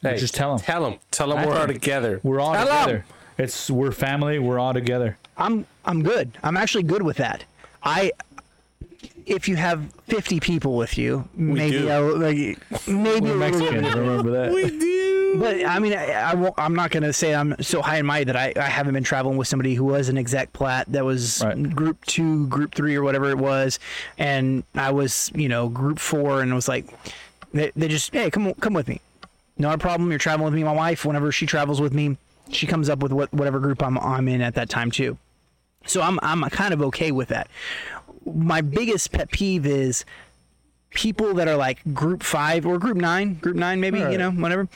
Hey,
just tell 'em.
Tell them. Tell them
I
we're all
think
together.
we're all
Tell 'em!
together. It's we're family. We're all together.
I'm I'm good. I'm actually good with that. I if you have 50 people with you,
do.
maybe I'll, like maybe
We're
a little
Mexicans. Remember
We
that?
do.
But I mean, I, I won't, I'm not gonna say I'm so high and mighty that I, I haven't been traveling with somebody who was an exec plat that was
Right.
group two, group three, or whatever it was, and I was you know group four, and was like, they, they just hey come come with me, not a problem. You're traveling with me. My wife, whenever she travels with me, she comes up with what, whatever group I'm I'm in at that time too. So I'm I'm kind of okay with that. My biggest pet peeve is people that are like group five or group nine, group nine maybe, you know, whatever.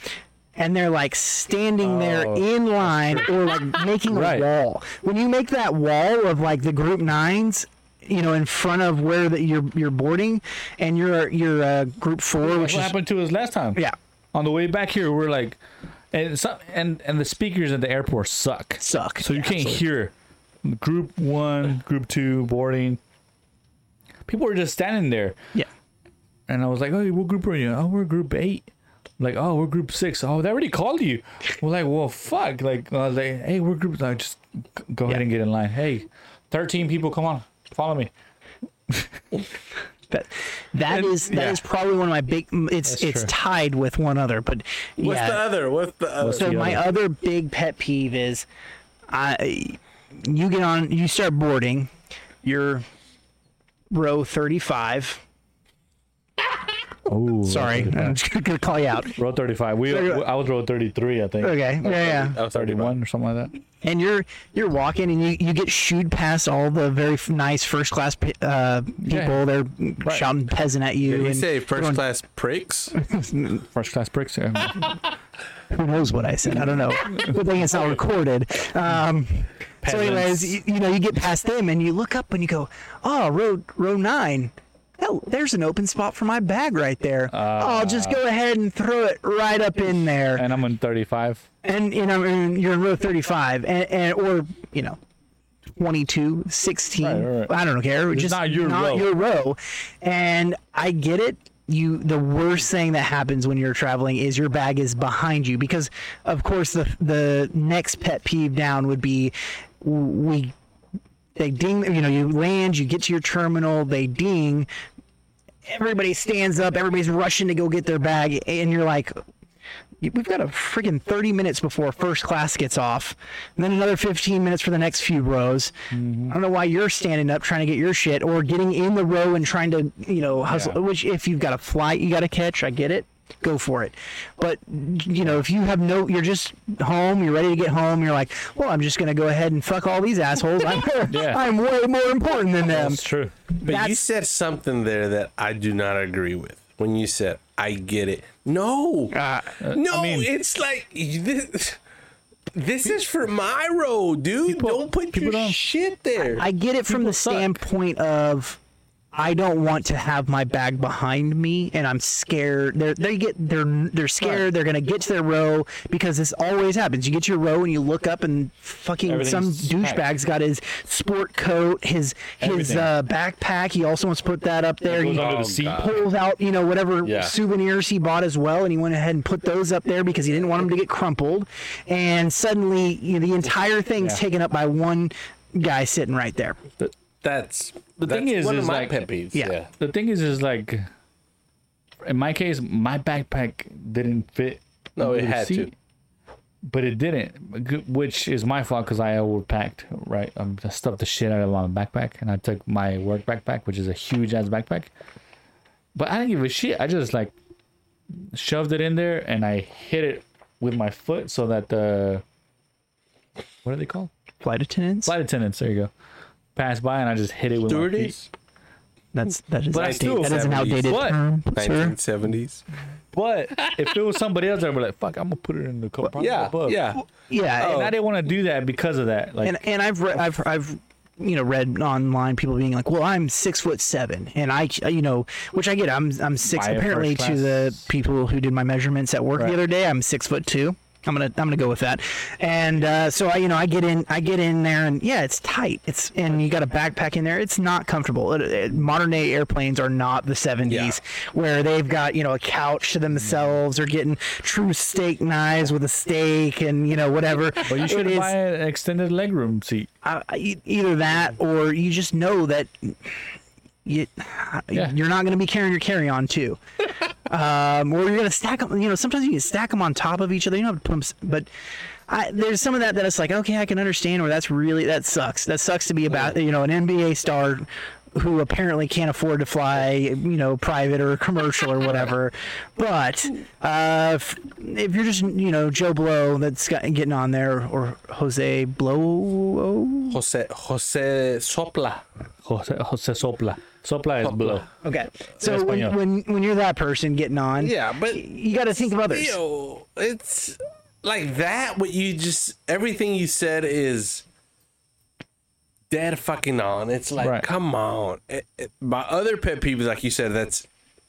And they're like standing there in line or like making
Oh. Right.
a wall. When you make that wall of like the group nines, you know, in front of where that you're you're boarding, and you're you're uh, group four,
That's
which
what
is
happened to us last time.
yeah,
On the way back here, we're like, and some and and the speakers at the airport suck.
suck.
So you can't hear group one, group two boarding. People were just standing there.
Yeah.
And I was like, "Oh, what group are you? Oh, we're group eight. Like, oh, we're group six. Oh, they already called you. We're like, well, fuck. Like, I was like, hey, we're group. Like, just g- go ahead
Yeah.
and get in line. Hey, thirteen people, come on, follow me.
That that
And-
is that is
yeah.
probably one of my big. It's
That's
it's
true.
tied with one other, but
What's
yeah.
the other? What's the other?
so
the
my other big pet peeve is, I you get on you start boarding, you're row thirty five.
Oh,
Sorry, I'm just gonna call you out.
row thirty-five. We,
Thirty-
I was row thirty-three, I think.
Okay, yeah, yeah.
oh, sorry, Bob.
Thirty-one or something like that.
And you're you're walking and you, you get shooed past all the very f- nice first class pe- uh, people. They're shouting peasant at you.
Did he
and
say first
throwing-
class pricks?
First class bricks. yeah.
who knows what I said? I don't know. Good thing it's not recorded. Um, so,
Peasants.
anyways, you, you know, you get past them and you look up and you go, "Oh, row row nine. Oh, there's an open spot for my bag right there. I'll just go ahead and throw it right up in there."
and I'm in thirty-five.
and you know and you're in row 35 and, and or you know 22 16
Right, right, right.
i don't care just
not your row.
your row and i get it you the worst thing that happens when you're traveling is your bag is behind you because of course the the next pet peeve down would be w- we they ding you know you land you get to your terminal they ding everybody stands up everybody's rushing to go get their bag and you're like we've got a freaking 30 minutes before first class gets off and then another 15 minutes for the next few rows
Mm-hmm.
i don't know why you're standing up trying to get your shit or getting in the row and trying to you know hustle
Yeah.
which if you've got a flight you got to catch i get it go for it but you know if you have no you're just home you're ready to get home you're like well i'm just going to go ahead and fuck all these assholes i'm,
Yeah.
I'm way more important than them
That's true.
But you
That's-
said something there that I do not agree with. When you said, "I get it," no, no,
Uh, I mean-
it's like this. This is for my road, dude. don't put your
people don't-
shit there.
I get it from the
suck.
standpoint of I don't want to have my bag behind me, and I'm scared. They're they get they're they're scared. They're gonna get to their row because this always happens. You get to your row and you look up and fucking some
Everything's packed.
douchebag's got his sport coat, his his
Everything.
uh, backpack. He also wants to put that up there.
goes
He-
under the
Oh,
seat.
God.
pulled out, you know, whatever
Yeah.
souvenirs he bought as well, and he went ahead and put those up there because he didn't want them to get crumpled. And suddenly, you know, the entire thing's
Yeah.
taken up by one guy sitting right there.
that's
The
that's
thing is,
one
is
of my
like-
pet peeves.
Yeah.
the thing is is like in my case my backpack didn't fit
No, it
under the
had to.
but it didn't g- which is my fault because i overpacked right um, i stuffed the shit out of my backpack and i took my work backpack which is a huge ass backpack but i didn't give a shit i just like shoved it in there and i hit it with my foot so that the what are they called
Flight attendants.
flight attendants there you go passed by and i just hit it with my feet.
Stewardess,
That's that is
But I
outdated-
still
that is an
said we-
outdated
What?
term, sir.
nineteen seventies.
But if it was somebody else, I'd be like, "Fuck, I'm gonna put it in the cup."
Yeah, yeah.
Yeah,
And I didn't want to do that because of that. Like,
and and I've read I've I've you know read online people being like, well, I'm six foot seven, and I you know which I get. I'm I'm six
By a
apparently
first
to the
class-
people who did my measurements at work
Right.
the other day. I'm six foot two. I'm gonna I'm gonna go with that. And uh, so I you know I get in I get in there and yeah it's tight it's and you got a backpack in there it's not comfortable. It- it- modern day airplanes are not the 70s where they've got you know a couch to themselves or getting true steak knives with a steak and you know whatever.
But you should
It is-
buy an extended legroom seat.
I- I- e- either that or you just know that you,
Yeah.
you're not going to be carrying your carry-on too um, or you're going to stack them you know sometimes you can stack them on top of each other you don't have to put 'em s but I, there's some of that that it's like okay i can understand where that's really that sucks that sucks to be about you know an nba star who apparently can't afford to fly you know private or commercial or whatever but uh, if, if you're just you know joe blow that's got, getting on there or jose blow
Jose Jose Sopla.
Jose, Jose oh, Sopla. Sopla is below.
Okay. So when,
Español.
when when you're that person getting on,
Yeah, but
you got to think of others.
Yo, it's like that. What you just everything you said is dead fucking on. It's like,
Right.
come on. It- it- my other pet peeve is like you said. That's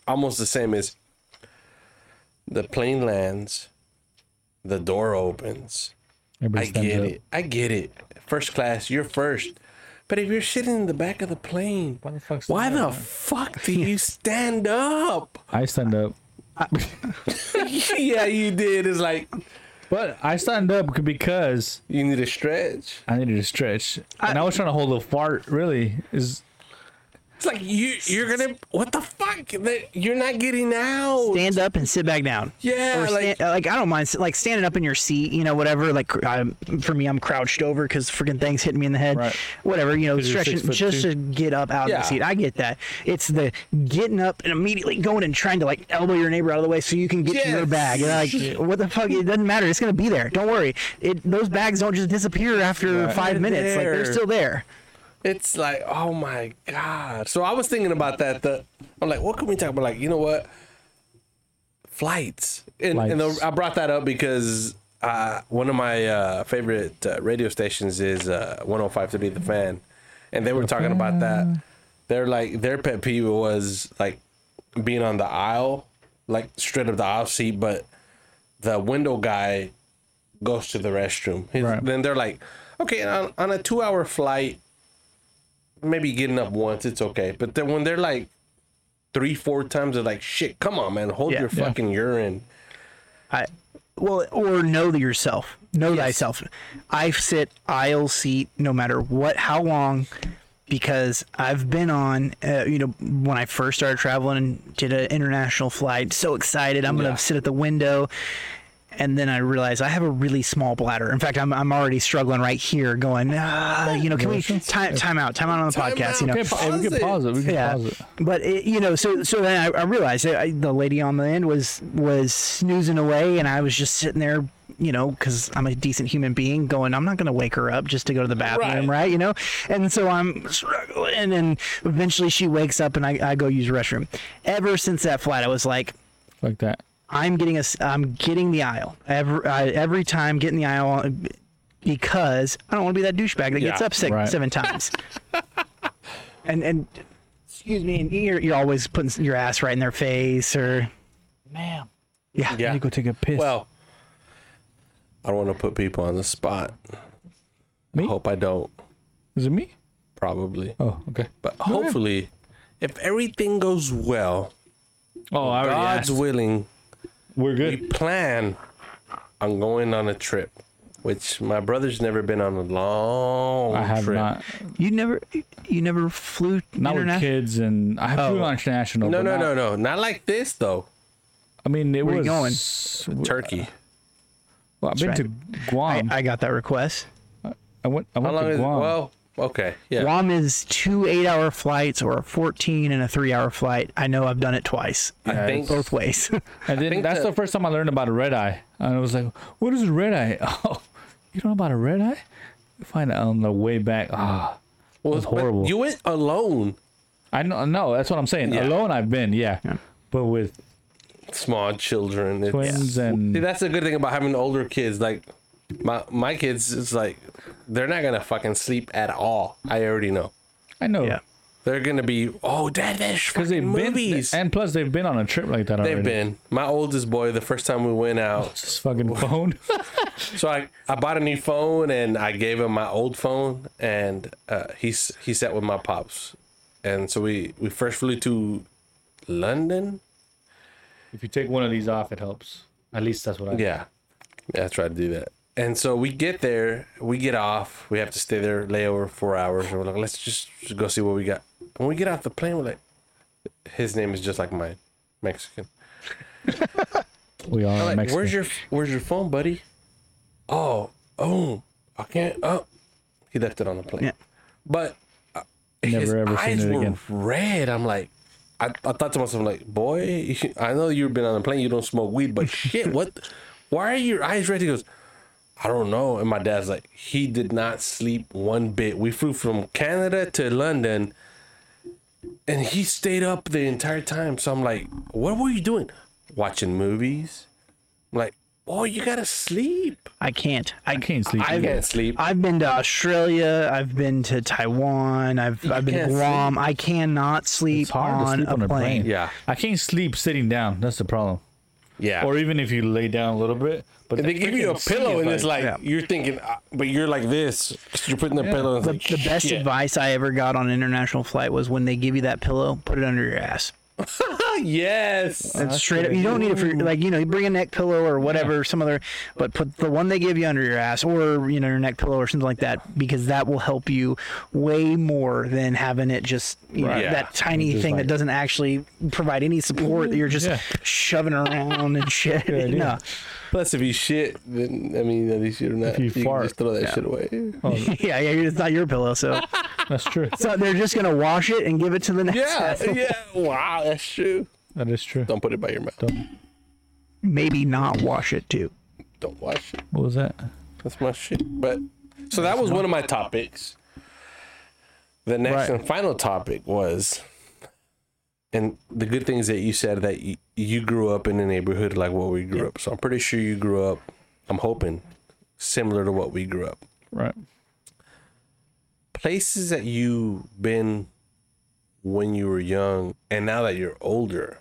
almost the same as the plane lands, the door opens. I
Everybody stands
get
up.
it. I get it. First class, you're first. But if you're sitting in the back of the plane, why
the
the,
fuck stand up?
fuck do you stand up?
I stand up.
yeah, you did. It's like
But I stand up c- because
you need a stretch.
I needed to stretch. and I was trying to hold a fart, really. Is
It's like you you're gonna what the fuck? That- You're not getting out.
Stand up and sit back down.
Yeah,
Or
like-
stand, like I don't mind sit- like standing up in your seat, you know, whatever. Like cr- I'm, for me, I'm crouched over because freaking things hitting me in the head.
Right.
Whatever, you know,
you're six
stretching
foot
just
two.
to get up out
Yeah.
of the seat. I get that. It's the getting up and immediately going and trying to like elbow your neighbor out of the way so you can get to your
Yes.
bag. You're like, what the fuck? It doesn't matter. It's gonna be there. Don't worry. It those bags don't just disappear after five
They're
minutes. Like
there.
they're still there.
It's like, oh my god. So I was thinking about that. The I'm like, what can we talk about? Like, you know what? Flights. And, and the,
Flights.
I brought that up because uh, one of my uh, favorite uh, radio stations is uh, 105.3 The Fan, and they were talking about that.
Mm.
They're like their pet peeve was like being on the aisle, like straight up the aisle seat, but the window guy goes to the restroom. His-
Right.
Then they're like, okay, on, on a two-hour flight, maybe getting up once, it's okay. But then when they're like three, four times, they're like, shit, come on, man, hold
Yeah.
your
Yeah.
fucking urine.
I well, or know to yourself, know thyself. I sit aisle seat no matter what, how long, because I've been on. Uh, you know, when I first started traveling and did an international flight, so excited, I'm
Yeah.
gonna sit at the window. And then I realized I have a really small bladder. In fact, I'm, I'm already struggling right here, going, ah, you know, can we time, time out, time out on the
Time
podcast,
out.
you know?
okay, hey, we
pause
can pause it. We can
yeah
pause it.
but it, you know so so then i, I realized that I, the lady on the end was was snoozing away and i was just sitting there you know because i'm a decent human being going i'm not going to wake her up just to go to the bathroom right. you know and so i'm struggling and eventually she wakes up and i, I go use the restroom ever since that flight i was like
Like that.
I'm getting a, s- I'm getting the aisle every uh, every time getting the aisle because I don't want to be that douchebag that gets
Yeah,
up six,
right.
seven times. and and excuse me, and you're you're always putting your ass right in their face or ma'am. Yeah.
Yeah.
You go take a piss.
Well, I don't want to put people on the spot.
Me?
I hope I don't,
Is it me?
probably.
Oh, okay.
But hopefully, if everything goes well,
Oh, I already
God's
asked.
willing,
We're
we
good.
plan on going on a trip, which my brother's never been on a long
I have
trip.
not.
You never you never flew
Not with
interna-
kids, and I have to
Oh.
go on international.
No,
but
no,
not-
no, no. Not like this, though.
I mean, it
Where you
was Uh,
Turkey.
Well, I've been
That's
to Guam. I,
I, I got that request.
went. I
How
went
long
to
is it?
Guam.
Well, okay. Yeah.
Guam is two eight hour flights or a fourteen and a three hour flight. I know I've done it twice.
I think
both ways.
and then
think
that's
the-
the first time I learned about a red eye. And I was like, "What is a red eye? Oh, you don't know about a red eye? You find it on the way back. Ah,
Well,
was
but
horrible.
You went alone.
I know. No, that's what I'm saying.
Yeah.
Alone, I've been. Yeah. But with
Small children. It's-
Twins and-
See, that's the good thing about having older kids. Like my my kids, it's like they're not gonna fucking sleep at all. I already know.
I know.
Yeah.
They're gonna be oh Deadfish fucking
Because they've been,
movies.
and plus they've been on a trip like that already.
They've been. My oldest boy, the first time we went out,
This fucking phone.
so I, I bought a new phone and I gave him my old phone, and uh, he's he sat with my pops, and so we we first flew to London.
if you take one of these off, it helps. At least that's what I.
Yeah, yeah, I tried to do that. And so we get there, we get off, we have to stay there, lay over four hours, and we're like, let's just go see what we got. When we get off the plane, we're like, his name is just like mine, Mexican.
We are
I'm
in
like,
Mexico.
where's your where's your phone, buddy? Oh, oh, I can't. Oh, he left it on the plane.
Yeah.
But uh,
Never
his
ever seen
eyes
it
were
again.
red. I'm like, I, I thought to myself, like, boy, I know you've been on a plane, you don't smoke weed, but shit, what? Why are your eyes red? He goes, I don't know. And my dad's like, he did not sleep one bit. We flew from Canada to London and he stayed up the entire time. So I'm like, what were you doing? Watching movies? I'm like, oh, you gotta sleep.
I can't. I,
can't sleep
I've,
either.
Can't sleep.
I've been to Australia. I've been to Taiwan. I've I've been to
can't
Guam. I cannot sleep,
It's hard
on,
to sleep
a
on a
plane.
plane.
Yeah.
I can't sleep sitting down. That's the problem.
Yeah.
Or even if you lay down a little bit, but
And they
that
give you a
freaking seat
pillow,
is
and it's like
yeah.
you're thinking, uh, but you're like this. You're putting the pillow. And
The,
it's
the
like,
best
shit.
advice I ever got on an international flight was when they give you that pillow, put it under your ass.
Yes.
That's straight up.
good.
You don't need it for like you know, you bring a neck pillow or whatever, some other, but put the one they give you under your ass or you know your neck pillow or something like that because that will help you way more than having it just you know,
Right. Yeah.
that tiny
Just
thing
like- Mm-hmm.
that doesn't actually provide any support that you're just
Yeah.
shoving around and shit. No.
Plus, if you shit, then I mean, at least you're not.
If you
can
fart,
just throw that shit away.
Yeah, yeah, it's not your pillow, so
That's true.
so they're just gonna wash it and give it to the next.
Yeah,
guy.
yeah. Wow, that's true.
That is true.
Don't put it by your mouth. Don't,
maybe not wash it too.
wash it.
What was that?
That's my shit. But so that was one of my topics. The
Right.
next and final topic was, and the good things that you said that you, you grew up in a neighborhood like what we grew up. So I'm pretty sure you grew up. I'm hoping similar to what we grew up.
Right.
Places that you been when you were young, and now that you're older.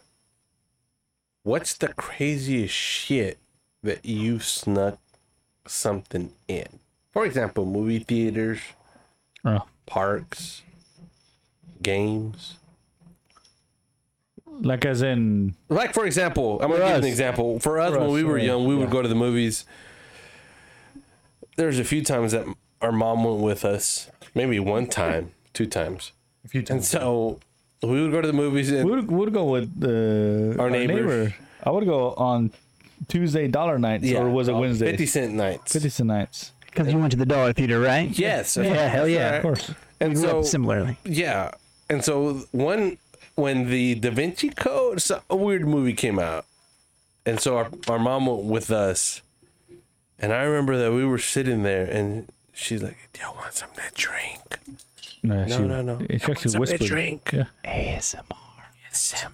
What's the craziest shit that you snuck something in? For example, movie theaters,
Oh.
parks, games.
Like as in
Like for example, I'm gonna
For
give an
us.
example. For us,
For
when
us,
we were
yeah,
young, we would
yeah.
go to the movies. There's a few times that our mom went with us, maybe one time, two times,
if you
and so we would go to the movies.
we
And
would, we would go with the
Our neighbors.
I would go on Tuesday dollar nights or was it
uh,
Wednesday?
Fifty cent nights.
Fifty cent nights.
Because you went to the dollar theater, right?
Yes.
Yeah, hell yeah.
Of course.
And
Grew
so
up similarly.
Yeah, and so one when the Da Vinci Code, so a weird movie came out, and so our our mom went with us, and I remember that we were sitting there, and she's like, "Do you want something to drink?"
No, she,
no, no.
She actually
Something to
whispered.
drink.
Yeah.
ASMR.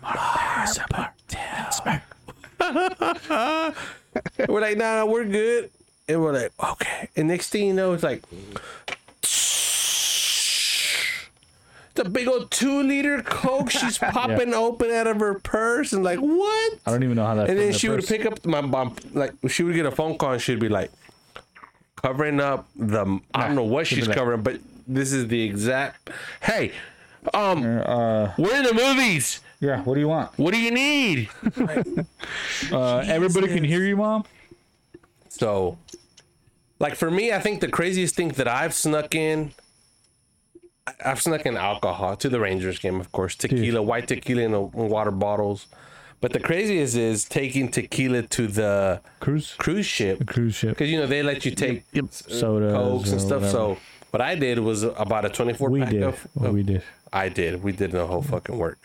We're like, "Nah, we're good," and we're like, "Okay." And next thing you know, it's like. The big old two liter Coke she's popping open out of her purse and like what?
I don't even know how that.
and
fit in
then
the
she would
purse.
pick up my mom like she would get a phone call and she'd be like covering up the i don't know what
she'd be
she's
like-
covering but this is the exact hey um
Uh,
we're in the movies
yeah. What do you want?
what do you need
Uh, everybody can hear you, mom.
so like for me i think the craziest thing that i've snuck in I- i've snuck in alcohol to the rangers game of course tequila white tequila in the water bottles but the craziest is taking tequila to the
Cruise.
cruise ship
Cruise ship.
because you know they let you take
Sodas
cokes
or
and stuff.
whatever.
So what I did was about a 24
we
pack
did.
of.
What we did.
I did. We did the whole fucking work.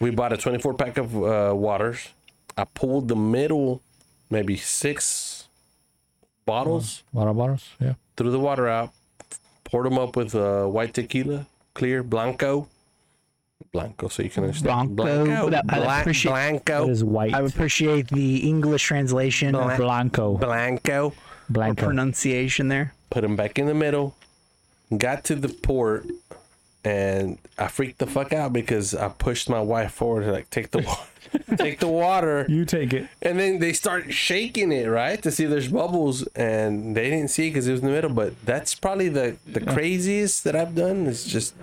we bought a 24 pack of uh, waters. I pulled the middle, maybe six bottles
Water bottles. Yeah.
threw the water out, poured them up with uh, white tequila, clear blanco, blanco, so you can understand
Blanco,
blanco,
but I- I
Bla-
appreciate-
That
blanco,
is white.
I appreciate the English translation or
Blanco.
blanco.
Blanco.
pronunciation there.
put them back in the middle, got to the port, and I freaked the fuck out because I pushed my wife forward to like take the water, take the water,
You take it.
and then they start shaking it right to see if there's bubbles, and they didn't see because it was in the middle. But that's probably the the craziest that I've done. Is just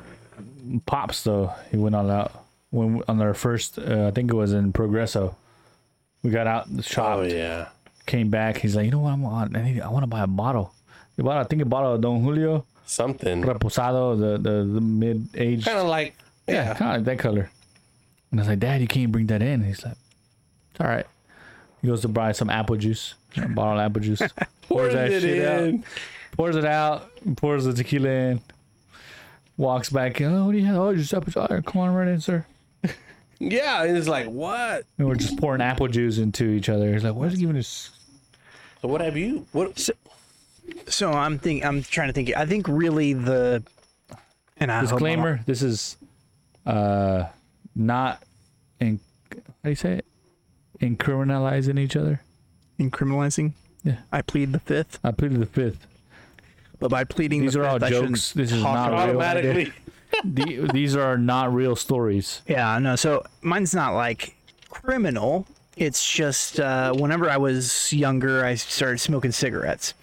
Pops though, he went all out when on our first. Uh, I think it was in Progresso. We got out and shot.
Oh, yeah,
Came back. He's like, you know what? I'm on. I, need, I want to buy a bottle. He bought, I think, a bottle of Don Julio
something
Reposado, the the, the mid aged
kind of like
Yeah,
yeah.
kind of like that color. And I was like, Dad, you can't bring that in. And he's like, It's all right. He goes to buy some apple juice, a bottle of apple juice, pours that
it
shit
in.
out, pours it out, pours the tequila in, walks back in. Oh, what do you have? Oh, just apple juice. All right, come on, right in, sir.
Yeah, and it's like what?
And we're just pouring apple juice into each other. He's like, Why is he giving us?
So what have you? What?
So I'm think I'm trying to think. I think really the and I hope I'm-
Disclaimer: This is uh not in. How do you say it? Incriminalizing each other.
in criminalizing.
Yeah.
I plead the fifth,
I pleaded the fifth.
but by pleading
These
the
are all
fifth, I shouldn't
jokes. This is
talk
not
about
real.
it.
Automatically,
the, these are not real stories.
Yeah, I know. So mine's not like criminal. It's just uh, whenever I was younger, I started smoking cigarettes,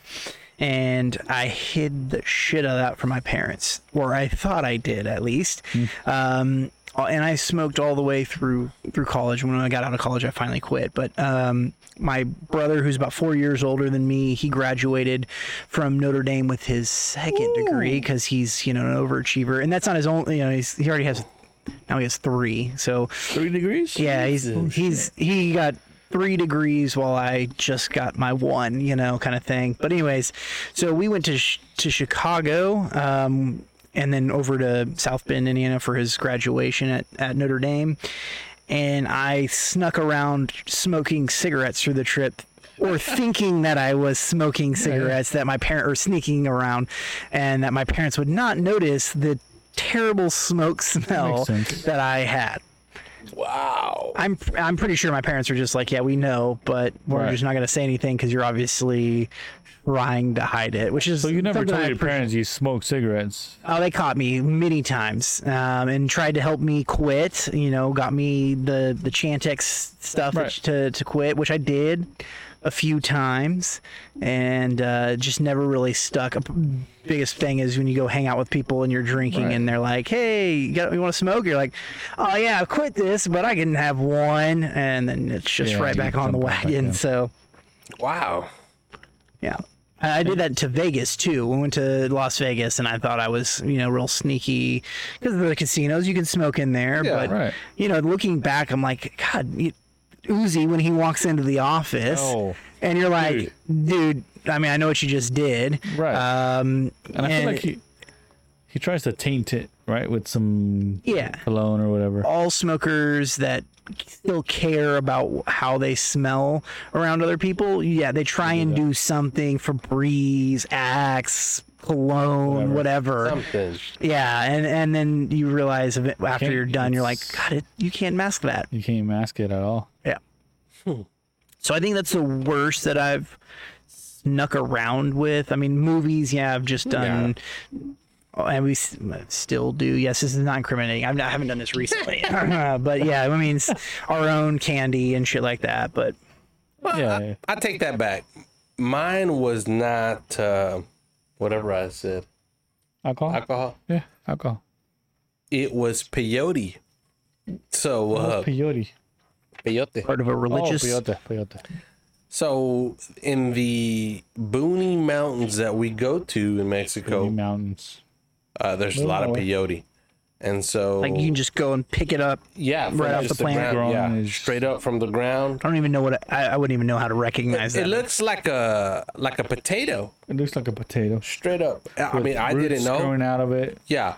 and I hid the shit out of that from my parents, or I thought I did at least. Um, and I smoked all the way through through college. When I got out of college, I finally quit. But um, my brother, who's about four years older than me, he graduated from Notre Dame with his second degree because he's you know an overachiever, and that's not his only. You know, he's, he already has now he has three. So
three degrees.
yeah, he's he's he got three degrees while I just got my one, you know, kind of thing. But anyways, so we went to sh- to Chicago, um, and then over to South Bend, Indiana, for his graduation at at Notre Dame. And I snuck around smoking cigarettes through the trip. Or thinking that I was smoking cigarettes, that my parent or sneaking around, and that my parents would not notice the terrible smoke smell
sense.
that I had.
Wow.
I'm I'm pretty sure my parents were just like, yeah, we know, but we're
Right.
just not gonna say anything because you're obviously trying to hide it, which is
So you never
something
told
I
your
appreciate.
parents you smoked cigarettes.
Oh, they caught me many times um, and tried to help me quit. You know, got me the the Chantix stuff
Right.
to to quit, which I did a few times, and uh, just never really stuck. Biggest thing is when you go hang out with people and you're drinking,
Right.
and they're like, "Hey, you, got- you want to smoke?" You're like, "Oh yeah, I quit this, but I can have one," and then it's just
Yeah,
right
you
back on the
jump right back
wagon.
in.
so.
Wow.
Yeah. I I did that to Vegas too. We went to Las Vegas, and I thought I was, you know, real sneaky because the casinos you can smoke in there.
Yeah,
but
right.
you know, looking back, I'm like, God, you, Uzi when he walks into the office,
Oh.
and you're like, dude. I mean, I know what you just did.
Right.
Uh,
Um,
And I feel like he he tries to taint it, right, with some
Yeah.
cologne or whatever.
all smokers that still care about how they smell around other people, yeah, they try and do something for breeze, axe, cologne, whatever.
Something.
Yeah, and and then you realize a bit after
can't-
you're done, you're like,
it's-
God, it, you can't mask that.
You can't mask it at all.
Yeah. So I think that's the worst that I've snuck around with. I mean, movies, yeah, I've just done, oh, and we s- still do. Yes, this is not incriminating. I've not, I haven't done this recently, but yeah, I mean, it's our own candy and shit like that. But
yeah, yeah.
I take that back. Mine was not uh, whatever I said.
alcohol.
Alcohol.
yeah, alcohol.
It was peyote. So uh,
peyote.
peyote.
part of a religious,
Oh, peyote, peyote.
So in the Booney Mountains that we go to in
The
Mexico,
mountains.
uh, there's a lot of
away.
peyote, and so
like you can just go and pick it up.
yeah, from
right off
just
the plant.
ground, yeah,
Grown is-
straight up from the ground.
I don't even know what I, I wouldn't even know how to recognize
It
that.
looks like a like a potato,
It looks like a potato.
straight up. I mean,
With
I
roots
didn't know.
growing out of it.
Yeah.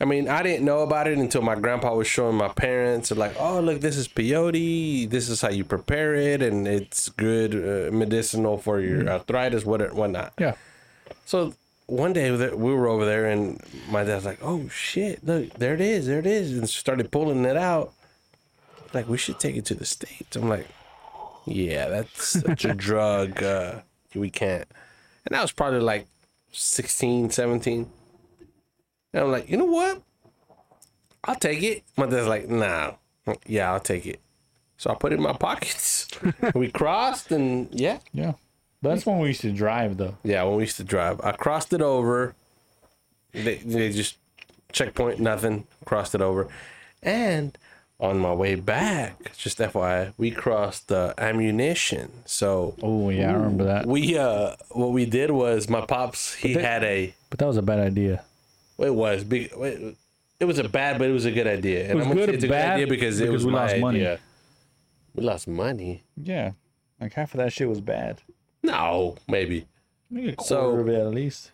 I mean, I didn't know about it until my grandpa was showing my parents. They're like, oh, look, this is peyote. This is how you prepare it, and it's good uh, medicinal for your arthritis, what whatnot.
Yeah.
So one day that we were over there, and my dad's like, "Oh shit! Look, there it is, there it is," and started pulling it out. Like we should take it to the states. I'm like, "Yeah, that's such a drug. Uh, we can't." And I was probably like 16, 17. And I'm like, you know what? I'll take it. My dad's like, nah. Yeah, I'll take it. So I put it in my pockets. we crossed and yeah.
Yeah. That's when we used to drive though.
Yeah, when we used to drive. I crossed it over. They, they just checkpoint, nothing, crossed it over. And on my way back, just FYI, we crossed the ammunition. So
Oh yeah, I remember that.
we uh what we did was my pops he had a
But that was a bad idea.
it was big wait, it was a bad but it was a good idea. And
was
I'm gonna
good
say
or
it's a
bad
good idea because, it
because
was
we
my
lost money.
idea. We lost money.
Yeah. Like half of that shit was bad.
No, maybe.
Maybe a quarter
So-
of it at least.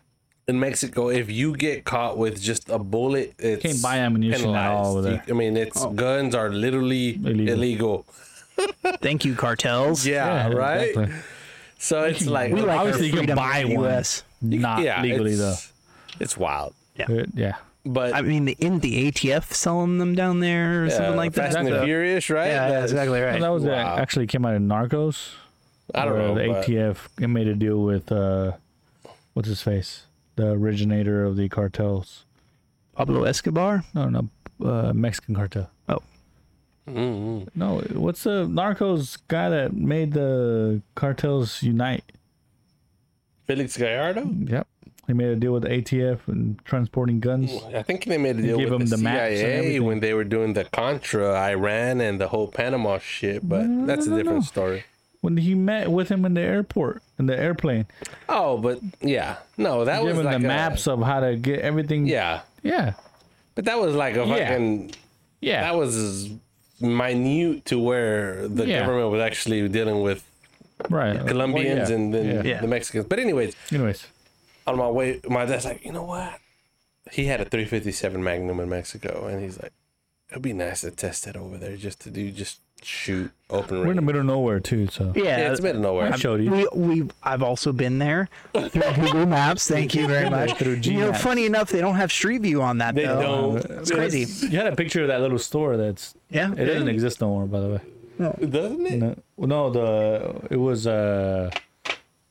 in Mexico, if you get caught with just a bullet, it's
Can't buy ammunition at all over there.
You- I mean, it's
Oh.
guns are literally illegal.
Illegal.
Thank you, cartels.
Yeah, uh, right.
exactly.
So it's like
We like
our
Obviously, you can
freedom in
buy
the
one.
US.
Not
yeah,
legally though.
it's, It's wild,
Uh, Yeah.
but
I mean, the, in the ATF selling them down there or something
uh,
like that.
Fast and
so-
the Furious, right?
yeah, yeah,
That's-
exactly right.
That was uh,
Wow.
actually came out of Narcos.
I don't
where
know.
The
but
ATF made a deal with uh, what's his face, the originator of the cartels.
Pablo Escobar.
No, no, uh, Mexican cartel.
Oh,
Mm-hmm.
No, what's the Narcos guy that made the cartels unite?
Felix Gallardo.
Yep, he made a deal with the ATF and transporting guns.
I think they made a deal
gave
with
him
the,
the maps and
CIA
everything.
when they were doing the Contra, Iran, and the whole Panama shit. But that's a
no,
different
no.
story.
When he met with him in the airport in the airplane,
Oh, but yeah, no, that was
giving
like
the
a-
maps of how to get everything.
Yeah,
yeah,
But that was like a
Yeah.
fucking.
yeah.
That was minute to where the
Yeah.
government was actually dealing with
right. Well,
Colombians
yeah,
and then
yeah.
Yeah.
the Mexicans. But anyways,
Anyways,
on my way, my dad's like, you know what? He had a 357 Magnum in Mexico, and he's like, it'd be nice to test that over there, just to do, just shoot open range.
we're in the middle of nowhere too, so
yeah.
yeah, it's middle of nowhere.
I showed you.
we, we I've also been there through Google Maps. Thank you very much.
Through
you know,
Gmaps.
funny enough, they don't have Street View on that.
They
though.
don't.
It's crazy.
You had a picture of that little store that's
Yeah.
It doesn't exist no more, by the way.
Doesn't it?
No, no the it was uh,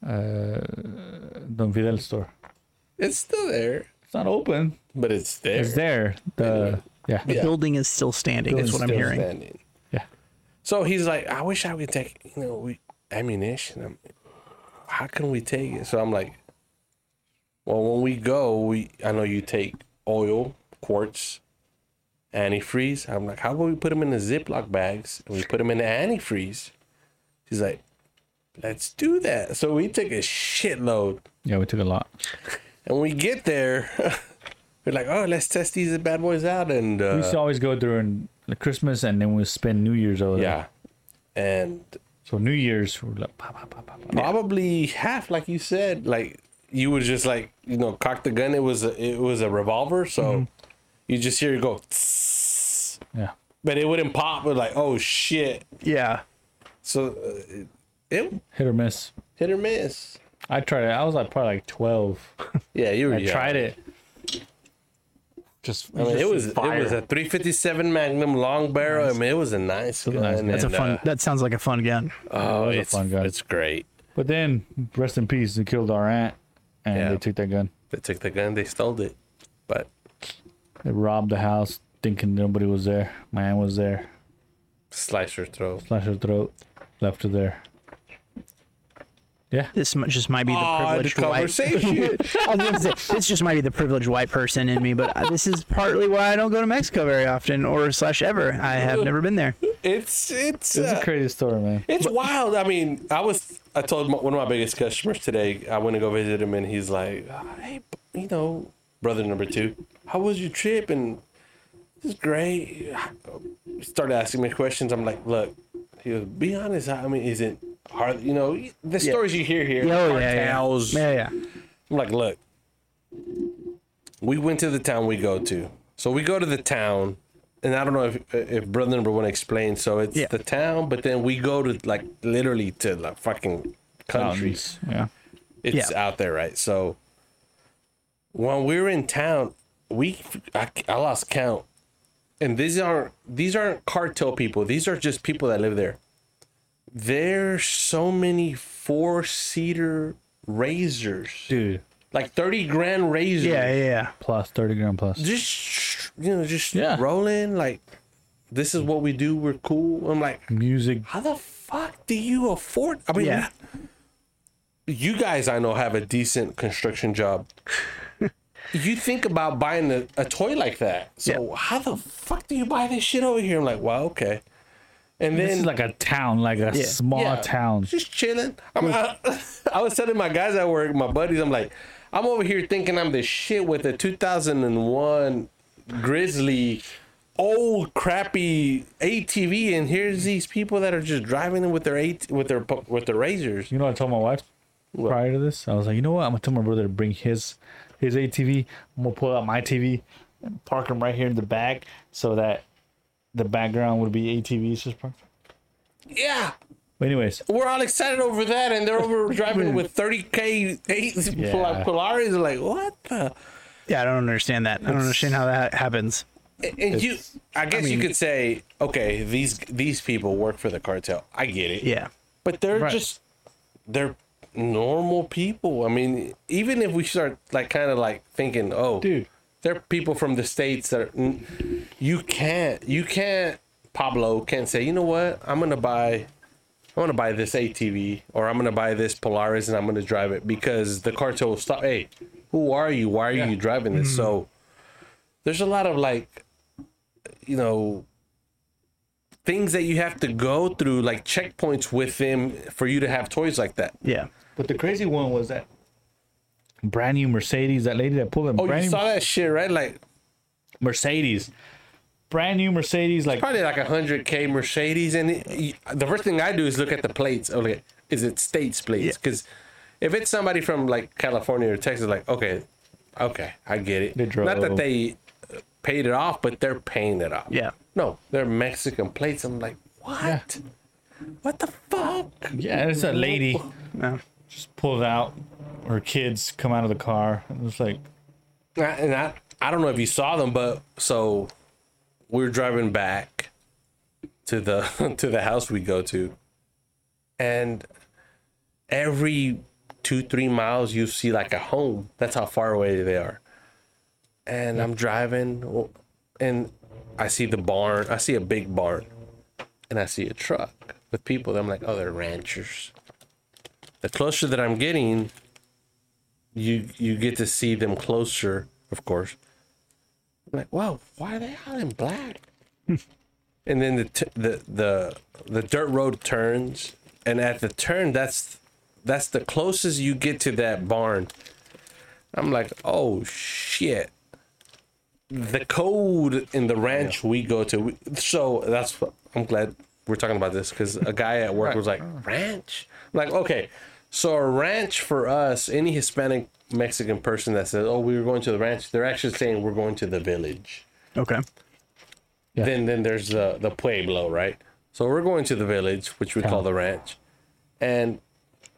uh, Don Fidel store.
It's still there,
It's not open.
but it's there.
It's there. The yeah.
The building is still standing. Is what I'm
still
hearing.
standing.
Yeah.
So he's like, I wish I could take, you know, we, ammunition. I'm, how can we take it? So I'm like, well, when we go, we I know you take oil, quartz, antifreeze. I'm like, how about we put them in the Ziploc bags and we put them in the antifreeze? He's like, let's do that. So we take a shitload.
Yeah, we took a lot.
And we get there, we're like, oh, let's test these bad boys out. And uh,
we used to always go during the Christmas and then we spend New Year's over there.
yeah. And
So New Year's we're like pop, pop, pop, pop, pop.
probably half like you said like you was just like you know cock the gun it was a, it was a revolver so you just hear it go "Tss,"
Yeah.
but it wouldn't pop but like oh shit
Yeah.
so uh, it
Hit or miss.
hit or miss
I tried it. I was like probably like twelve.
yeah you were
I
young.
tried it. Just,
I mean, it was it
fire.
was a 357 magnum long barrel i mean it was a nice gun
nice gun.
That's
and,
a fun.
uh,
that sounds like a fun gun.
oh
was a
it's
fun gun.
it's great
But then rest in peace, they killed our aunt and
Yeah.
they took that gun.
they took the gun they stole it but
They robbed the house thinking nobody was there. My aunt was there.
slice your throat
Slash her throat, left her there. Yeah.
This mu- just might be the
Aw, the
privileged white.
conversation
I was gonna say, this just might be the privileged white person in me, but this is partly why I don't go to Mexico very often, or slash ever. I have never been there.
it's it's
It's
uh,
a crazy story, man.
It's wild. I mean, I was I told my, one of my biggest customers today. I went to go visit him, and he's like, "Hey, you know, brother number two, how was your trip?" And it's great. He started asking me questions. I'm like, "Look," he goes, "Be honest. I mean, is it hard? You know, the stories you hear here,
Oh yeah, yeah,
cartels,
yeah, yeah.
I'm like, look, we went to the town we go to. So we go to the town, and I don't know if if brother number one explained. So it's
Yeah.
the town, but then we go to like literally to like fucking countries.
Yeah.
It's
Yeah.
out there, right? So when we were in town, we I, I lost count, and these aren't these aren't cartel people. These are just people that live there. There's so many four seater razors
Dude,
like 30 grand razor
Yeah, yeah, yeah.
plus 30 grand plus.
just you know, just
Yeah.
rolling. Like, this is what we do. We're cool. I'm like,
Music.
how the fuck do you afford? I mean,
Yeah.
you guys I know have a decent construction job. you think about buying a, a toy like that. So how the fuck do you buy this shit over here? I'm like, well, okay. And then
This is like a town, like a small
yeah,
town.
Just chilling. I'm, I, I was telling my guys at work, my buddies, I'm like, I'm over here thinking I'm the shit with a 2001 Grizzly, old crappy ATV, and here's these people that are just driving with their eight with their pu- with their razors.
You know, what I told my wife prior to this, I was like, you know what? I'm gonna tell my brother to bring his his ATV. I'm gonna pull out my TV and park him right here in the back so that the background would be ATVs just parked.
Yeah,
But anyways,
we're all excited over that, and they're over driving with 30k eight
Yeah.
Polaris. Like what the?
Yeah, I don't understand that. I don't understand how that happens.
And you, I guess you could say, okay, these these people work for the cartel. I get it.
Yeah.
but they're
Right.
just they're normal people. I mean, even if we start like kind of like thinking, oh,
Dude.
they're people from the states that are, mm, you can't you can't Pablo can't say, you know what, I'm gonna buy. I'm gonna buy this ATV or I'm gonna buy this Polaris and I'm gonna drive it because the cartel will stop. Hey, who are you? Why are you driving
Mm-hmm.
this? So there's a lot of like, you know, things that you have to go through, like checkpoints with them for you to have toys like that.
Yeah.
but the crazy one was that brand new Mercedes. That lady that pulled a
Oh,
brand
you
new
saw that shit, right? Like
Mercedes, brand new Mercedes, like
probably like a hundred K Mercedes, and it, you- the first thing I do is look at the plates. Oh, look, is it states plates? Because if it's somebody from like California or Texas, like okay, okay, I get it.
They
Not that
drove.
they uh, paid it off, but they're paying it off.
Yeah.
No, they're Mexican plates. I'm like, what? What the fuck?
yeah, it's a lady
No.
just pulled out. Her kids come out of the car. It was like
I- and I, I don't know if you saw them, but so we're driving back to the to the house we go to, and every two three miles you see like a home. That's how far away they are. And I'm driving, and I see the barn. I see a big barn, and I see a truck with people. I'm like, oh, they're ranchers. The closer that I'm getting, you you get to see them closer, of course. I'm like, wow, why are they all in black? and then the, t- the the the dirt road turns, and at the turn, that's that's the closest you get to that barn. I'm like, oh shit. The code in the ranch we go to, we, so that's what I'm glad we're talking about this because a guy at work was like, ranch? I'm like, okay, so a ranch for us, any Hispanic Mexican person that says, oh, we were going to the ranch, they're actually saying we're going to the village.
Okay.
Then then there's the the pueblo, right? So we're going to the village, which we call the ranch, and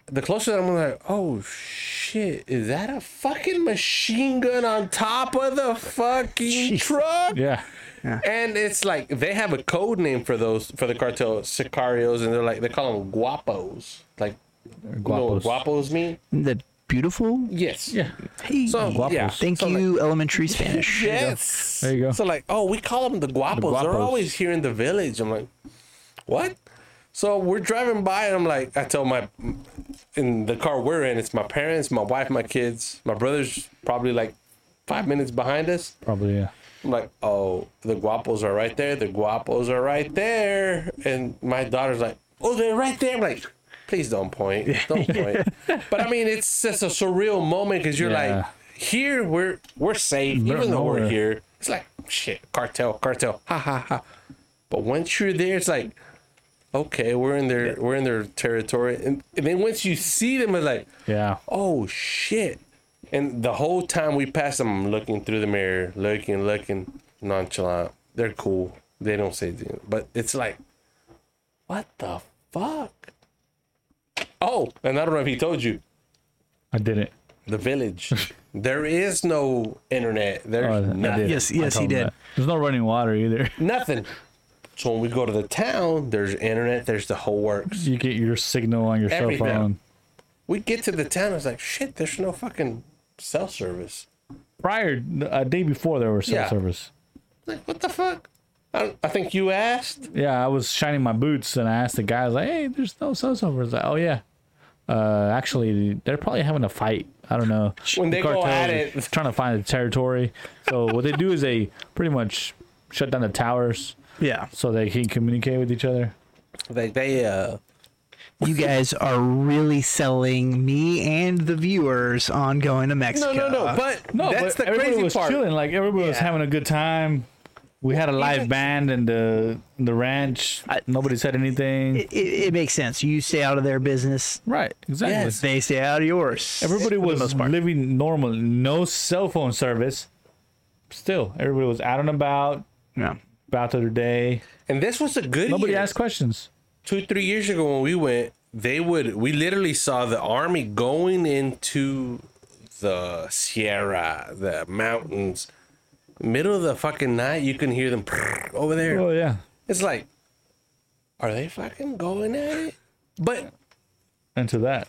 the closer I'm like, oh shit, is that a fucking machine gun on top of the fucking truck?
yeah,
And it's like they have a code name for those for the cartel sicarios, and they're like they call them guapos, like guapos. You
guapos.
know what guapos mean?
The beautiful.
Yes.
yeah.
Hey.
So yeah,
Thank
so, like,
you, elementary Spanish.
Yes.
There you go.
So like, oh, we call them the guapos. They're
guapos.
always here in the village. I'm like, what? So we're driving by, and I'm like, I tell my, in the car we're in, it's my parents, my wife, my kids, my brother's probably like five minutes behind us.
Probably yeah.
I'm like, oh, the guapos are right there. The guapos are right there. And my daughter's like, oh, they're right there. I'm like, please don't point. Don't point. but I mean, it's just a surreal moment because you're
Yeah.
like, here we're we're safe,
Middle
even
of
though we're
nowhere.
here. It's like shit, cartel, cartel, ha ha ha. But once you're there, it's like, okay, we're in their we're in their territory. And, and then once you see them, it's like,
Yeah.
oh shit. And the whole time we passed them, I'm looking through the mirror, looking, looking, nonchalant. They're cool. They don't say anything. But it's like, what the fuck? Oh, and I don't know if he told you,
I did it.
the village. there is no internet.
Oh, I
There's
did
nothing.
it.
Yes,
I
yes, he
told him
did.
that. There's no running water either.
nothing. So when we go to the town, there's internet, there's the whole works.
You get your signal on your
Everything.
cell phone.
We get to the town, it's like, shit, there's no fucking cell service.
Prior, a uh, day before, there was cell
Yeah.
service.
Like, what the fuck? I, don't- I think you asked.
Yeah, I was shining my boots and I asked the guy, I was like, hey, there's no so's over. He's like, oh, yeah. Uh, actually, they're probably having a fight. I don't know.
When they
The
go
cartels
at
are
it.
Trying to find the territory. So, what they do is they pretty much shut down the towers
Yeah.
so they can communicate with each other.
They, they, uh,
You guys are really selling me and the viewers on going to Mexico.
no, no, no. But
No,
that's
but
the
everybody
crazy
was
part.
chilling. Like, everybody was
Yeah.
having a good time. We had a live band in the in the ranch.
I-
Nobody said anything.
It, it, it makes sense. You stay out of their business.
right, exactly.
Yes.
They stay out of yours.
Everybody
for the
was
most part.
living normal, no cell phone service. Still, everybody was out and about,
Yeah.
about their day.
And this was a good
Nobody
year.
asked questions.
two three years ago when we went they would we literally saw the army going into the sierra the mountains middle of the fucking night you can hear them over there
Oh yeah,
it's like are they fucking going at it but
into that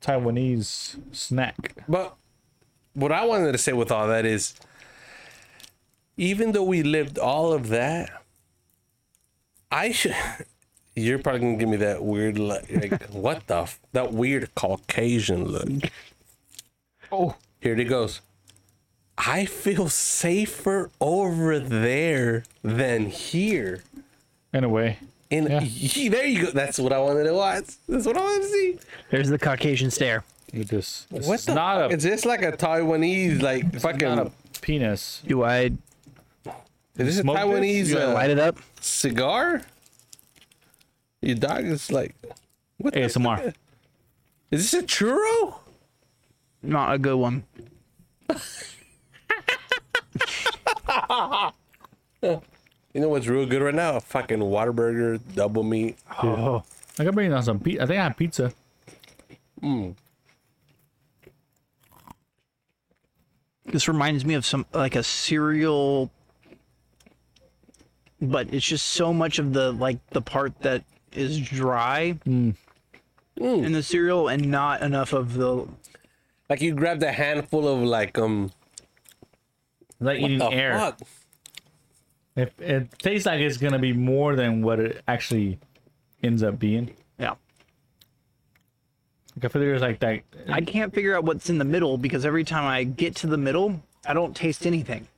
Taiwanese snack.
but what i wanted to say with all that is even though we lived all of that i should you're probably gonna give me that weird like, like what the f- that weird caucasian look
Oh,
Here it goes. I feel safer over there than here.
in a way,
And
Yeah.
he- there you go. That's what I wanted to watch. That's what I wanted to see.
There's the Caucasian stare.
it just it's
What the?
not
fuck?
a
Is this like a Taiwanese like fucking?
not a penis.
Do I
is this a
smoke this?
Taiwanese
do I
uh,
light it up?
cigar? Your dog is like. What the-
ASMR.
Is this a churro?
Not a good one.
You know what's real good right now? A fucking Whataburger double meat.
Oh, I got bring down some pizza. I think I have pizza.
This reminds me of some like a cereal, but it's just so much of the like the part that is dry
Mm.
in the cereal and not enough of the
Like you grabbed a handful of like um.
Like eating
the
air.
fuck?
It, it tastes like it's gonna be more than what it actually ends up being.
yeah.
Like I feel there's like that.
I can't figure out what's in the middle because every time I get to the middle, I don't taste anything.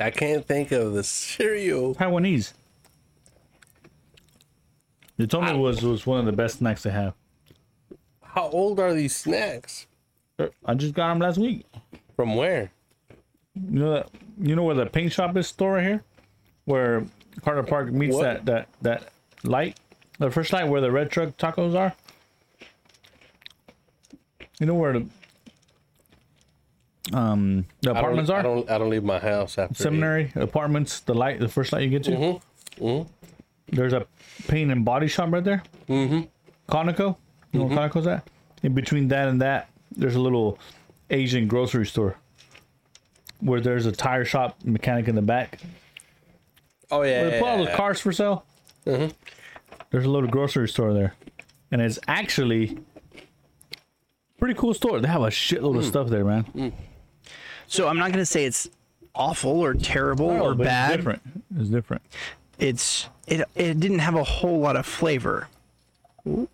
I can't think of the cereal.
Taiwanese. The tomi was was one of the best snacks to have.
How old are these snacks?
I just got them last week.
From where?
You know that you know where the pink shop is store right here, where Carter Park meets
What?
that that that light, the first light where the red truck tacos are. You know where the um the
I don't-
apartments
I
are
don't. I don't leave my house after eight.
seminary apartments. The light, the first light you get to. There's a paint and body shop right there. Mm-hmm. Conoco. You know where Conoco's at? In between that and that, there's a little Asian grocery store where there's a tire shop mechanic in the back.
Oh yeah.
They put all the cars for sale. There's a little grocery store there, and it's actually pretty cool store. They have a shitload of stuff there, man.
So I'm not gonna say it's awful or terrible
Oh,
or
but It's
bad.
different. It's different.
It's it it didn't have a whole lot of flavor. You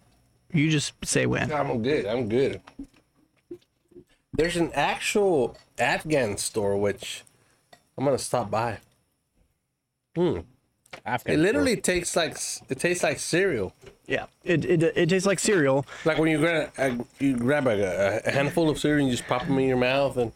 just say when.
I'm good. I'm good. There's an actual Afghan store which I'm gonna stop by.
Afghan
It literally tastes like s- it tastes like cereal.
Yeah. It it it tastes like cereal.
Like when you grab a, you grab a, a handful of cereal and you just pop them in your mouth and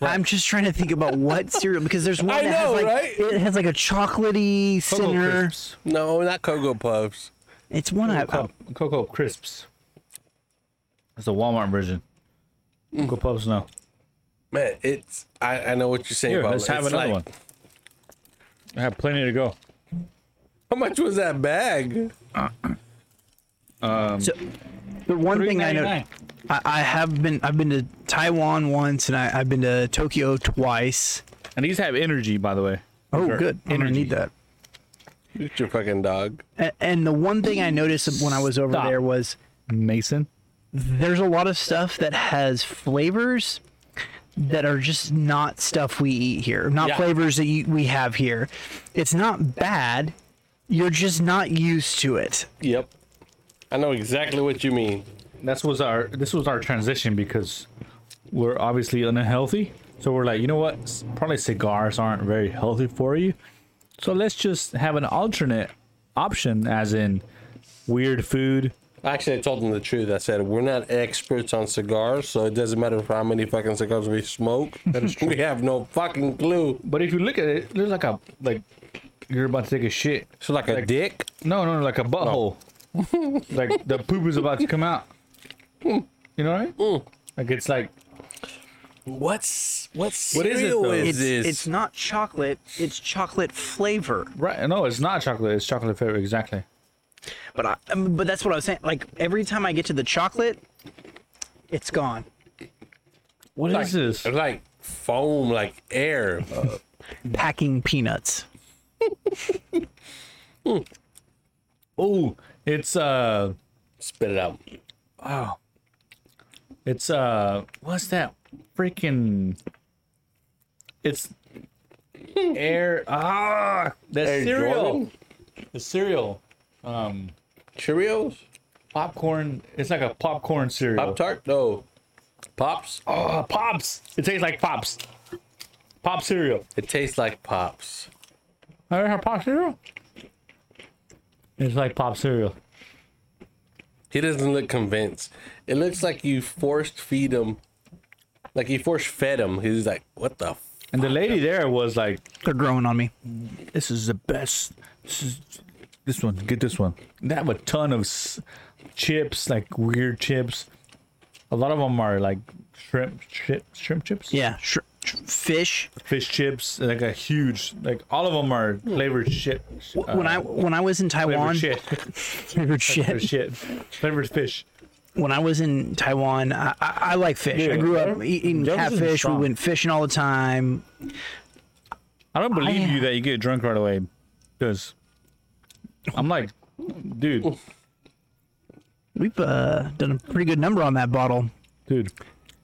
I'm just trying to think about what cereal because there's one
I
that has
know,
like
right?
it has like a chocolatey
Cocoa
center.
crisps.
no, not Cocoa Puffs.
It's one I,
Cocoa, Cocoa Crisps. It's the Walmart version. Cocoa
Mm.
Puffs now.
Man, it's I, I know what you're saying.
Here,
Pablo.
let's have
It's
another
like-
one. I have plenty to go.
How much was that bag?
so, the one thing I know.
$3.99.
I, I have been I've been to Taiwan once and I, I've been to Tokyo twice.
And these have energy, by the way.
Oh,
These are
good. I'm gonna
energy.
need that.
It's your fucking dog.
A- And the one thing I noticed when I was over
Stop.
there was
Mason.
there's a lot of stuff that has flavors that are just not stuff we eat here, not
Yeah.
flavors that you, we have here. It's not bad. You're just not used to it.
Yep. I know exactly what you mean.
That's was our this was our transition because we're obviously unhealthy. So we're like, you know what? S- Probably cigars aren't very healthy for you. So let's just have an alternate option as in weird food.
Actually, I told him the truth. I said we're not experts on cigars, so it doesn't matter how many fucking cigars we smoke. we have no fucking clue.
But if you look at it, it looks like a like you're about to take a shit.
So like, a dick.
No, no, like a butthole. like the poop is about to come out. You know what I mean?
Hmm.
Like it's like
What's what's
What is it, though?
It's, it's not chocolate, it's chocolate flavor.
right no, it's not chocolate, it's chocolate flavor, exactly.
But I, um, but that's what I was saying. Like every time I get to the chocolate, it's gone.
What is
like,
this?
it's like foam, like air.
Packing peanuts.
Oh, it's uh
Spit it out.
It's uh, what's that freaking? It's air. Ah, that
Air
cereal.
Jordan?
The cereal
Cheerios,
popcorn. It's like a popcorn cereal.
Pop Tart, no, pops.
Ah, pops. It tastes like pops. Pop cereal.
It tastes like pops.
I had pop cereal. It's like pop cereal.
He doesn't look convinced. It looks like you forced feed him, like you force fed him. He's like, what the. F-?
And the lady there was like,
They're growing on me.
"This is the best. This is this one. Get this one." They have a ton of s- chips, like weird chips. A lot of them are like shrimp, chip, shrimp chips.
Yeah, sh- sh- fish.
fish chips, like a huge, like all of them are flavored shit.
When I when I was in
flavored
Taiwan,
shit,
flavored
flavored
shit.
shit, flavored fish.
When I was in Taiwan, I, I, I like fish. I
Dude,
grew up e-,
Jeff-
eating
Jefferson's
catfish. We
strong.
went fishing all the time.
I don't believe
I-
you that you get drunk right away, because I'm like, dude,
We've uh, done a pretty good number on that bottle.
dude,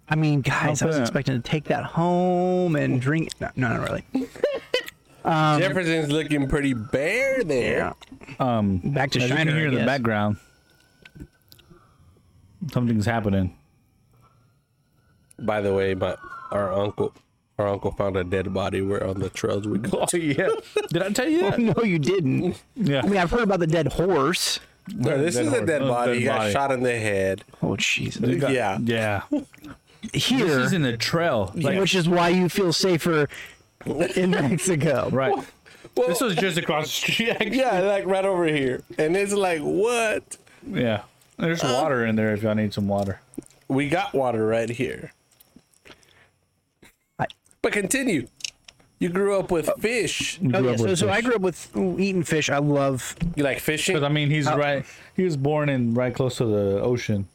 I mean, guys, I was
bet.
expecting to take that home and drink. No, no, not really.
Um,
Jefferson's looking pretty bare there.
Back to
Um, as you
Shiner.
can
I
hear in the
guess.
background, something's happening.
By the way, my our uncle, our uncle found a dead body. We're on the trails we go.
Oh, yeah, did I tell you that?
No, you didn't.
Yeah,
I mean, I've heard about the dead horse.
No, this
Dead
is a
horse.
dead
Oh,
body.
dead
he got
body.
shot in the head.
Oh, Jesus.
yeah.
yeah. This
Here,
is in the trail, like,
which is why you feel safer in Mexico.
right?
Well,
This was just across the street. actually.
yeah, like right over here, and it's like what?
Yeah, there's
Uh,
water in there if y'all need some water.
We got water right here.
I-
But continue. You grew up with fish.
Oh, yeah, so, so I grew up with eating fish. I love
You like fishing?
Because I mean,
uh,
he's right. He was born in right close to the ocean,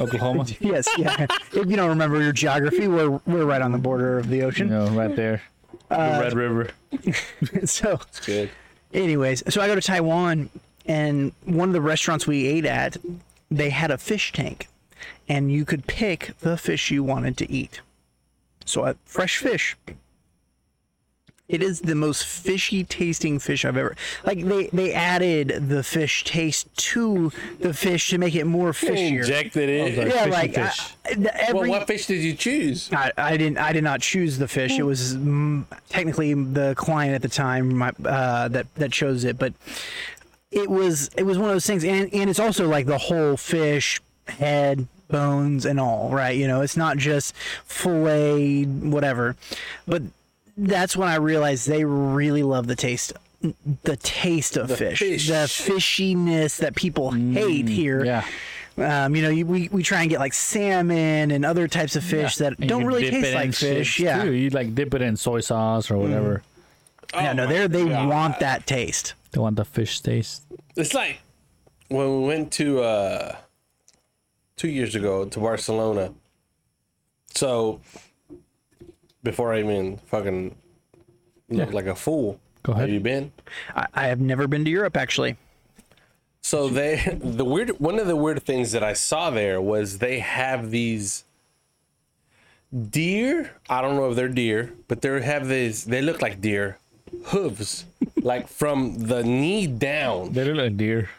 Oklahoma.
yes, yeah. if you don't remember your geography, we're we're right on the border of the
you
ocean.
know, right there,
Uh,
the Red River.
So,
Good.
anyways, so I go to Taiwan, and one of the restaurants we ate at, they had a fish tank, and you could pick the fish you wanted to eat. So, I, fresh fish. It is the most fishy tasting fish I've ever. Like they they added the fish taste to the fish to make it more fishier.
Injected
Oh,
it.
yeah,
fishy
like I-
fish.
I- the-
well,
every
what fish did you choose?
I, I didn't. I did not choose the fish. It was mm, technically the client at the time my, uh, that that chose it, but it was it was one of those things. And and it's also like the whole fish head, bones, and all. Right? You know, it's not just fillet, whatever. But that's when I realized they really love the taste. The taste of fish.
fish.
the fishiness that people hate here.
Yeah,
Um, you know, you, we, we try and get like salmon and other types of fish that
And
don't
you
really
dip it
taste
in
like
shit
fish. Yeah.
too. you like dip it in soy sauce or whatever.
Oh
yeah, no, they they want that taste.
They want the fish taste.
It's like when we went to uh two years ago to Barcelona. So before I even fucking looked like a fool.
Go
Have
ahead.
you been?
I, I have never been to Europe actually.
So they the weird one of the weird things that I saw there was they have these deer. I don't know if they're deer, but they have these. They look like deer hooves, like from the knee down.
They look like deer.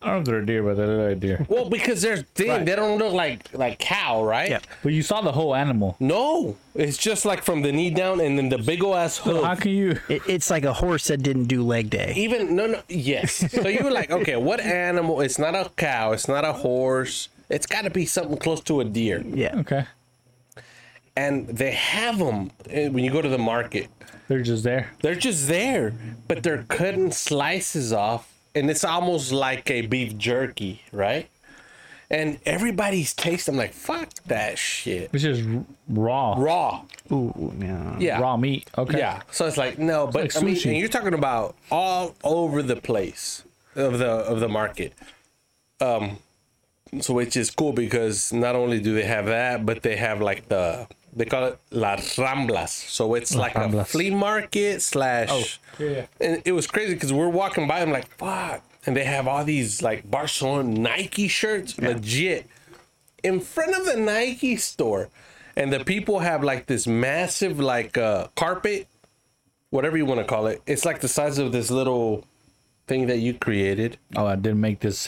I don't know if they're a deer, but they look like deer.
Well, because they're thin, they don't look like like cow, right?
Yep.
But you saw the whole animal.
No, it's just like from the knee down, and then the big ol' ass hoof.
How can you?
It, it's like a horse that didn't do leg day.
even no no yes so you were like okay what animal it's not a cow it's not a horse it's got to be something close to a deer
Yeah.
Okay.
and they have them when you go to the market
They're just there.
they're just there but they're cutting slices off and it's almost like a beef jerky right and everybody's tasting I'm like fuck that shit
It's just r- raw. Raw,
raw
Ooh, yeah.
yeah
meat. Okay.
Yeah. So it's like no, but
like
I mean,
sushi.
and you're talking about all over the place of the of the market. Um, so which is cool because not only do they have that, but they have like the they call it las ramblas. So it's like a
ramblas.
flea market slash.
Oh,
yeah.
And it was crazy because we're walking by. I'm like, fuck. And they have all these like Barcelona Nike shirts, legit in front of the Nike store, and the people have like this massive like uh, carpet, whatever you want to call it. It's like the size of this little thing that you created
Oh, I did make this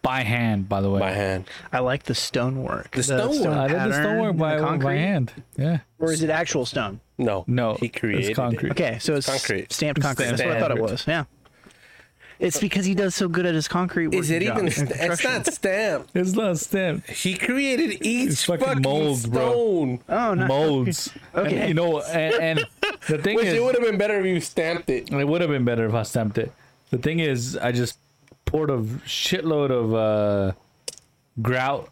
by hand, by the way. Uh,
by hand.
I like the stonework. The,
stonework.
I did this
pattern
stonework
and the
by, by
concrete.
hand. Yeah.
Or is it actual stone?
No,
No,
he
it's
created it.
concrete.
Okay, so it's
concrete.
stamped concrete. That's what I thought it
Stamped.
was. Yeah. It's because he does so good at his concrete work.
Is it even? st- It's not stamped.
It's not stamped.
He created each
It's
fucking,
fucking mold, bro.
stone.
Oh, no.
Molds.
Okay.
And, you know, and, and the thing
Which
is,
it would have been better if you stamped it.
It would have been better if I stamped it. The thing is, I just poured a shitload of uh, grout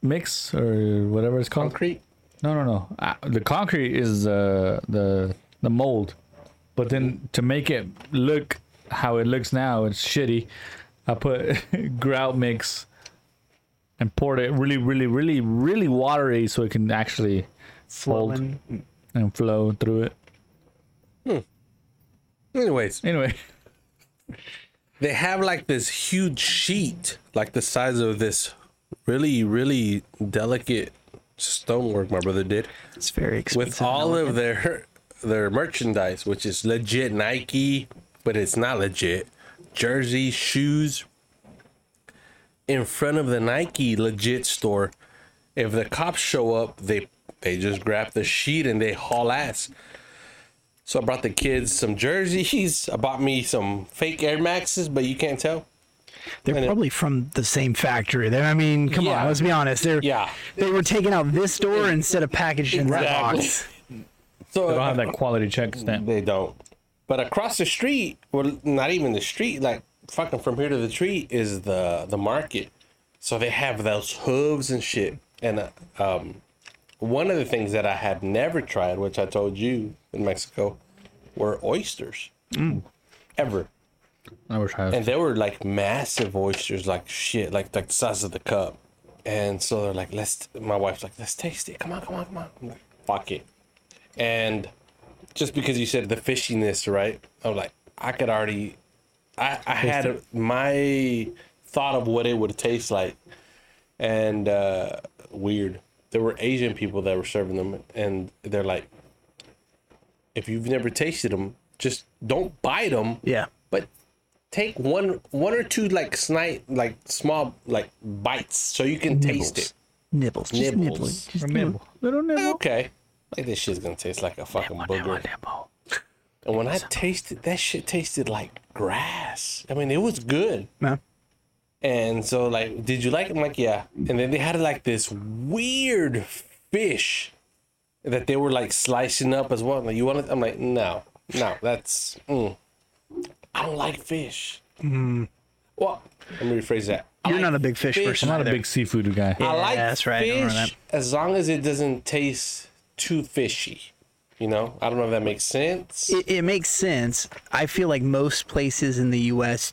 mix or whatever it's called.
Concrete.
No, no, no. Uh, the concrete is uh, the the mold, but then to make it look how it looks now, it's shitty. I put grout mix and poured it really, really, really, really watery so it can actually fold
Flowing.
and flow through it.
Anyways,
Anyway,
they have like this huge sheet, like the size of this really, really delicate stonework my brother did
It's very expensive.
with all of their their merchandise, which is legit Nike, but it's not legit. Jersey, shoes in front of the Nike legit store. If the cops show up, they they just grab the sheet and they haul ass. So I brought the kids some jerseys. I bought me some fake Air Maxes, but you can't tell.
They're probably from the same factory. They're, I mean, come
Yeah.
on, let's be honest. They're,
Yeah.
They were taking out this door instead of packaged in that
Exactly.
box.
So
I don't have that quality check stamp.
They don't. But across the street, well, not even the street, like fucking from here to the tree is the the market. So they have those hooves and shit. And uh, um, one of the things that I had never tried, which I told you in Mexico, were oysters. Ever.
I wish I
And they were like massive oysters, like shit, like like the size of the cup. And so they're like, let's. My wife's like, let's taste it. Come on, come on, come on. I'm like, fuck it. And just because you said the fishiness, right? I'm like, I could already. I I had my thought of what it would taste like, and uh, weird. There were Asian people that were serving them, and they're like, if you've never tasted them, just don't bite them
Yeah.
but take one one or two like snipe like small like bites so you can taste it
Nibbles. Just
Nibbles.
nibbling. Just
nibble. Little nibble.
okay like this shit's gonna taste like a fucking
Nibble,
booger
nibble.
and when i tasted that shit tasted like grass i mean it was good
No.
and so like did you like it i'm like yeah and then they had like this weird fish that they were like slicing up as well I'm like you want it i'm like no no that's mm. i don't like fish well let me rephrase that I
You're
like
not a big fish person.
I'm not a
either.
big seafood guy.
I like
that's right, I
fish
remember
as long as it doesn't taste too fishy. You know, I don't know if that makes sense.
it, it makes sense. I feel like most places in the U.S.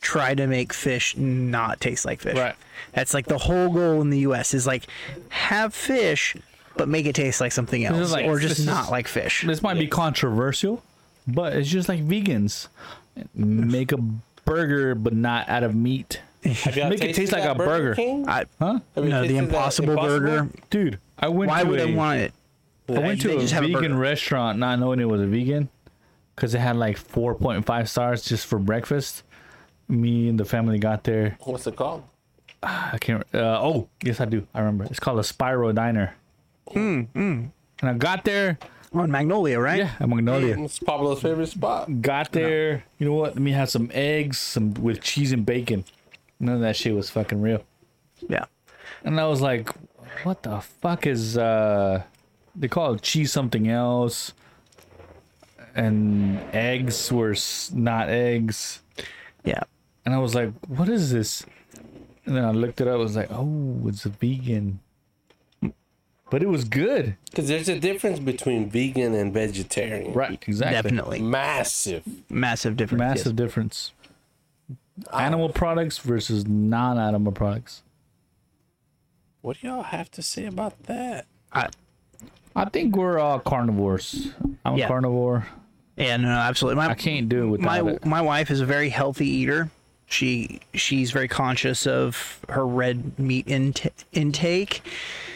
try to make fish not taste like fish.
Right.
That's like the whole goal in the U.S. is like have fish, but make it taste like something
is
else,
like-
or
this
just
is-
not like fish.
This might be controversial, But it's just like vegans make a burger, but not out of meat.
Have y'all
Make it
tasted
taste like
that
a burger.
King?
I,
Huh?
Have you
no, the
tasted that
Impossible, Burger.
Dude, I went
Why
to
would
a,
I want it?
I went
They
to a
just have a
vegan
burger.
restaurant not knowing it was a vegan because it had like 4.5 stars just for breakfast. Me and the family got there.
What's it called?
I can't. Uh, oh, yes, I do. I remember. It's called a Spiral Diner.
Hmm,
And I got there.
On Magnolia, right?
Yeah, at Magnolia.
It's Pablo's favorite spot.
Got there. You know what? Let me have some eggs, some with cheese and bacon. None of that shit was fucking real.
Yeah.
And I was like, what the fuck is uh they call it cheese something else and eggs were s- not eggs.
Yeah.
And I was like, what is this? And then I looked it up, I was like, oh, it's a vegan. But it was good.
Because there's a difference between vegan and vegetarian.
Right, exactly.
Definitely.
Massive.
Massive difference. yes.
Massive difference. Animal products versus non animal products.
What do y'all have to say about that?
I,
I think we're all carnivores. I'm a
Yeah.
carnivore.
yeah, no, no, uh, absolutely. My,
I can't do it
my
without it.
my wife is a very healthy eater. She she's very conscious of her red meat int- intake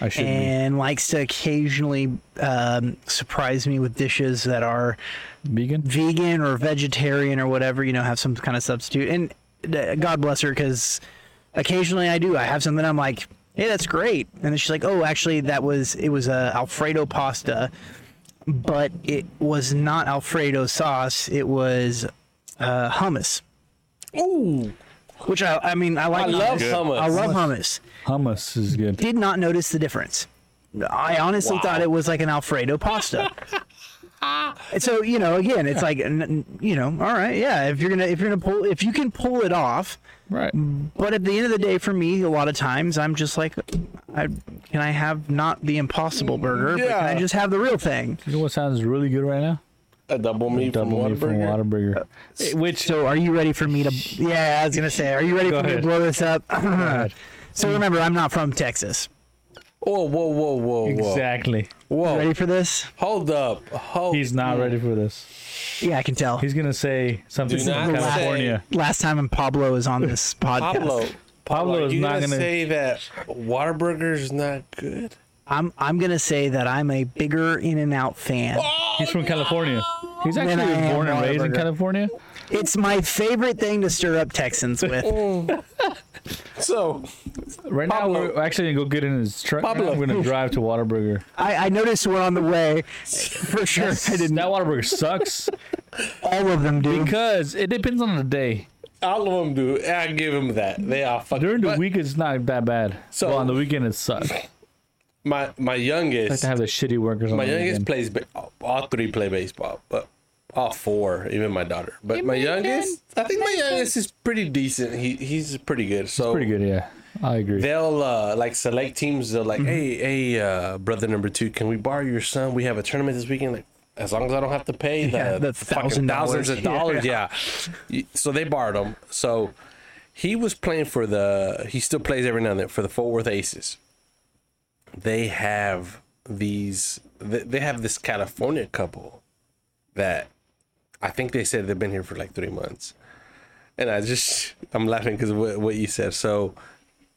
I should be.
and likes to occasionally um, surprise me with dishes that are
Vegan?
vegan or vegetarian or whatever. You know, have some kind of substitute. And uh, God bless her because occasionally I do. I have something I'm like, hey, that's great, and then she's like, oh, actually, that was it was a Alfredo pasta, but it was not Alfredo sauce. It was uh, hummus.
Ooh.
Which I, I mean, I like.
I love
Good.
hummus.
I love hummus.
Hummus is good.
Did not notice the difference. I honestly
Wow.
thought it was like an Alfredo pasta. And so you know, again, it's like n- n- you know, all right, yeah. If you're gonna, if you're gonna pull, if you can pull it off,
Right.
but at the end of the day, for me, a lot of times I'm just like, I can I have not the Impossible Burger, but can I
Yeah.
just have the real thing?
You know what sounds really good right now?
A double meat
Double
from
meat from
Whataburger.
Whataburger. Uh,
Which so are you ready for me to? Yeah, I was gonna say, are you ready for me to
ahead.
blow this up? so remember, I'm not from Texas.
Whoa, whoa, whoa, whoa, whoa.
Exactly.
Whoa.
Ready for this?
Hold up. Hold.
He's not ready for this.
Yeah, I can tell.
He's gonna say something
Do
from
not say-
California.
Last time, and Pablo is on this podcast.
Pablo.
Pablo
are
is
you
not
gonna
gonna-
say that Whataburger is not good.
I'm I'm gonna say that I'm a bigger In and Out fan.
Oh!
He's from California. He's
Then
actually
I am
born and raised in
Whataburger.
California.
It's my favorite thing to stir up Texans with.
So
Right
Pablo.
now, we're actually gonna go get in his truck.
Pablo.
Pablo. We're gonna drive to Whataburger.
I, I noticed we're on the way. For sure, I didn't.
That Whataburger sucks
All of them do.
because it depends on the day.
all of them do. I give him that. They are fucking.
During the
but
week, it's not that bad.
So-
So on the weekend, it sucks. I
my my
like
youngest,
to have the shitty workers on
my
the
youngest
weekend.
plays ba- all three play baseball, but all four, even my daughter. But my youngest, I think my youngest is pretty decent. He he's pretty good. So
Pretty good, yeah. I agree.
they'll uh, like select teams. They're
Mm-hmm.
like, hey, hey, uh, brother number two, can we borrow your son? We have a tournament this weekend. Like, as long as I don't have to pay the,
Yeah, the
uh, fucking
$1,000.
thousands of dollars, yeah. Y- So they borrowed him. So he was playing for the. He still plays every now and then for the Fort Worth Aces. They have these. th- They have this California couple that I think they said they've been here for like three months. And I just, I'm laughing because what, what you said. So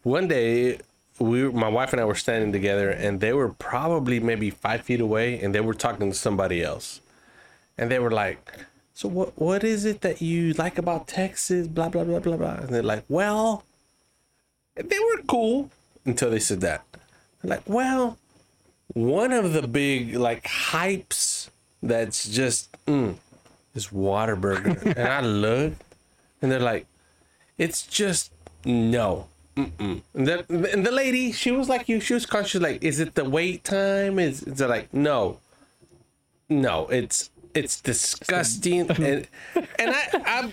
one day, we, my wife and I were standing together, and they were probably maybe five feet away, and they were talking to somebody else. And they were like, So, what, what is it that you like about Texas? Blah, blah, blah, blah, blah. And they're like, Well, and they were cool until they said that. They're like, Well, one of the big like hypes that's just mm, is Waterburger. and I looked and they're like, it's just no. Mm-mm. And, the, and the lady, she was like you. She was conscious. Like, is it the wait time? Is they're like, no, no. It's it's disgusting. and and I,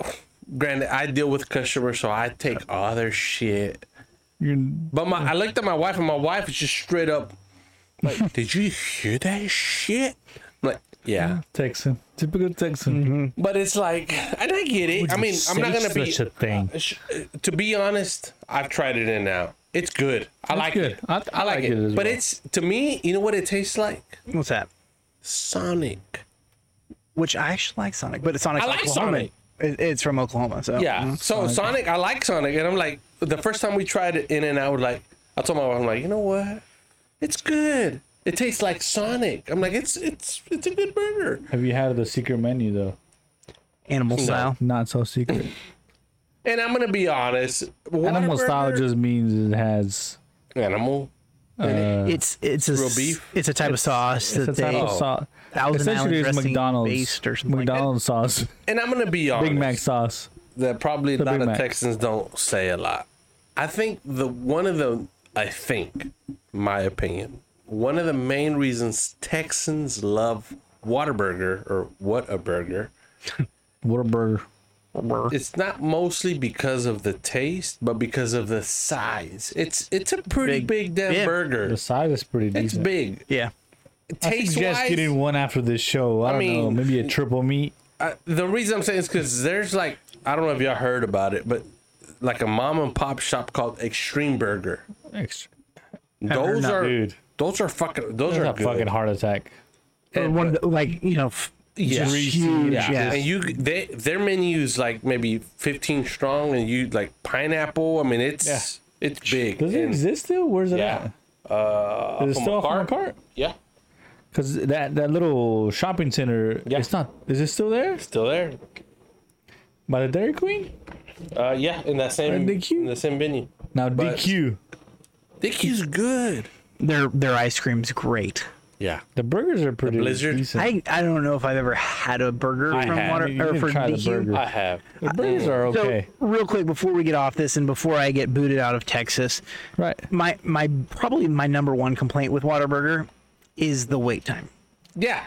I, granted, I deal with customers, so I take all their shit.
You're-
But my, I looked at my wife, and my wife was just straight up. Like, did you hear that shit? I'm like, yeah.
Mm. Texan, typical Texan.
Mm-hmm.
But it's like, and I get it. I mean, I'm not gonna be Uh,
such a thing.
Sh- to be honest, I've tried it in now. It's good. I like
good.
it.
I- I like it as
but
well.
it's to me, you know what it tastes like?
What's that?
Sonic.
which I actually like Sonic, but Sonic's
I like
Oklahoma.
Sonic.
It, it's from Oklahoma, so
Yeah. So Sonic, I like Sonic, and I'm like, the first time we tried it in and out, like, I told my wife, I'm like, you know what? It's good. It tastes like Sonic. I'm like, it's it's it's a good burger.
Have you had the secret menu though?
animal style.
Not so secret.
And I'm gonna be honest,
Animal style
Whataburger-
just means it has
animal.
it's it's a
Real
s-
beef?
It's a type of sauce
it's a
that
type
they
of sauce.
Thousand
Essentially,
Island
it's
dressing
McDonald's
based or something like that.
McDonald's sauce,
And I'm gonna be honest.
Big Mac sauce.
that probably a
The
lot
Big
of
Mac.
Texans don't say a lot. I think the one of the I think, my opinion, one of the main reasons Texans love Whataburger or what a burger,
Whataburger.
it's not mostly because of the taste, but because of the size. It's it's a pretty
Big.
big, damn
Yeah.
burger.
The size is pretty decent.
It's big.
yeah.
Taste
Just getting
wise,
one after this show. I,
I
don't know.
mean-
Maybe a triple meat.
the reason I'm saying is because there's like I don't know if y'all heard about it, but like a mom and pop shop called Extreme Burger.
Extra.
heard
Those
nothing.
are
Dude.
those are fucking those
That's
are
a
good.
fucking heart attack.
Or one of the- like you know, f-
Yeah.
just
Greasy,
huge.
yeah.
Yeah.
And you they their menus like maybe 15 strong and you like pineapple. I mean it's it's big.
Does it
And-
exist still? Where's it
Yeah. Uh,
at? Is it still on cart?
Yeah.
Because that, that little shopping center,
Yeah.
it's not. Is it still there?
Still there.
By the Dairy Queen?
Uh yeah, in that same
Aren't they cute?
in the same venue.
Now
But-
DQ.
DQ's good.
their their ice cream's great.
Yeah.
The burgers are pretty
Blizzard?
decent.
I I don't know if I've ever had a burger
I
from
have.
Water
You
or
can
from
try the
DQ.
burger.
I have.
the burgers are
So
okay.
real quick before we get off this and before I get booted out of Texas,
right.
my my probably my number one complaint with Whataburger is the wait time.
Yeah.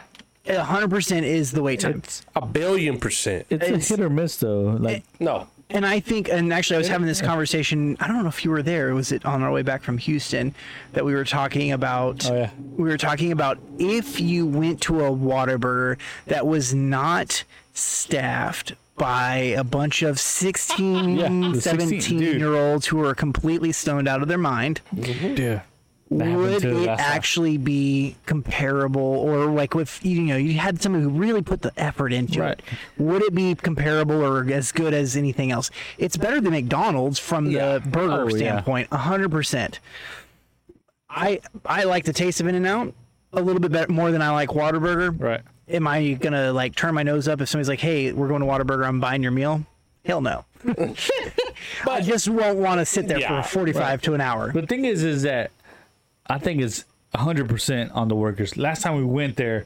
A hundred percent is the wait time.
A billion percent.
It's,
It's-
a hit or miss though. Like
No.
And I think, and actually, I was having this conversation. I don't know if you were there. Was it on our way back from Houston that we were talking about?
Oh, yeah.
We were talking about if you went to a Whataburger that was not staffed by a bunch of 16,
Yeah, the 16,
17
dude. Mm-hmm.
year olds who are completely stoned out of their mind,
yeah.
would it actually be comparable or like if you know you had someone who really put the effort into
Right.
it would it be comparable or as good as anything else it's better than mcdonald's from
Yeah.
the burger
Oh, yeah.
standpoint 100% i i like the taste of in and out a little bit better more than i like Whataburger.
Right.
am i gonna like turn my nose up if somebody's like hey we're going to Whataburger, i'm buying your meal hell no i just won't want to sit there
Yeah,
for 45 to an hour
The thing is, is that I think it's hundred percent on the workers. Last time we went there,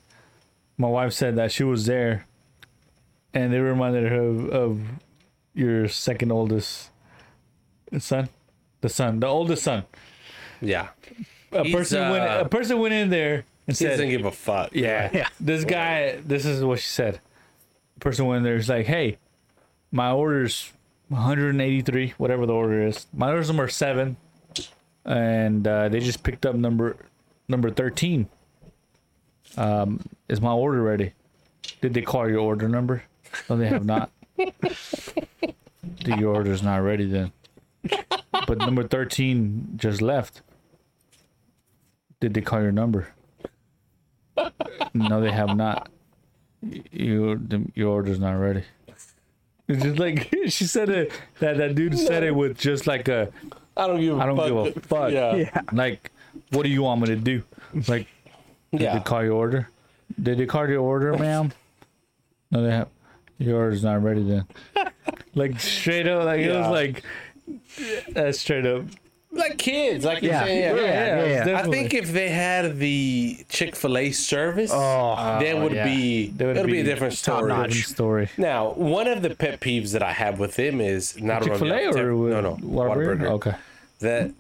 my wife said that she was there, and they reminded her of, of your second oldest son, the son, the oldest son.
Yeah.
A
He's,
person went.
uh,
A person went in there and
He doesn't
said,
give a fuck.
"Yeah,
Yeah.
this guy. This is what she said. A person went in there. It's like, hey, my order's 183, whatever the order is. My order's number seven, and uh, they just picked up number number 13. Um, is my order ready? Did they call your order number? No, they have not. Dude, your order's not ready then. But number 13 just left. Did they call your number? No, they have not. Y- Your the- your order's not ready. It's just like she said it that that dude said it with just like a
I don't give a
I don't
fuck.
give a fuck.
Yeah. Yeah.
Like, what do you want me to do? Like, did they call your order? Did they call your order, ma'am? No, they have. Your order's not ready then. like straight up, like it was
Yeah.
like that's straight up.
Like kids, like
Yeah.
you're saying.
Yeah.
it's
I
definitely-
think if they had the Chick Fil A service,
Oh.
that would
yeah.
be
That would
it'll be, a
be
different
top
story.
notch.
different story.
Now, one of the pet peeves that I have with him is not
Chick Fil A
around the-
or
no no
Whataburger?
Whataburger.
Okay.
That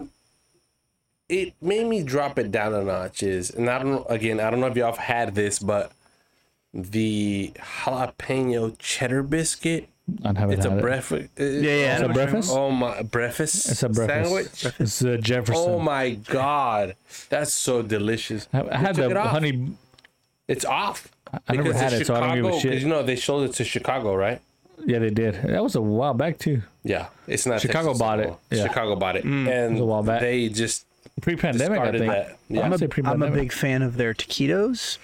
it made me drop it down a notch is, and I don't again I don't know if y'all have had this, but the jalapeno cheddar biscuit.
I haven't
It's a
had it.
breakfast.
yeah yeah I know
It's a
what you're talking
breakfast.
Oh my breakfast.
It's a breakfast.
sandwich.
It's a Jefferson.
Oh my god, that's so delicious.
I, I
They
had
took
the
it off.
honey.
It's off.
I never
Because
had
it's
it, so I don't give a
Chicago- 'cause
shit.
You know they sold it to Chicago, right?
Yeah, they did. That was a while back too.
Yeah, it's not
Chicago
Texas
bought it.
anymore.
Yeah.
Chicago bought it,
Mm.
and
was a while back.
they just
Pre-pandemic, I
Discarded
think.
that.
Yeah.
Yeah.
I'm,
I'm
a,
I'm a big fan of their taquitos.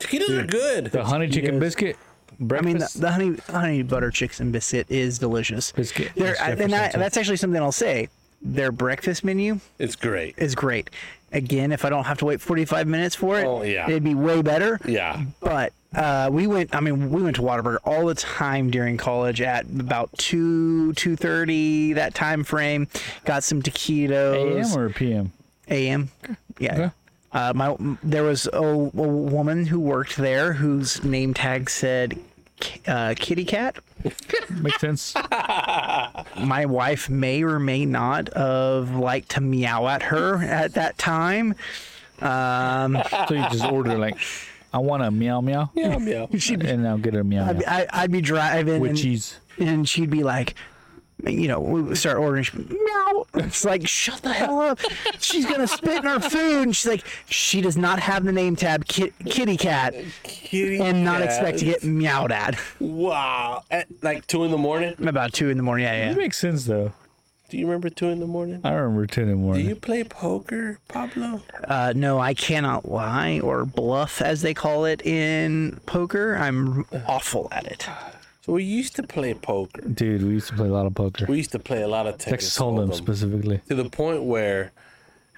taquitos are good.
the honey chicken biscuit.
I mean, the,
breakfast.
the honey honey butter chicks and biscuit is delicious.
Biscuit
Their-
is
and I,
Jefferson, too.
that's actually something I'll say. Their breakfast menu
It's great.
is great. Again, if I don't have to wait 45 minutes for it,
Oh, yeah.
it'd be way better.
Yeah.
But uh, we went. I mean, we went to Whataburger all the time during college at about two two thirty that time frame. Got some taquitos.
AM or PM?
A.M. Yeah. Uh, my there was a, a woman who worked there whose name tag said K- uh, Kitty Cat.
Makes sense.
My wife may or may not have liked to meow at her at that time.
so you just order like, I want a meow meow.
Meow, meow.
and I'll get a meow, meow
I, I'd be driving
with
and-
cheese.
and she'd be like, you know, we would start ordering. she'd be, Meow. It's like, shut the hell up. She's gonna spit in our food. And she's like, she does not have the name tab ki- kitty cat
Kitty
and not
cat.
expect to get meowed at
Wow. At like two in the morning.
about two in the morning. Yeah,
It
yeah.
makes sense though.
Do you remember two in the morning?
I remember ten in the
Do
morning.
you play poker, Pablo?
Uh, no, I cannot lie or bluff, as they call it in poker. I'm awful at it.
So we used to play poker.
Dude, we used to play a lot of poker.
We used to play a lot of Texas,
Texas Hold'em
Hold'em.
specifically.
to the point where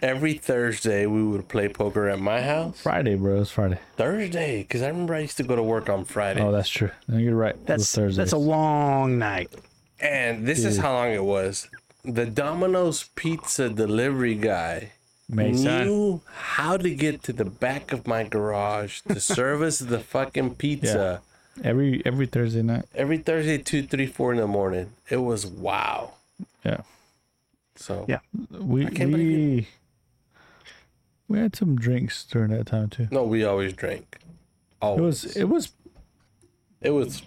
every Thursday we would play poker at my house.
Friday, bro. It's Friday.
Thursday, because I remember I used to go to work on Friday.
Oh, that's true. No, you're right.
That's
Thursday.
that's a long night.
and this is how long it was. The Domino's pizza delivery guy knew how to get to the back of my garage to service the fucking pizza
every every Thursday night.
every Thursday, two, three, four in the morning. It was wow.
Yeah,
So
Yeah.
we
can't believe
we we had some drinks during that time too.
no, we always drank.
It
Always.
was it was
It was,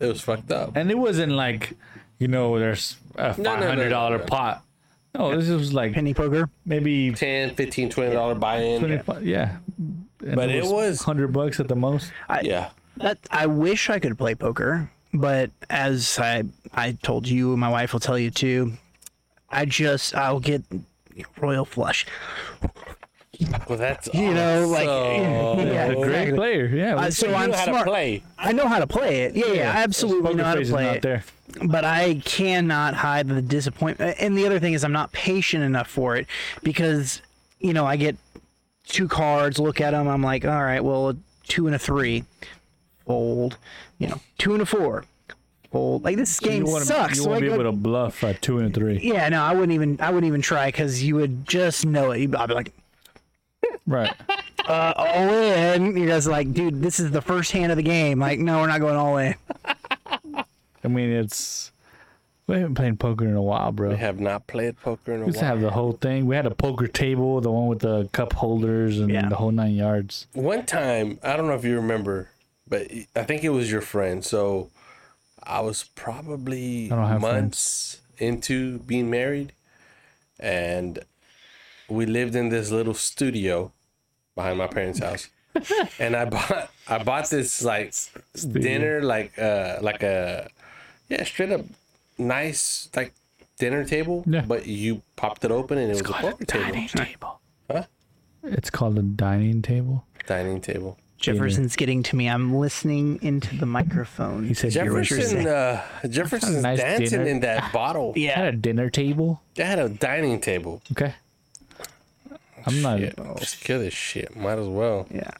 it was fucked up.
and it wasn't like you know there's a
No, no,
five
no,
hundred dollar
no, no.
pot. No, this was like
Penny poker.
maybe
10 15 20 dollar buy-in
twenty five. Yeah, And
But it was-
hundred bucks at the most.
yeah
That I wish I could play poker, but as I I told you, and my wife will tell you too. I just I'll get royal flush.
well that's
You know, like yeah,
Great
exactly.
player. Yeah,
Uh,
we-
so
you
I'm
know how
smart.
to play
I know how to play it. Yeah, yeah, I absolutely
poker
know how to
face is
play
not
it.
there.
But I cannot hide the disappointment. And the other thing is, I'm not patient enough for it because you know I get two cards, look at them, I'm like, all right, well, a two and a three, fold. You know, two and a four, fold. Like this game
You wanna-
sucks.
You won't
Like,
be
like-
able to bluff at two and three.
yeah, no, I wouldn't even. I wouldn't even try because you would just know it. You'd- I'd be like,
Right.
all in. You guys are like, dude, this is the first hand of the game. Like, no, we're not going all in.
I mean, it's we haven't played poker in a while, bro.
we
We
have not played poker in a
used to
while
have the whole thing. We had a poker table, the one with the cup holders and
Yeah.
the whole nine yards.
one time i don't know if you remember but i think it was your friend so i was probably
I don't have
months into being married and we lived in this little studio behind my parents house and i bought i bought this like dinner like uh like a yeah straight up nice like dinner table
Yeah.
but you popped it open and it was a poker table
table.
Huh?
It's called a dining table.
dining table
Jefferson's getting to me. I'm listening into the microphone.
He said you were
Jefferson, uh, Jefferson's
nice
dancing
dinner.
in that bottle.
Yeah.
had a dinner table.
They had a dining table.
Okay. I'm not.
Yeah, just kill this shit. Might as well.
Yeah.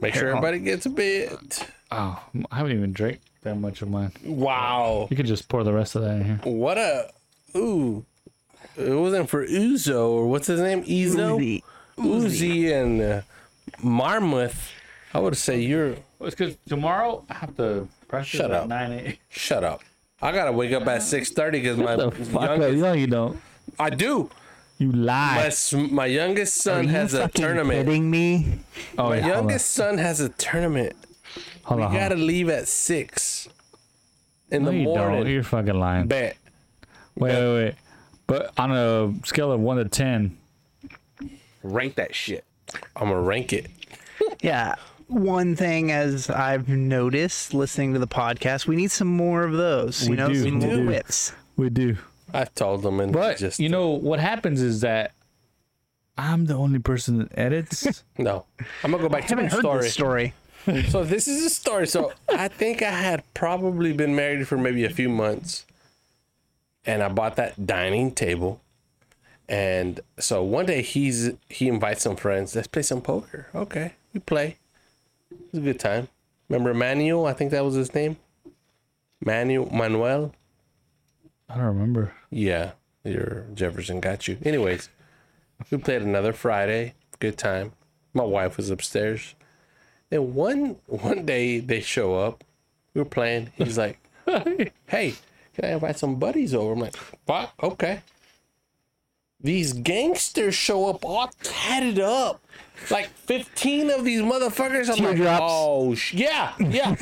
Make sure everybody gets a bit.
Oh, I haven't even drank that much of mine.
Wow.
You could just pour the rest of that in here.
What a ooh. It wasn't for Uzo or what's his name? Ezo,
Uzi.
Uzi, and uh, Marmoth. I would say you're.
it's because tomorrow I have to practice
Shut at up.
nine eight.
Shut up. I gotta wake up at six thirty because my
The fuck up.
youngest.
No, you don't.
I do.
You lie.
My, s- my youngest
Are
son
you
has a
fucking
tournament.
kidding me?
oh,
My
yeah, hold on.
youngest son has a tournament.
Hold
We
on, hold on.
gotta leave at six in
Uh-huh. No,
the
you don't.
morning.
You're fucking lying.
Bet.
Wait, wait, wait. But on a scale of one to ten,
Rank that shit. I'm gonna rank it.
Yeah. One thing as I've noticed listening to the podcast, we need some more of those. you
We
know,
do,
some
we
more
do.
whips.
we do.
I told them and
But
just
you know what happens is that I'm the only person that edits.
no. I'm gonna go back
I
to
haven't
my
heard
story.
this story.
so this is a story. So I think I had probably been married for maybe a few months, and I bought that dining table. And so one day he's he invites some friends. Let's play some poker. Okay, we play. It's a good time. Remember Manuel? I think that was his name. Manuel Manuel.
I don't remember.
Yeah, your Jefferson got you. Anyways, we played another Friday. Good time. My wife was upstairs. And one one day they show up. We were playing. He's like, "Hey, can I invite some buddies over?" I'm like, "Fuck, okay." These gangsters show up all tatted up, like 15 of these motherfuckers. I'm like,
Teardrops.
"Oh, sh- yeah, yeah."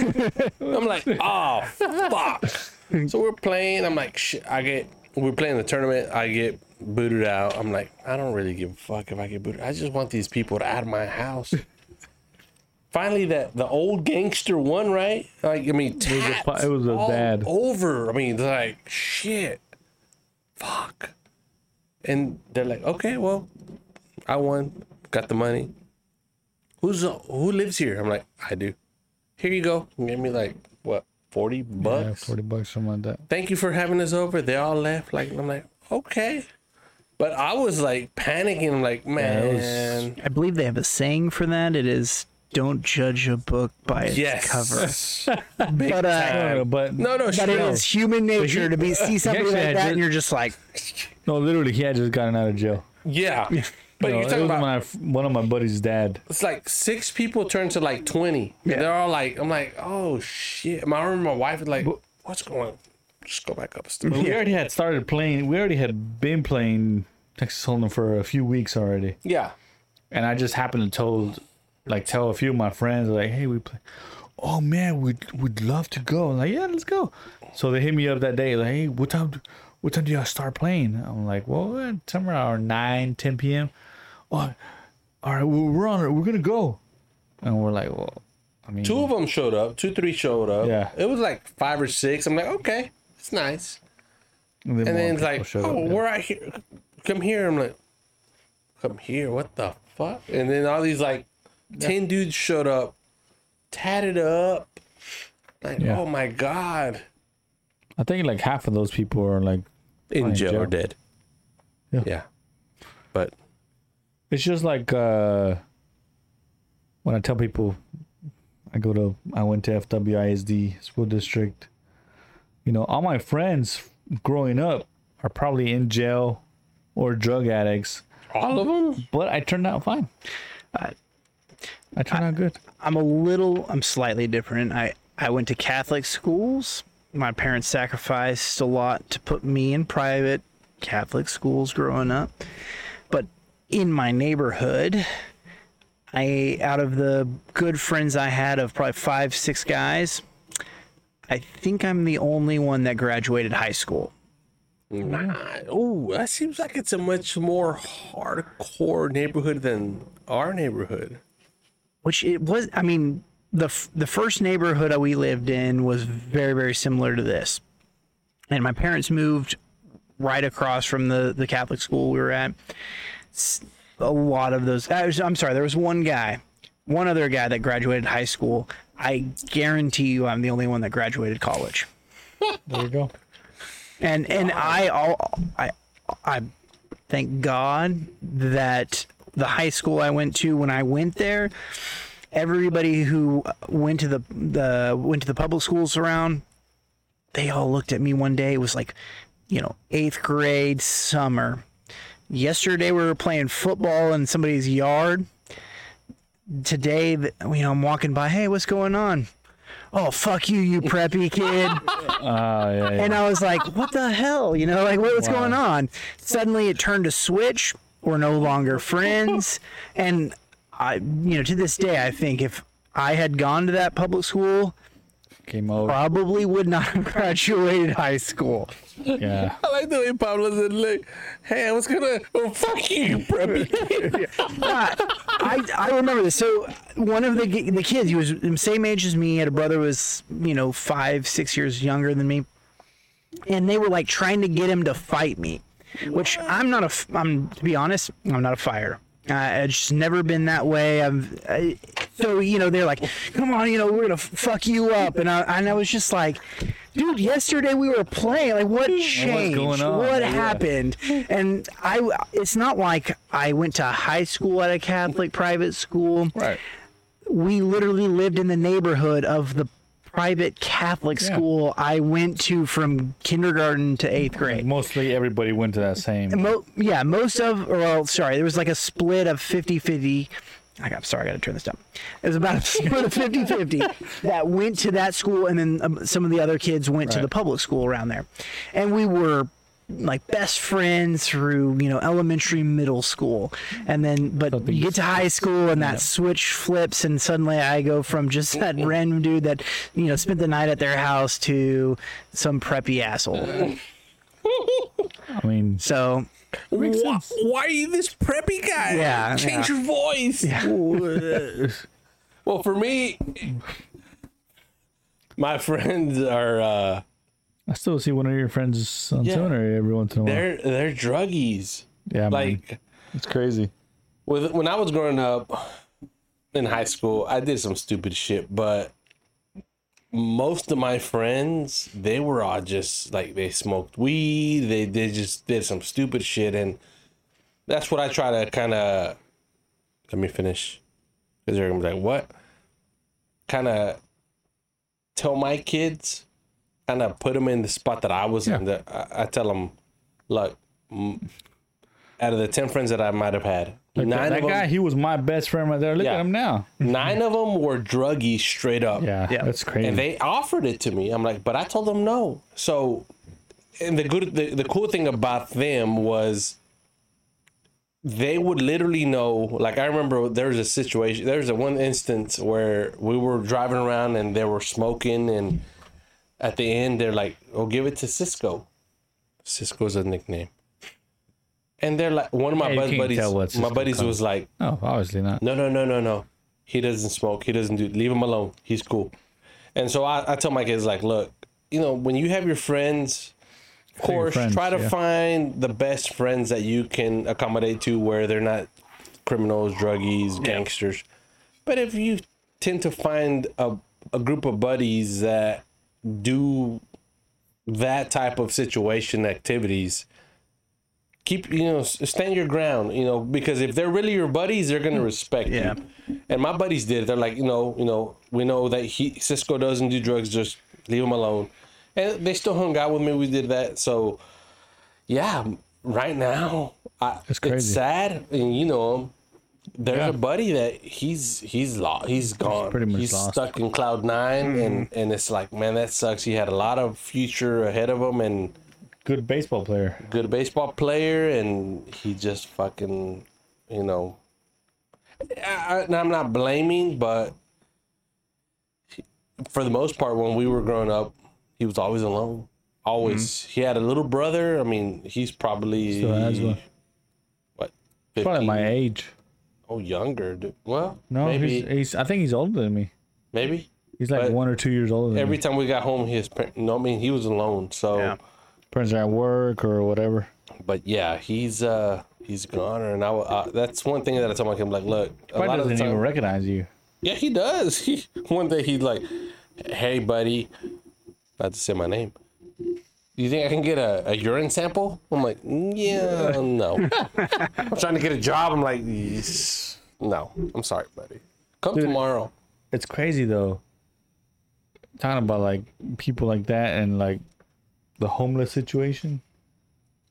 I'm like, "Oh, fuck." So we're playing. I'm like, shit. I get. We're playing the tournament. I get booted out. I'm like, I don't really give a fuck if I get booted. I just want these people to out of my house. Finally, that the old gangster won, right? Like, I mean,
was a
tats
fu- it was a
all
dad.
over. I mean, they're like, shit, fuck. And they're like, okay, well, I won, got the money. Who's who lives here? I'm like, I do. Here you go. And Give me like what, forty bucks?
Yeah, forty bucks, something like that.
thank you for having us over. They all left. Like I'm like, okay. But I was like panicking. I'm like, man.
I believe they have a saying for that. It is don't judge a book by its
Yes.
cover.
Big
But, uh,
time.
No, but
no, no,
But it
sure.
is human nature to be see something
actually
like
had
that,
it-
and you're just like,
no, literally, he had just gotten out of jail.
yeah. But
No,
you're
it
talking
was
about
my f- one of my buddy's dad.
it's like six people turned to like twenty. And they're all like, I'm like, oh shit. My I remember my wife was like, what's going? on? Just go back upstairs.
We already had started playing. We already had been playing Texas Hold'em for a few weeks already,
Yeah.
and I just happened to told, like, tell a few of my friends, like, "Hey, we play." Oh man, we'd would love to go. I'm like, yeah, let's go. So they hit me up that day, like, "Hey, what time? do- What time do y'all start playing?" I'm like, "Well, eh, somewhere around 9, 10 p.m." Oh, all right, well, we're on it. We're gonna go, and we're like, "Well, I mean,
Two of them showed up. Two, three showed up.
Yeah.
It was like five or six. I'm like, okay, it's nice.
and then,
And
more
then it's
people
like,
showed
oh,
up."
we're out here. Come here. I'm like, come here. What the fuck? And then all these like 10 dudes showed up, tatted up. Like,
Yeah.
oh my God.
I think like half of those people are like
In
Fine,
jail or
Joe.
dead.
Yeah.
yeah. But
It's just like uh, when I tell people I go to I went to FWISD school district. You know, all my friends growing up are probably in jail or drug addicts,
all of them?
but I turned out fine.
I-
I turned out good.
I'm a little, I'm slightly different. I, I went to Catholic schools. My parents sacrificed a lot to put me in private Catholic schools growing up. But in my neighborhood, I, out of the good friends I had of probably five, six guys, I think I'm the only one that graduated high school.
Nah. Oh, that seems like it's a much more hardcore neighborhood than our neighborhood.
which it was i mean the f- the first neighborhood that we lived in was very very similar to this and my parents moved right across from the the catholic school we were at S- a lot of those I was, i'm sorry there was one guy one other guy that graduated high school i guarantee you i'm the only one that graduated college
There you go.
and and I all I I thank God that the high school I went to when I went there, everybody who went to the the went to the public schools around, they all looked at me one day. It was like, you know, eighth grade summer. Yesterday we were playing football in somebody's yard. Today, th- you know, I'm walking by. Hey, what's going on? Oh, fuck you, you preppy kid.
Oh yeah, yeah.
And I was like, what the hell? You know, like, what, what's going on? Suddenly it turned a switch. We're no longer friends. And I, you know, to this day, I think if I had gone to that public school,
came over.
probably would not have graduated high school.
Yeah,
I like the way Pablo said, like, hey, I was gonna, oh, fuck you, preppy.
But I, I remember this. So one of the ki- the kids, he was the same age as me. Had a brother who was, you know, five, six years younger than me. And they were like trying to get him to fight me, which I'm not a. f- I'm to be honest, I'm not a fighter. I, I've just never been that way. I've, I, So you know they're like, "Come on, you know we're gonna f- fuck you up," and I and I was just like, "Dude, yesterday we were playing. Like, what changed?
going on?
What
Yeah.
happened?" And I, it's not like I went to high school at a Catholic private school.
Right.
We literally lived in the neighborhood of the private Catholic school I went to from kindergarten to eighth grade.
Mostly everybody went to that same.
Mo- yeah, most of, or well, sorry, there was like a split of 50 50. I got, sorry, I got to turn this down. It was about a split of 50 50 that went to that school, and then um, some of the other kids went to the public school around there. And we were like best friends through, you know, elementary, middle school. And then, but you get to high school, and that switch flips, and suddenly I go from just that random dude that, you know, spent the night at their house to some preppy asshole.
I mean,
So
Why, why are you this preppy guy?
Yeah,
Change your voice. well, for me, my friends are uh,
I still see one of your friends on
Yeah.
Twitter every once in a while.
they're they're druggies.
Yeah, man.
Like
It's crazy.
with when I was growing up in high school, I did some stupid shit, but most of my friends, they were all just like they smoked weed, they they just did some stupid shit and that's what I try to kind of let me finish. Cuz they're going to be like, "What?" kind of tell my kids kind of put them in the spot that I was in. That I, I tell them, "Look, m- out of the 10 friends that I might have had,
Like that,
nine
that
of
guy,
them
he was my best friend right there. Look
Yeah.
at him now.
Nine of them were druggies straight up.
Yeah,
Yeah.
that's crazy.
And they offered it to me. I'm like, but I told them no. So, and the good, the, the cool thing about them was they would literally know. Like, I remember there was a situation, there was a one instance where we were driving around and they were smoking. And at the end, they're like, oh, give it to Cisco. Cisco's a nickname. And they're like, one of my
Yeah, you
bud
can't tell what
buddies, my
Cisco
buddies
comes-
was like,
no, obviously not.
no, no, no, no, no. He doesn't smoke. He doesn't do. Leave him alone. He's cool. And so I, I tell my kids like, look, you know, when you have your friends, of course,
friends,
try to
yeah.
find the best friends that you can accommodate to, where they're not criminals, druggies, gangsters. But if you tend to find a a group of buddies that do that type of situation activities keep you know s- stand your ground you know because if they're really your buddies they're gonna respect
Yeah.
you and my buddies did they're like you know you know we know that he cisco doesn't do drugs just leave him alone and they still hung out with me we did that so yeah right now I,
That's crazy.
it's sad and you know him there's a buddy that he's he's lost he's gone
pretty much
he's
lost.
stuck in cloud nine and and it's like man that sucks he had a lot of future ahead of him and
Good baseball player.
good baseball player, and he just fucking, you know. I, I- and I'm not blaming, but for the most part, when we were growing up, he was always alone. Always, he had a little brother. I mean, he's probably
Hmm. Still has one.
what,
Probably
15?
my age.
Oh, younger. Dude. Well,
No,
maybe,
he's, he's. I think he's older than me.
maybe.
He's like
But
one or two years older. Than
Every
Every
time we got home, his parents. No, I mean he was alone. So,
Yeah.
parents are at work or whatever.
but yeah, he's uh he's gone, and I, uh, that's one thing that I told my kid. I'm like, look, a
Probably
lot of the
doesn't
time,
even recognize you.
Yeah, he does. He one day he's like, "Hey, buddy," not to say my name. You think I can get a, a urine sample? I'm like, yeah, no. I'm trying to get a job. I'm like, "Yes." no. I'm sorry, buddy. Come tomorrow.
It's crazy though. Talking about like people like that and like the homeless situation.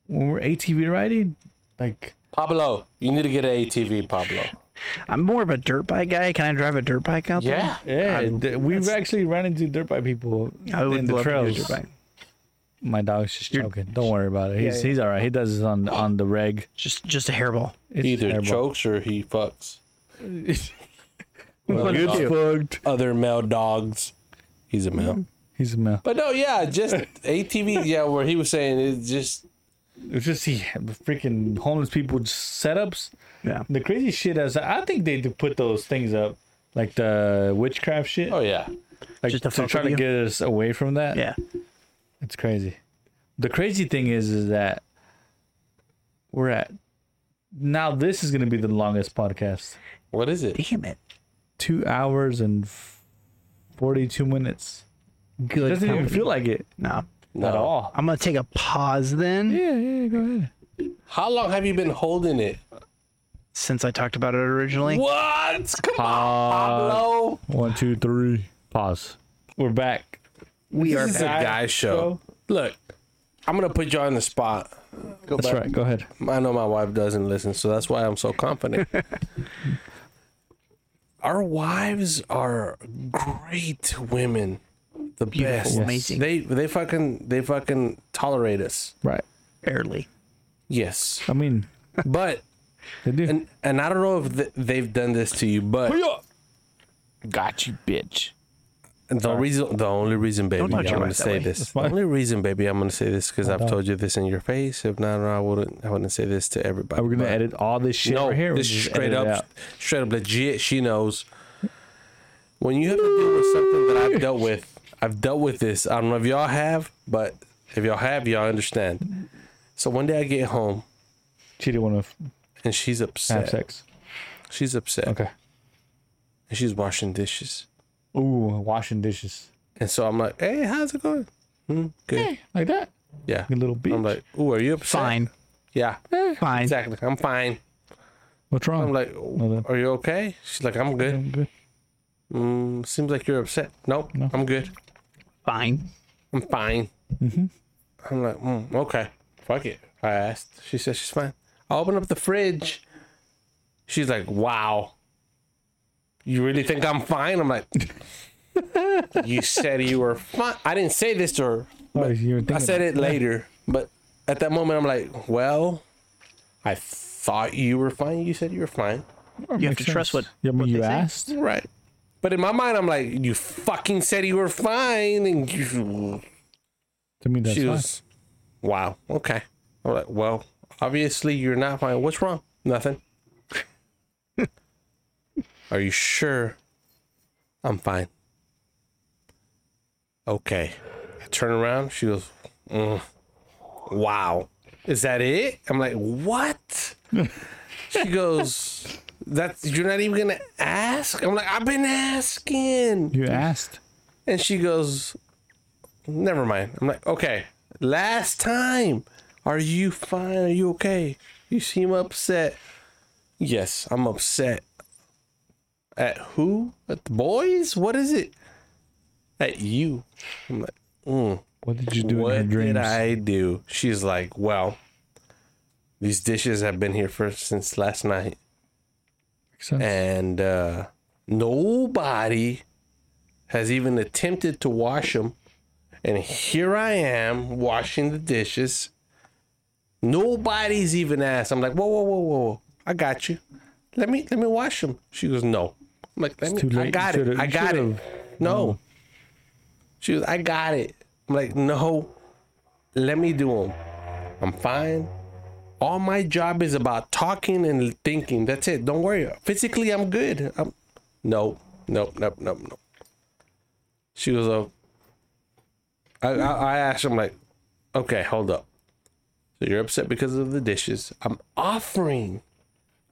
When we're ATV riding, like
Pablo, you need to get an ATV, Pablo.
I'm more of a dirt bike guy. Can I drive a dirt bike out
Yeah.
yeah, th- we've actually run into dirt bike people
there? I would
in the
love
trails.
to do a dirt bike.
My dog's just joking. Don't worry about it. He's he's all right. He does this on on the reg.
Just just a hairball.
It's
Either
terrible.
chokes or he fucks
What
It's
do?
fucked.
other male dogs. He's a
Mm-hmm.
male.
He's a male.
But no, yeah, just ATV. Yeah, where he was saying it's just
It's just see freaking homeless people just setups.
Yeah.
The crazy shit is, I think they do put those things up, like the witchcraft shit,
oh yeah.
like
Just to
to,
fuck
try to
with
get us away from that.
Yeah.
it's crazy. The crazy thing is, is that we're at now. This is gonna be the longest podcast.
What is it?
Damn it.
two hours and forty-two minutes.
Good.
Doesn't even feel like it
no.
at all.
I'm gonna take a pause then,
Yeah, yeah. Go ahead.
How long have you been holding it?
since I talked about it originally.
What? Come on, Pablo.
One, two, three. Pause. We're back.
We are
This is a
back.
guy show. Look, I'm gonna put you on the spot.
That's right. Go ahead.
I know my wife doesn't listen, so that's why I'm so confident. Our wives are great women, the best.
amazing.
They they fucking they fucking tolerate us.
Right.
Barely.
Yes,
I mean,
but
they do.
and and I don't know if th- they've done this to you, but
Got you, bitch.
the reason the only reason, baby,
touch
I'm
your
gonna
wife that
say
way.
this.
That's
The
fine.
only reason, baby, I'm gonna say this because I've told you this in your face. If not, I wouldn't I wouldn't say this to everybody.
Are we gonna
but-
edit all this shit
no,
right here? or
This
just
straight
edit it
up,
out?
straight up legit. She knows. When you have to deal with something that I've dealt with, I've dealt with this. I don't know if y'all have, but if y'all have, y'all understand. So one day I get home
She didn't want
and she's
to have
upset.
sex.
She's upset.
Okay.
And she's washing dishes.
Ooh, washing dishes
And so I'm like, hey, how's it going? Hmm, good.
like that.
Yeah.
A little beach.
I'm like, ooh, are you upset?
Fine.
Yeah,
Fine.
exactly. I'm fine.
What's wrong?
I'm like,
then.
are you okay? She's like, I'm good.
I'm good.
Mm, seems like you're upset. Nope,
No.
I'm good.
Fine.
I'm fine. Mm-hmm. I'm like, mm, okay, fuck it. I asked. She said she's fine. I open up the fridge. She's like, wow. You really think I'm fine? I'm like, you said you were fine. I didn't say this to her.
Oh, you were
I
thinking
said
about-
it later. But at that moment, I'm like, well, I thought you were fine. You said you were fine.
You have
Makes
to trust
sense.
what.
Yeah, I mean,
what
you
they say.
asked.
Right. But in my mind, I'm like, you fucking said you were fine. And you
To me, that's
she
fine.
was, wow, okay. I'm like, well, obviously you're not fine. What's wrong? Nothing. Are you sure? I'm fine. Okay. I turn around. She goes, mm, wow. Is that it? I'm like, what? she goes, that's, you're not even going to ask? I'm like, I've been asking.
You asked.
And she goes, Never mind. I'm like, Okay, last time. Are you fine? Are you okay? You seem upset. Yes, I'm upset. At who? At the boys? What is it? At you. I'm like, mm,
What did you do
What
in her dreams?
did I do? She's like, Well, these dishes have been here for since last night
Makes sense.
and uh, nobody has even attempted to wash them. And here I am washing the dishes. Nobody's even asked. I'm like, whoa, whoa, whoa, whoa, whoa! I got you. Let me let me wash them. She goes, no. I'm like, let me.
too late.
I
You
got it.
should've-
I
you
got it.
should've-
No. She goes, I got it. I'm like, no. Let me do them. I'm fine. All my job is about talking and thinking. That's it. Don't worry. Physically, I'm good. I'm no, no, no, no, no. She "Oh, was a. I I, I asked him like, okay, hold up. So you're upset because of the dishes. I'm offering.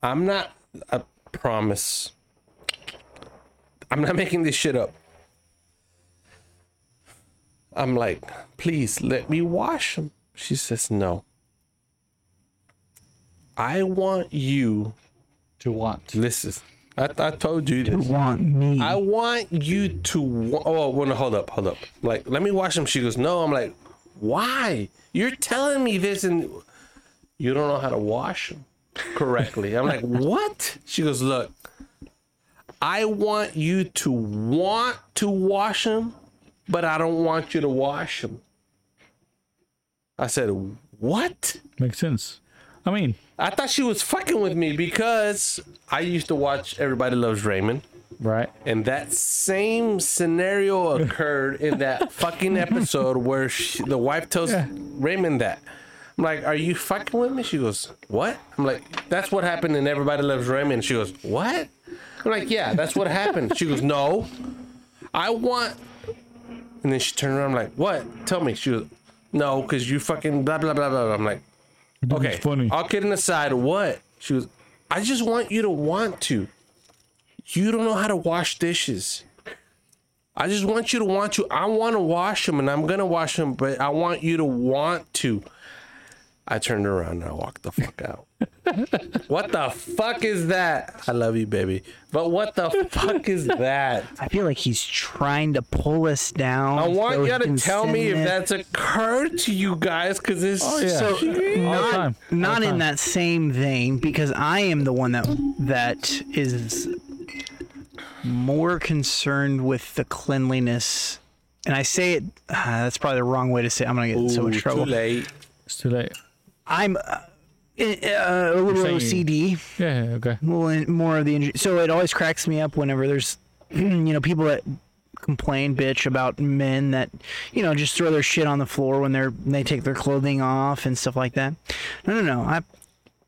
I'm not. I promise. I'm not making this shit up. I'm like, please let me wash them. She says no. I want you
to want.
listen. I, I told you this.
Want me?
I want you to. Wa- oh, well, no, hold up, hold up. Like, let me wash them. She goes, no. I'm like, why? You're telling me this, and you don't know how to wash them correctly. I'm like, what? She goes, look, I want you to want to wash them, but I don't want you to wash them. I said, what?
Makes sense. I mean,
I thought she was fucking with me because I used to watch Everybody Loves Raymond,
right?
and that same scenario occurred in that fucking episode where she, the wife tells
Yeah.
Raymond that. I'm like, "Are you fucking with me?" She goes, "What?" I'm like, "That's what happened in Everybody Loves Raymond." She goes, "What?" I'm like, "Yeah, that's what happened." She goes, "No, I want." And then she turned around, I'm like, "What? Tell me." She goes, "No, because you fucking blah blah blah blah." blah." I'm like, Okay.
It's funny.
All kidding aside, what? She was, I just want you to want to. You don't know how to wash dishes. I just want you to want to. I want to wash them and I'm going to wash them, but I want you to want to. I turned around and I walked the fuck out. what the fuck is that? I love you, baby. But what the fuck is that?
I feel like he's trying to pull us down.
I want
so he
you to
can
tell
send
me if
it.
that's occurred to you guys because it's
So
All the time.
not, not in that same vein because I am the one that that is more concerned with the cleanliness. And I say it ah, that's probably the wrong way to say it. I'm going to get in so much
Ooh,
trouble.
too late.
It's too late.
I'm uh, uh, a little
saying-
OCD,
Yeah, yeah, okay.
a little in- more of the injury. So it always cracks me up whenever there's you know people that complain bitch about men that you know just throw their shit on the floor when they're they take their clothing off and stuff like that. No, no, no. I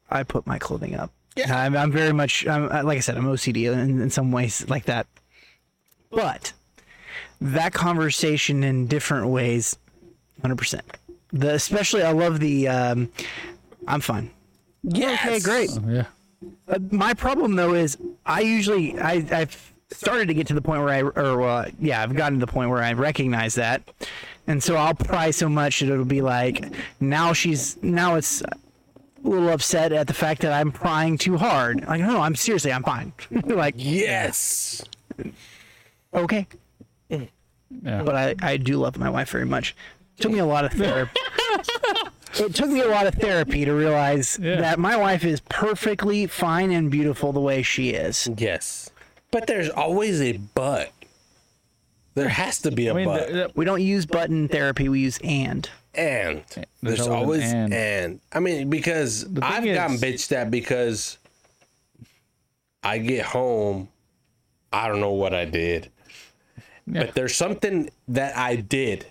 I put my clothing up. Yeah. I'm, I'm very much I'm, I- like I said I'm OCD in, in some ways like that. But that conversation in different ways, hundred percent. The especially I love the um, I'm fine. Yeah. Okay, great.
Oh, yeah.
Uh, my problem though is I usually I I've started to get to the point where I or uh, yeah I've gotten to the point where I recognize that, and so I'll pry so much that it'll be like now she's now it's a little upset at the fact that I'm prying too hard. Like no, I'm seriously I'm fine. like
Yes.
okay,
Yeah.
but I I do love my wife very much. took me a lot of therapy. It took me a lot of therapy to realize
Yeah.
that my wife is perfectly fine and beautiful the way she is.
Yes. But there's always a but. There has to be a
I mean,
but.
th- th-
We don't use button therapy. We use and.
and there's,
always
always,
an
and.
and.
I mean, because
thing
I've gotten
is-
bitched at because I get home, I don't know what I did. But there's something that I did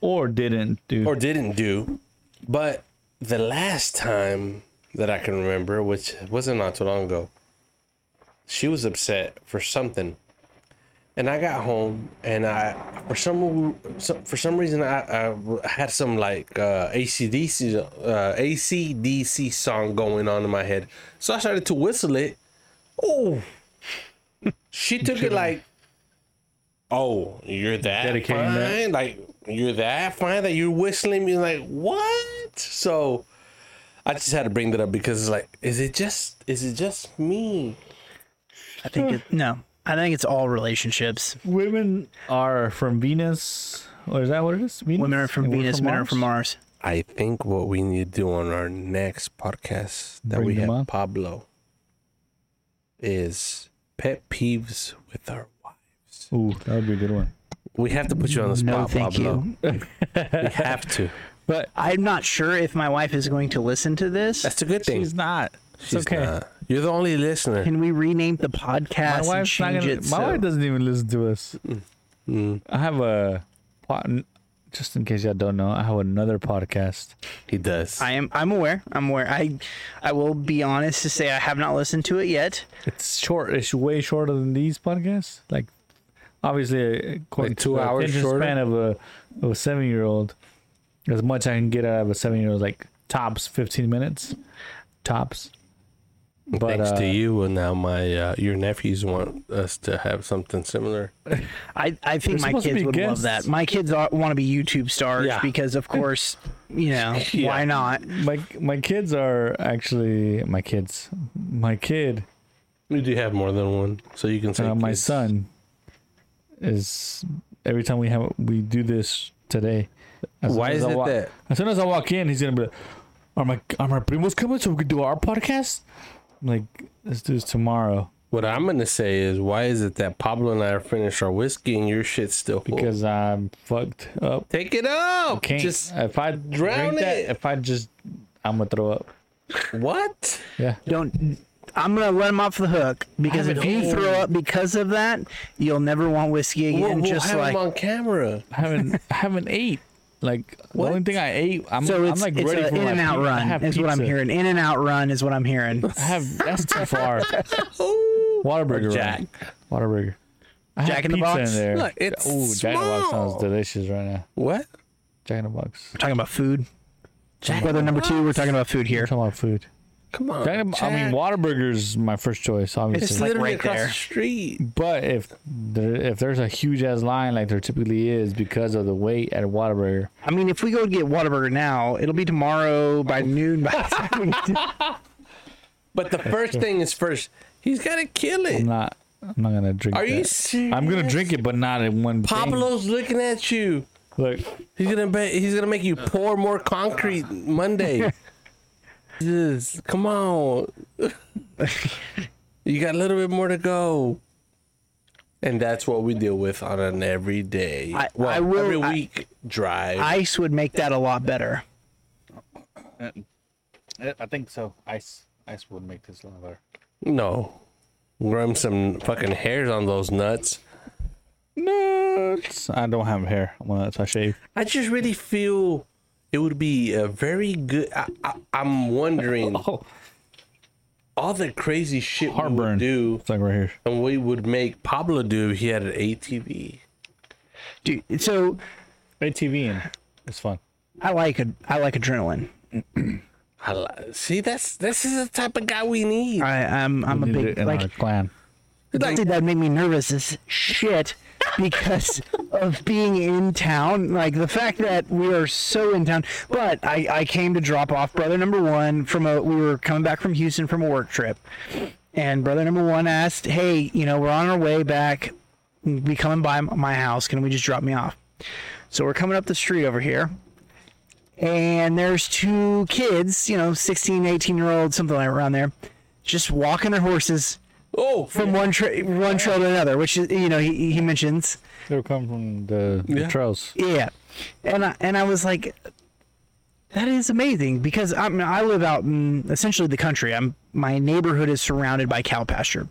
or didn't do.
or didn't do. But the last time that I can remember, which wasn't not too long ago, she was upset for something, and I got home and I for some some- for some reason I, I had some like uh, ACDC uh, ACDC song going on in my head, so I started to whistle it. Oh, she took it like. Oh, you're that
Dedicating that.
fine? Like you're that fine that you're whistling me like what? So I just had to bring that up because it's like, is it just is it just me?
I think it,
Hmm.
no. I think it's all relationships.
Women are from Venus, or is that what it is? Venus?
Women are from
And we're
Venus. Men are from Mars.
I think what we need to do on our next podcast that
Bring
we
them
have
up.
Pablo is pet peeves with our wives.
Ooh, that would be a good one.
We have to put you on the
No,
spot,
thank
Pablo.
you.
We have to.
But
I'm not sure if my wife is going to listen to this.
That's a good thing.
she's not. It's
She's
okay.
not. You're the only listener.
Can we rename the
My
podcast and
wife's not
change
gonna.
it?
my
so- Mm-hmm.
wife doesn't even listen to us. I have a plot. Just in case y'all don't know, I have another podcast.
He does.
I am. I'm aware. I'm aware. I, I will be honest to say I have not listened to it yet.
It's short. It's way shorter than these podcasts. Like, obviously, according
Like
to
two
the
hours
attention
shorter?
span of a of a seven year old, as much I can get out of a seven year old, like tops fifteen minutes, tops. But
Thanks
uh,
to you, and now my uh, your nephews want us to have something similar.
I, I think my
supposed to
kids
be
would love that.
guests.
My kids are, want to be YouTube stars
Yeah.
because, of course, you know why not?
my my kids are actually my kids. My kid,
We do have more than one, so you can say
uh, my
kids.
son, is every time we have we do this today. as
Why
soon as
is
I
it
walk-
that?
As soon as I walk in, he's gonna be like, "Are my are my primos coming so we could do our podcast?" I'm like, "Let's do this tomorrow
What I'm gonna say is, why is it that Pablo and I are finished our whiskey and your shit's still full?
because I'm fucked up."
take it up.
Can't
Just
if I
drown
drink that,
it.
if I just I'm gonna throw up.
what?
Yeah,
Don't. I'm gonna let him off the hook because if you throw up because of that, you'll never want whiskey again.
We'll, we'll
just
have
like
him on camera.
I haven't I haven't ate. Like the only thing I ate, I'm,
So
I'm
it's,
like
it's
ready
a
for
in
my
and out
pizza. I
run
have
is what I'm
pizza.
hearing. In and out run is what I'm hearing.
I have that's too far. Waterburger,
Jack.
right? Waterburger. I have
Jack in the
pizza
Box?
In there.
Look, it's
Ooh, Jack in the Box sounds
small.
delicious right now.
What?
Jack in the Box.
We're talking about food. Brother number two, we're talking about food
We're
here.
talking about food.
Come on.
Talking about- I mean, Waterburger's my first choice, obviously.
it's
like
literally
right
across
there.
the street.
But if there, if there's a huge ass line like there typically is because of the wait at Whataburger,
I mean, if we go get Whataburger now, it'll be tomorrow by noon. By the time we get to-
But the first thing is first. He's got to kill
I'm
it.
not I'm not gonna drink.
Are you
that.
serious?
I'm gonna drink it, but not in one. bang.
Pablo's looking at you.
Look,
He's gonna be, he's gonna make you pour more concrete Monday. Just come on. you got a little bit more to go. And that's what we deal with on an everyday,
I-
well,
I will-
every
I-
week drive.
Ice would make that a lot better.
I think so. Ice, ice would make this longer.
no, grow some fucking hairs on those nuts.
Nuts. I don't have hair. I'm gonna, so I shave.
I just really feel it would be a very good. I, I, I'm wondering
Oh,
all the crazy shit we
Heartburn.
would do
it's like right here.
and we would make Pablo do if he had an ATV.
Dude, so
ATV and it's fun.
I like a, I like adrenaline.
I li- See, that's this is the type of guy we need.
I, I'm I'm a
Need
big
it in
like
our clan.
the thing that made me nervous is shit because of being in town. Like the fact that we are so in town. But I, I came to drop off brother number one from a we were coming back from Houston from a work trip. And brother number one asked, Hey, you know, we're on our way back. We'll be coming by my house. Can we just drop me off? So we're coming up the street over here. And there's two kids, you know, 16, 18 year olds, something like around there, just walking their horses
Oh,
from one tra- one trail to another, which is you know he, he mentions.
They were coming from the, the
Yeah.
trails.
Yeah, and I, and I was like, that is amazing because I mean, I live out in essentially the country. I'm my neighborhood is surrounded by cow pasture.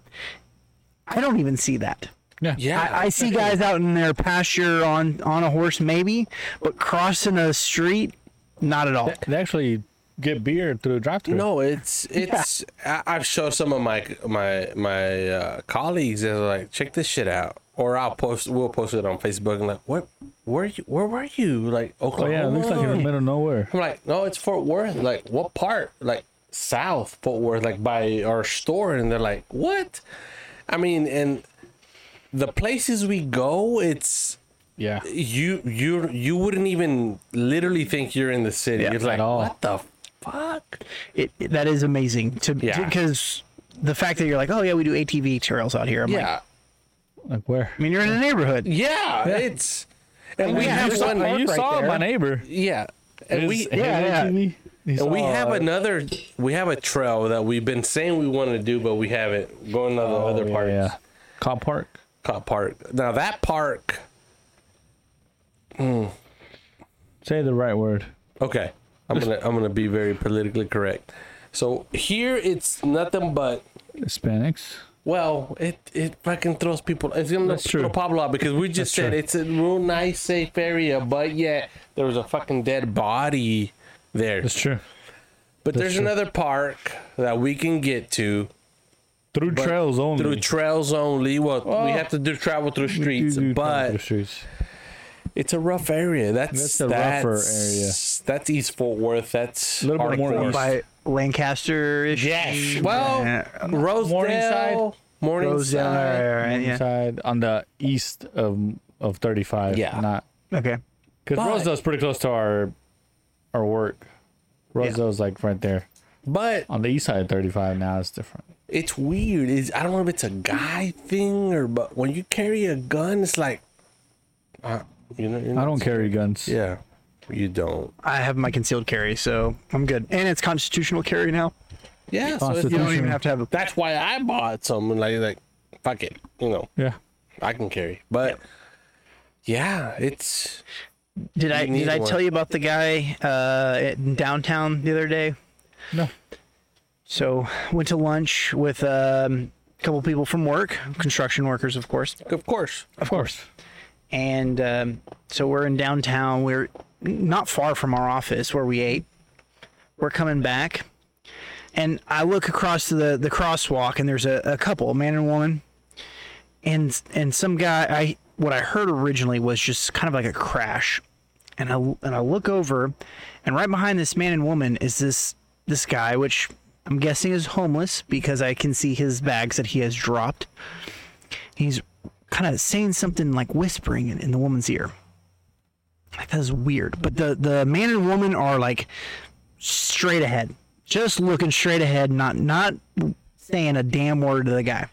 I don't even see that.
yeah.
I, I see guys out in their pasture on on a horse maybe, but crossing a street, not at all.
They actually get beer through the drive-through.
no, it's it's. I, I've showed some of my my my uh, colleagues that are like, check this shit out, or I'll post. We'll post it on Facebook and like, what? Where you? Where were you? Like
Oh
Oklahoma?
yeah, it looks like you're in the middle of nowhere.
I'm like, no, it's Fort Worth. Like, what part? Like, South Fort Worth, like by our store. And they're like, what? I mean, and the places we go, it's
Yeah.
you, you, you wouldn't even literally think you're in the city.
Yeah,
it's like,
all.
what the fuck?
It, it- that is amazing to
Yeah.
because the fact that you're like, oh yeah, we do ATV trails out here. I'm like,
Yeah.
Like where?
I mean you're in a neighborhood.
Yeah. It's, and we
we
have
just
one,
park
you
right
saw
there.
my neighbor.
yeah. And we,
yeah.
And we have another we have a trail that we've been saying we want to do but we haven't going to the
Oh,
other parts
Yeah. Cobb Park.
Cop Park. Now that park,
Say the right word.
okay, I'm gonna I'm gonna be very politically correct. So here it's nothing but
Hispanics.
well, it it fucking throws people. It's gonna
That's
throw
true.
Pablo out because we just said
true.
it's a real nice safe area, but yet there was a fucking dead body there.
That's true.
but there's
true.
another park that we can get to
Through
but
trails only.
through trails only. Well, we have to do travel through
You
streets,
do travel
but
through streets.
it's a rough area. That's
That's a rougher
that's- That's East Fort Worth. That's
A little bit more
hardcore.
east.
by Lancaster ish.
Yes. Well, Rosedale.
Morningside.
Rosedale.
Morningside.
All right, yeah.
Side on the east of of 35.
Yeah.
Not
Okay.
because
But-
Rosedale's pretty close to our our work. Rosedale's like right there
But
on the east side of 35. Now it's different.
it's weird. Is I don't know if it's a guy thing or but when you carry a gun, it's like, uh, you know, you're
I
not-
don't carry guns.
Yeah, you don't.
I have my concealed carry, so I'm good. And it's constitutional carry now.
Yeah, so it's,
You don't even have to have a.
that's why I bought some. and Like, like, fuck it, you know,
Yeah.
I can carry. But yeah, it's
Did I
need
did I
one.
tell you about the guy uh, in downtown the other day?
No.
So went to lunch with um, a couple people from work, construction workers, of course.
of course.
Of course.
and um, so we're in downtown. We're not far from our office where we ate. We're coming back, and I look across the the crosswalk, and there's a, a couple, a man and a woman, and and some guy. I what I heard originally was just kind of like a crash, and I and I look over, and right behind this man and woman is this this guy, which I'm guessing is homeless because I can see his bags that he has dropped. He's kind of saying something like whispering in, in the woman's ear. Like that is weird. But the the man and woman are like straight ahead, just looking straight ahead, not not saying a damn word to the guy.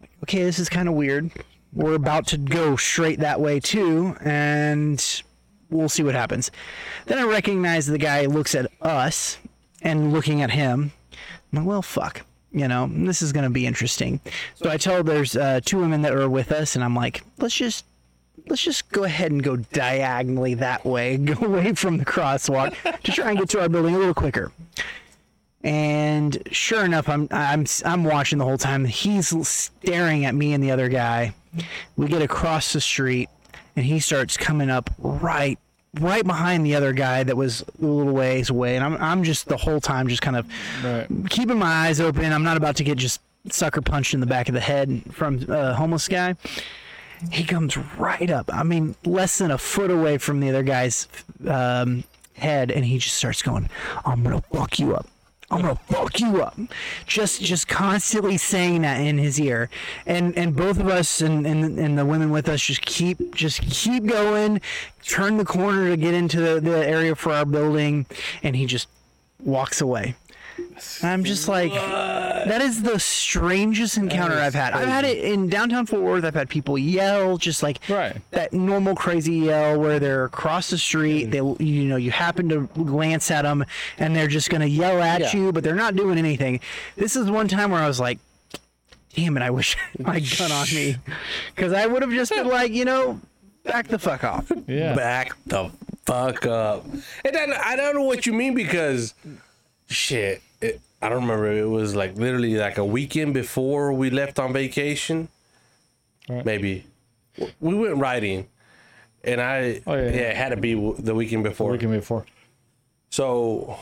Like, okay, this is kind of weird. We're about to go straight that way too, and we'll see what happens. Then I recognize the guy looks at us and looking at him. I'm like, well, fuck. You know, this is going to be interesting. So I tell there's uh, two women that are with us, and I'm like, let's just let's just go ahead and go diagonally that way, go away from the crosswalk to try and get to our building a little quicker. And sure enough, I'm I'm I'm watching the whole time. He's staring at me and the other guy. We get across the street, and he starts coming up right right behind the other guy that was a little ways away. And I'm I'm just the whole time just kind of keeping my eyes open. I'm not about to get just sucker punched in the back of the head from a homeless guy he comes right up. I mean, less than a foot away from the other guy's um, head, and he just starts going, "I'm gonna fuck you up. I'm gonna fuck you up." Just, just constantly saying that in his ear, and and both of us and and, and the women with us just keep just keep going, turn the corner to get into the, the area for our building, and he just walks away. And I'm just like, that is the strangest encounter I've had. I've had it in downtown Fort Worth. I've had people yell, just like
Right.
that normal crazy yell where they're across the street. They, you know, you happen to glance at them and they're just gonna yell at you, but they're not doing anything. This is one time where I was like, damn it, I wish I had my gun on me, because I would have just been like, you know, back the fuck off.
Yeah.
back the fuck up. And then I don't know what you mean because shit, it, I don't remember. It was like literally like a weekend before we left on vacation. Maybe W- we went riding, and I
Oh, yeah,
yeah,
yeah.
it had to be w- the weekend before.
Working before.
So,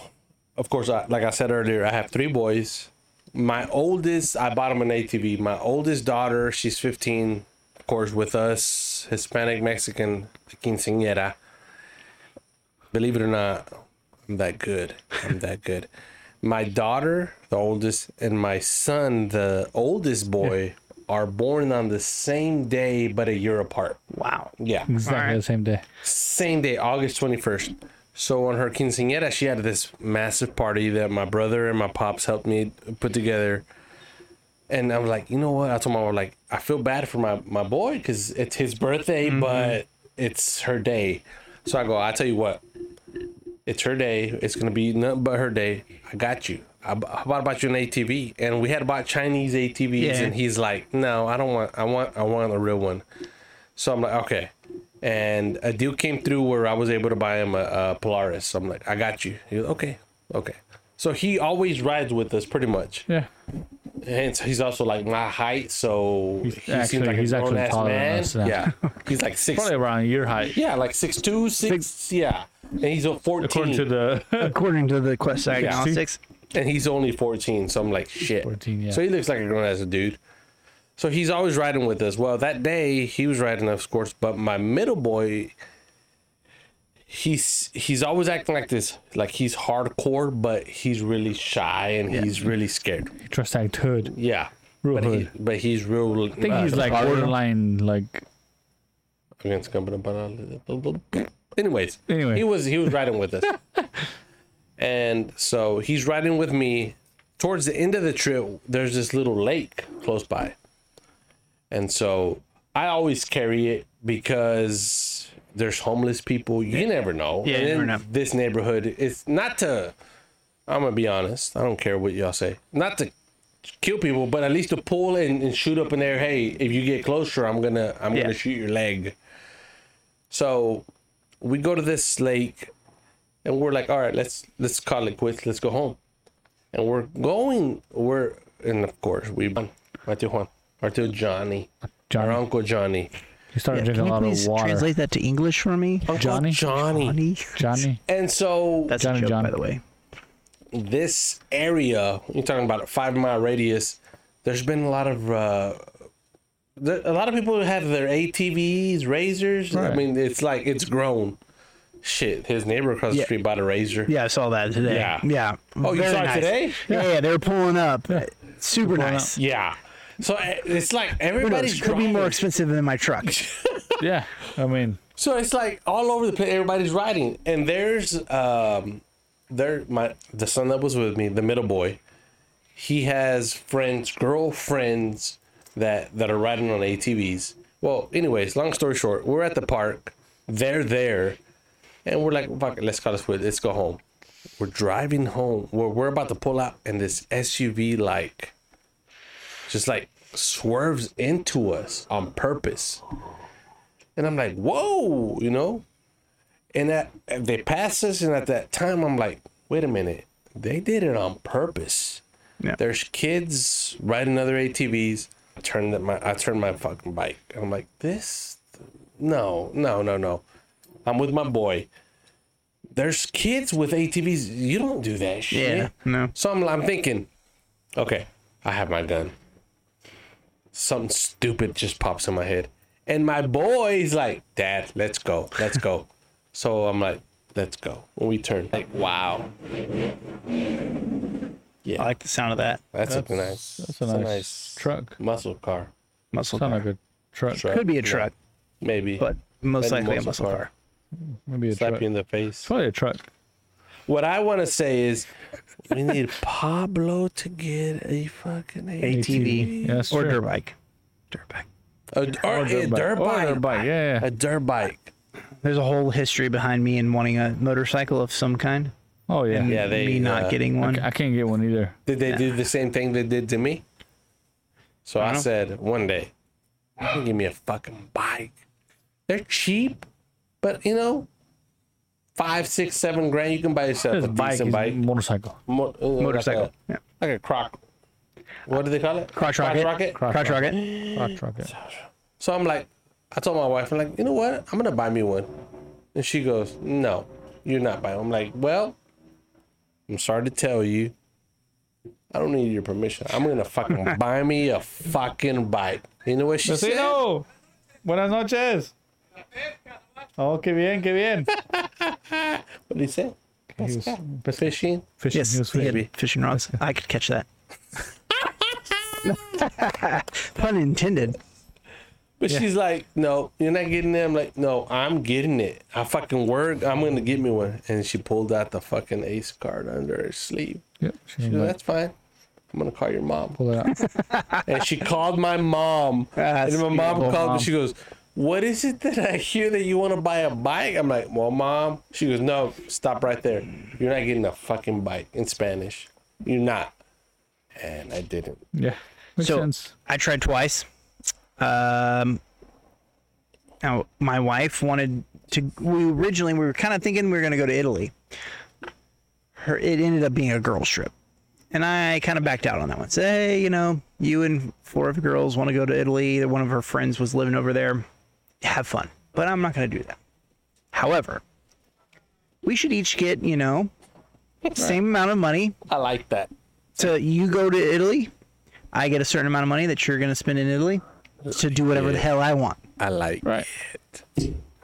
of course, I, like I said earlier, I have three boys. My oldest, I bought him an ATV. My oldest daughter, she's 15, of course, with us, Hispanic, Mexican, quinceañera. Believe it or not, I'm that good. I'm that good. My daughter, the oldest, and my son, the oldest boy, are born on the same day but a year apart.
Wow.
Yeah
Exactly the same day.
same day, August 21st. So on her quinceañera, she had this massive party that my brother and my pops helped me put together. And I was like, you know what? I told my mom, like, I feel bad for my, my boy because it's his birthday, but it's her day. So I go, I tell you what, it's her day. It's going to be nothing but her day. I got you. I, b- I bought, bought you an ATV. And we had bought Chinese ATVs.
Yeah.
And he's like, no, I don't want, I want, I want a real one. So I'm like, okay. And a deal came through where I was able to buy him a, a Polaris. So I'm like, I got you. He goes, okay, okay. So he always rides with us pretty much.
Yeah.
And so he's also like my height, so
He's
he seems
actually-
like
he's
a
actually
grown ass
taller than
man.
us now.
Yeah. He's like six
Probably around your height.
Yeah, like six two, six yeah. And he's a fourteen
According to the
According to the Quest Diagnostics,
and he's only 14 so i'm like shit
14, yeah.
so he looks like a grown-ass dude so he's always riding with us well that day he was riding of course but my middle boy he's he's always acting like this like he's hardcore but he's really shy and he's really scared
trust act hood.
yeah
Real
but, he,
hood.
but he's real uh,
I think he's like borderline like
against company but- anyways
Anyway.
he was he was riding with us and so he's riding with me towards the end of the trip there's this little lake close by and so i always carry it because there's homeless people you never know
Yeah,
and
you never
in
know.
this neighborhood it's not to i'm gonna be honest i don't care what y'all say not to kill people but at least to pull and, and shoot up in there hey if you get closer i'm gonna i'm
Yeah.
gonna shoot your leg so we go to this lake and we're like all right let's let's call it quits let's go home and we're going we're and of course we right to juan right to johnny
Johnny.
our uncle johnny
He started
can
drinking a
you
lot
please
of water.
translate that to English for me?
Uncle
Johnny?
johnny
Honey?
Johnny.
and so
That's
Johnny
a joke,
John.
by the way.
this area you're talking about a five mile radius there's been a lot of uh there, a lot of people have their atvs razors i
Right.
mean it's like it's grown Shit, his neighbor across the
Yeah.
street bought a razor.
Yeah, I saw that today.
Yeah.
Yeah.
Oh, you
Very
saw it
nice.
today?
Yeah, yeah, they're pulling up. Super nice.
Yeah. So eh, it's like
Who knows?
everybody's
Could be
driving.
more expensive than my truck.
Yeah, I mean,
So it's like all over the place. Everybody's riding, and there's um, there my the son that was with me, the middle boy. He has friends, girlfriends that that are riding on ATVs. Well, anyways, long story short, we're at the park. They're there, and we're like, "Fuck, it, let's call this quit. Let's go home." We're driving home. We're we're about to pull out, and this SUV like, just like swerves into us on purpose. And I'm like, whoa, you know? And that and they passed us, and at that time, I'm like, wait a minute, they did it on purpose.
Yeah.
There's kids riding other ATVs. I turned that my I turned my fucking bike. I'm like, this, no, no, no, no. I'm with my boy. There's kids with ATVs. You don't do that shit.
Yeah, no.
So I'm, I'm thinking, okay, I have my gun. Something stupid just pops in my head. And my boy's like, Dad, let's go. Let's go. so I'm like, let's go. When we turn, like, wow.
I like the sound of that
That's, a nice,
that's a nice, truck.
muscle car.
muscle
Sound
car.
like a truck.
Truck.
Could be a
Yeah,
truck,
maybe.
but most
Maybe
likely a
muscle
muscle
car.
car.
Maybe a
slap
truck.
you in the face.
Probably a truck.
What I want to say is, we need Pablo to get a fucking
ATV
Yeah, that's
or
true.
dirt bike. Dirt bike.
A, or, a dirt bike.
Or dirt bike. Yeah, yeah.
A dirt bike.
There's a whole history behind me and wanting a motorcycle of some kind.
Oh yeah.
Yeah, they,
me not
uh,
getting
I
one.
c- I can't get one either.
Did they do the same thing they did to me? So I,
don't-
said one day, you can give me a fucking bike. They're cheap, but you know, five, six, seven grand, you can buy yourself
This
a
bike
decent
is
bike.
motorcycle.
Mo- uh, like
Motorcycle.
a-
Yeah.
Like a croc. What do they call it?
Crotch rocket.
Crotch
Crotch rocket.
Truck, truck. yeah.
So I'm like, I told my wife, I'm like, you know what? I'm gonna buy me one. And she goes, No, you're not buying. one." I'm like, Well, I'm sorry to tell you, I don't need your permission. I'm gonna fucking buy me a fucking bike. You know what she said?
Vecino, buenas noches. Oh, qué bien, qué bien.
What did he say?
He was
Fishing.
fishing.
Yes,
he was
he had
fishing.
fishing rods. I could catch that. Pun intended.
But she's like, No, you're not getting it. I'm like, No, I'm getting it. I fucking work. I'm gonna get me one. And she pulled out the fucking ace card under her sleeve.
Yep.
She
She
goes,
was like,
That's fine. I'm gonna call your mom.
pull it out.
and she called my mom.
That's
and my mom
beautiful,
called
Mom.
me. She goes, "What is it that I hear that you want to buy a bike?" I'm like, "Well, mom." She goes, "No, stop right there. You're not getting a fucking bike in Spanish. You're not." And I didn't.
Yeah. Makes
So-
sense.
I tried twice. Um, now my wife wanted to. We originally we were kind of thinking we were going to go to Italy. Her it ended up being a girls trip, and I kind of backed out on that one. Say, hey, you know, you and four of the girls want to go to Italy. One of her friends was living over there. Have fun, but I'm not going to do that. However, we should each get you know same amount of money
I like that.
so you go to Italy, I get a certain amount of money that you're going to spend in Italy to do whatever the hell I want.
I like.
Right.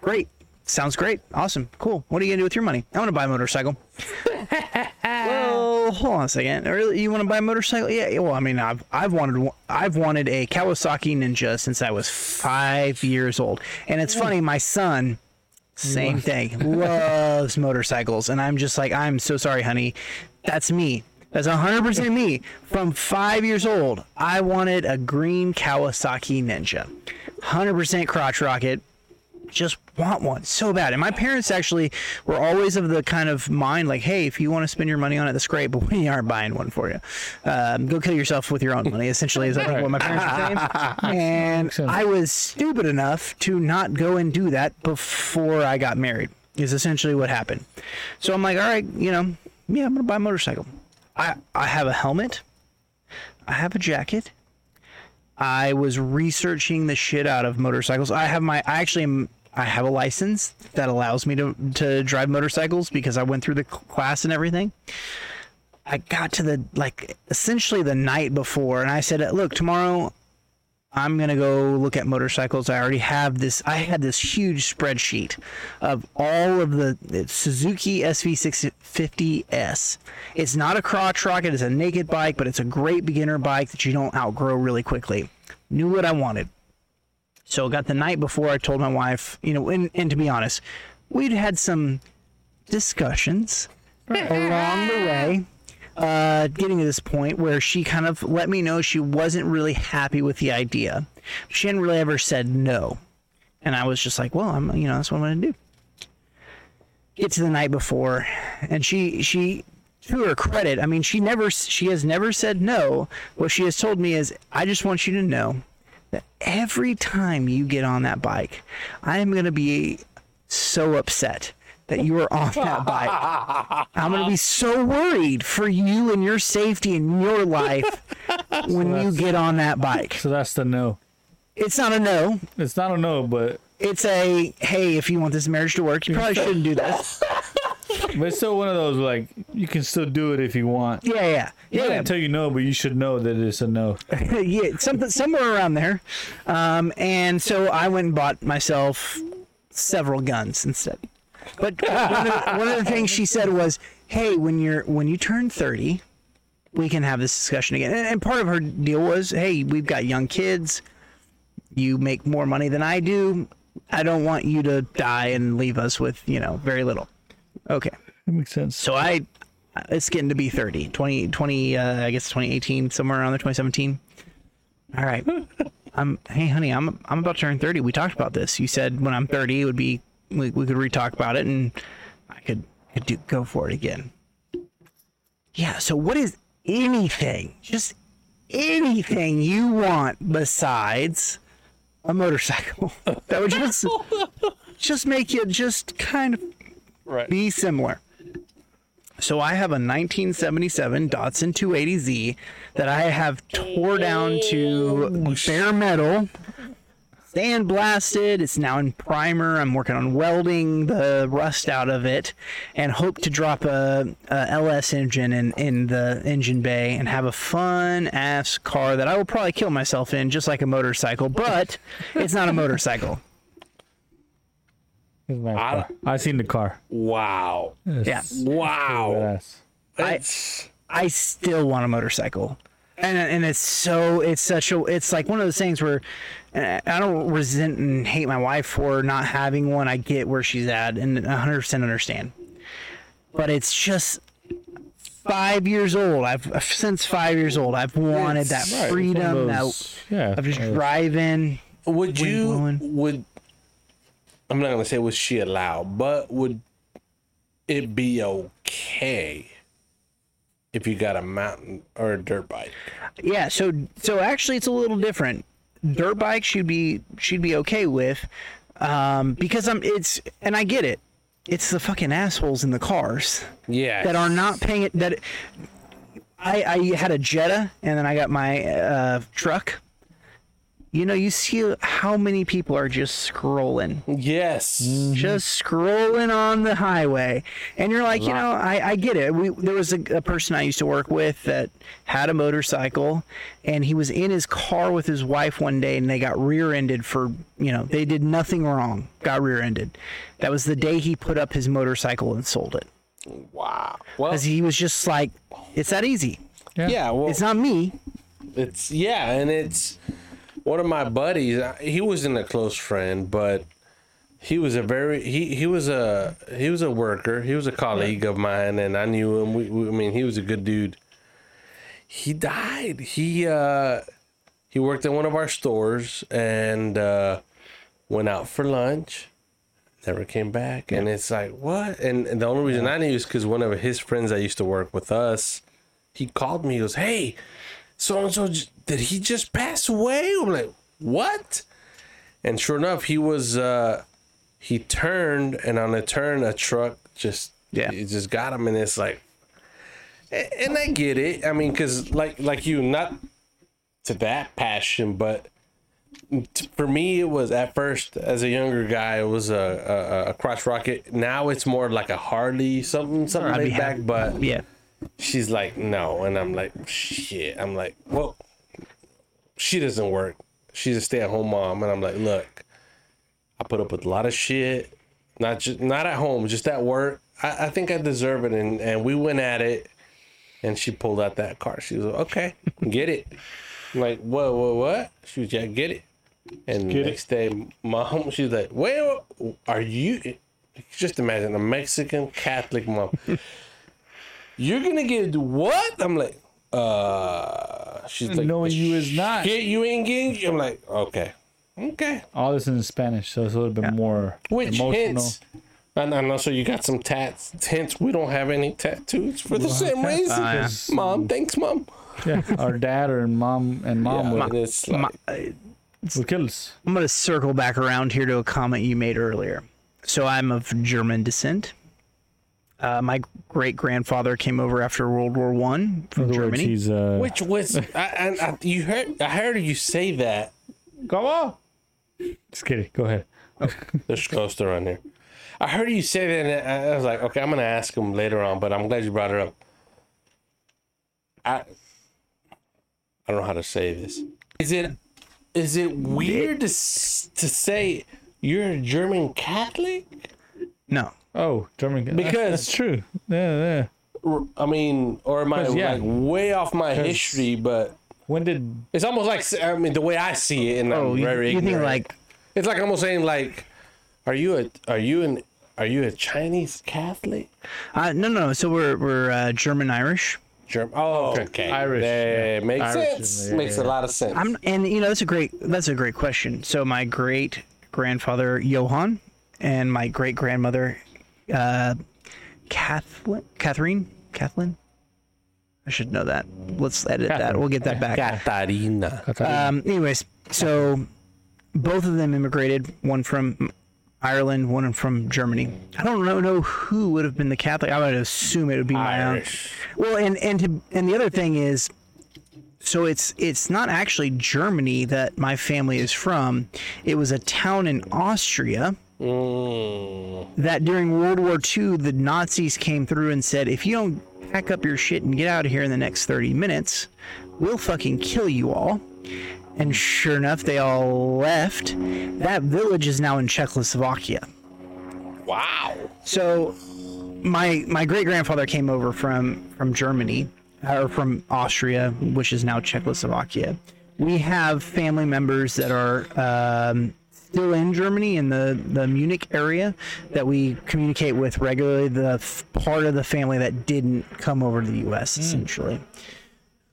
Great. Sounds great. Awesome. Cool. What are you going to do with your money? I want to buy a motorcycle. well, hold on a second. Really, you want to buy a motorcycle? Yeah. yeah, Well, I mean, I've I've wanted one- I've wanted a Kawasaki Ninja since I was 5 years old. And it's funny, my son same thing. Loves motorcycles. And I'm just like, I'm so sorry, honey. That's me. That's 100% me. From five years old, I wanted a green Kawasaki Ninja. 100% crotch rocket. Just want one so bad. And my parents actually were always of the kind of mind like, hey, if you want to spend your money on it, that's great, but we aren't buying one for you. Um, go kill yourself with your own money, essentially, is I think what my parents were saying. and
sense.
I was stupid enough to not go and do that before I got married. Is essentially what happened. So I'm like, all right, you know, yeah, I'm gonna buy a motorcycle. I I have a helmet. I have a jacket. I was researching the shit out of motorcycles. I have my I actually am, I have a license that allows me to to drive motorcycles because I went through the cl- class and everything. I got to the like essentially the night before and I said, "Look, tomorrow I'm gonna go look at motorcycles. I already have this. I had this huge spreadsheet of all of the it's Suzuki SV650S. It's not a crotch rocket. It's a naked bike, but it's a great beginner bike that you don't outgrow really quickly. Knew what I wanted. So I got the night before. I told my wife, you know, and, and to be honest, we'd had some discussions along the way uh, getting to this point where she kind of let me know she wasn't really happy with the idea. She hadn't really ever said no. And I was just like, well, I'm, you know, that's what I'm going to do. Get to the night before. And she, she, to her credit, I mean, she never, she has never said no. What she has told me is, I just want you to know that every time you get on that bike, I am going to be so upset that you are on that bike. I'm gonna be so worried for you and your safety and your life when you get on that bike.
So that's the no.
It's not a no.
It's not a no, but
It's a hey, if you want this marriage to work, you probably shouldn't do this.
but it's still one of those like you can still do it if you want.
Yeah, yeah,
I
yeah,
didn't tell you no, but you should know that it's a no.
yeah. something somewhere around there. Um, and so I went and bought myself several guns instead. But one of, the, one of the things she said was, "Hey, when you're when you turn 30, we can have this discussion again." And, and part of her deal was, "Hey, we've got young kids. You make more money than I do. I don't want you to die and leave us with, you know, very little." Okay.
That makes sense.
So I uh, it's getting to be 30, 20 20 uh, I guess 2018 somewhere around there 2017. All right. I'm hey honey, I'm I'm about to turn 30. We talked about this. You said when I'm 30 it would be we, we could re-talk about it and I could could do go for it again. Yeah, so what is anything? Just anything you want besides a motorcycle. that would just just make you just kind of be similar. So I have a 1977 Datsun 280Z that I have tore down to bare metal, sandblasted. It's now in primer. I'm working on welding the rust out of it, and hope to drop a, a LS engine in in the engine bay and have a fun ass car that I will probably kill myself in, just like a motorcycle. But it's not a motorcycle.
I,
I seen the car.
Wow.
Yeah.
Wow.
Badass.
That's
I still want a motorcycle. And, and it's so it's such a it's like one of those things where and I I don't resent and hate my wife for not having one. I get where she's at and 100% understand. But it's just five years old. I've since five years old. I've wanted that freedom that
yeah.
of just driving.
would
Wind
you
blowing.
would I'm not gonna say was she allowed, but would it be okay if you got a mountain or a dirt bike?
Yeah. So so actually, it's a little different. Dirt bike should be should be okay with, um, because I'm it's and I get it. It's the fucking assholes in the cars
Yeah.
that are not paying it. That I I had a Jetta and then I got my uh, truck. You know, you see how many people are just scrolling
Yes.
just scrolling on the highway and you're like you know i, I get it we, there was a, a person i used to work with that had a motorcycle and he was in his car with his wife one day and they got rear-ended for you know they did nothing wrong got rear-ended that was the day he put up his motorcycle and sold it
Wow. Well,
because he was just like it's that easy
yeah. Well,
it's not me
It's yeah, and it's one of my buddies. I- He wasn't a close friend, but he was a very he he was a he was a worker. He was a colleague of mine, and I knew him. We, we I mean, he was a good dude. He died. He uh he worked in one of our stores and uh went out for lunch. Never came back, and it's like what? And, and the only reason I knew is because one of his friends that used to work with us, he called me. He goes, "Hey, so and so did he just pass away i'm like what and sure enough he was uh he turned and on a turn a truck just
Yeah.
it just got him and it's like a- and i get it i mean because like like you not to that passion but t- for me it was at first as a younger guy it was a a, a crotch rocket now it's more like a harley something something
I'd be
laid back
happy.
but
yeah
she's like no and i'm like shit i'm like well she doesn't work She's a stay at home mom, and I'm like, look, I put up with a lot of shit, not just not at home, just at work. I, I think I deserve it, and and we went at it, and she pulled out that card. She was like, okay, get it. I'm like, whoa, whoa, what? She was yeah, get it. And
Get it.
next day, mom, she's like, wait, are you? Just imagine a Mexican Catholic mom. You're gonna get what? I'm like, uh, she's like,
No, you is not.
Shit, you ain't getting. I'm like, okay, okay.
All this in Spanish, so it's a little bit more
Which
emotional.
hints? And I know, so you got some tats. Hints, we don't have any tattoos for the same reason. Mom, thanks, mom.
Yeah, our dad or mom and mom
Yeah,
would,
it's like,
would kill us.
I'm going to circle back around here to a comment you made earlier. So I'm of German descent. Uh, my great grandfather came over after World War One from
Other words,
Germany.
he's uh,
which was I, I, I, you heard? I heard you say that.
come on. Just kidding. Go ahead.
There's a ghost around here. I heard you say that, and I- I was like, okay, I'm gonna ask him later on, but I'm glad you brought it up. I I don't know how to say this. Is it is it weird to s- to say you're a German Catholic?
No,
Oh, German.
Because-
that's true. Yeah, yeah.
Or- I mean, or am I
Because, yeah.
like way off my history? But
When did
it's almost like I mean the way I see it, and
oh,
I'm
you,
very
you think
ignorant.
like
It's like almost saying like, are you a are you an are you a Chinese Catholic?
uh, no, no. So we're we're uh, German Irish.
German. Oh, okay.
Irish,
That makes
Irish,
sense.
yeah,
makes a lot of sense.
I'm and you know that's a great that's a great question. So my great grandfather Johann and my great grandmother uh, Kathleen Catherine Kathleen. I should know that. Let's edit that.
Catherine.
We'll get that back.
Katarina.
Um, anyways, so both of them immigrated, one from Ireland, one from Germany. I don't know, know who would have been the Catholic. I would assume it would be my aunt.
Irish.
Well, and and to, and the other thing is, so it's it's not actually Germany that my family is from. It was a town in Austria that during World War II the Nazis came through and said, if you don't pack up your shit and get out of here in the next 30 minutes, we'll fucking kill you all. And sure enough, they all left. That village is now in Czechoslovakia.
Wow.
So my my great grandfather came over from from Germany or from Austria, which is now Czechoslovakia. We have family members that are um, still in Germany in the the Munich area that we communicate with regularly. The f- part of the family that didn't come over to the U.S. essentially.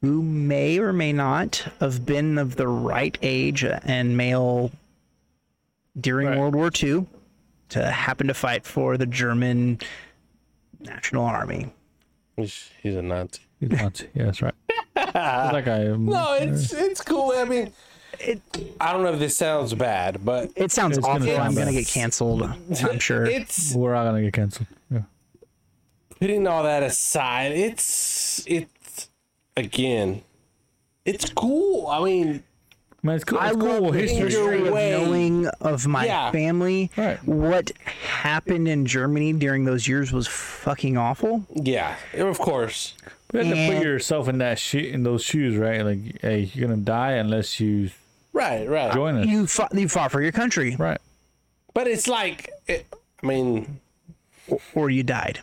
Who may or may not have been of the right age and male during World War II to happen to fight for the German National Army.
He's, he's a Nazi.
he's Nazi? Yeah, that's right. It's like I um, am.
No, it's it's cool. I mean,
It
I don't know if this sounds bad, but
it sounds
It's gonna
awful. I'm
sound
gonna
bad.
get canceled. I'm sure.
it's
We're all gonna get canceled. Yeah.
putting all that aside. It's it's again, it's cool. I mean,
Man, it's cool.
I
It's
love
cool
the
history.
history of
way.
knowing of my
Yeah.
family.
Right.
What happened in Germany during those years was fucking awful.
yeah, of course.
You have to
And-
put yourself in that shit in those shoes, right? Like, hey, you're gonna die unless you
Right, right.
join us,
You fought. You fought for your country,
right?
But it's like, it, I mean,
or you died.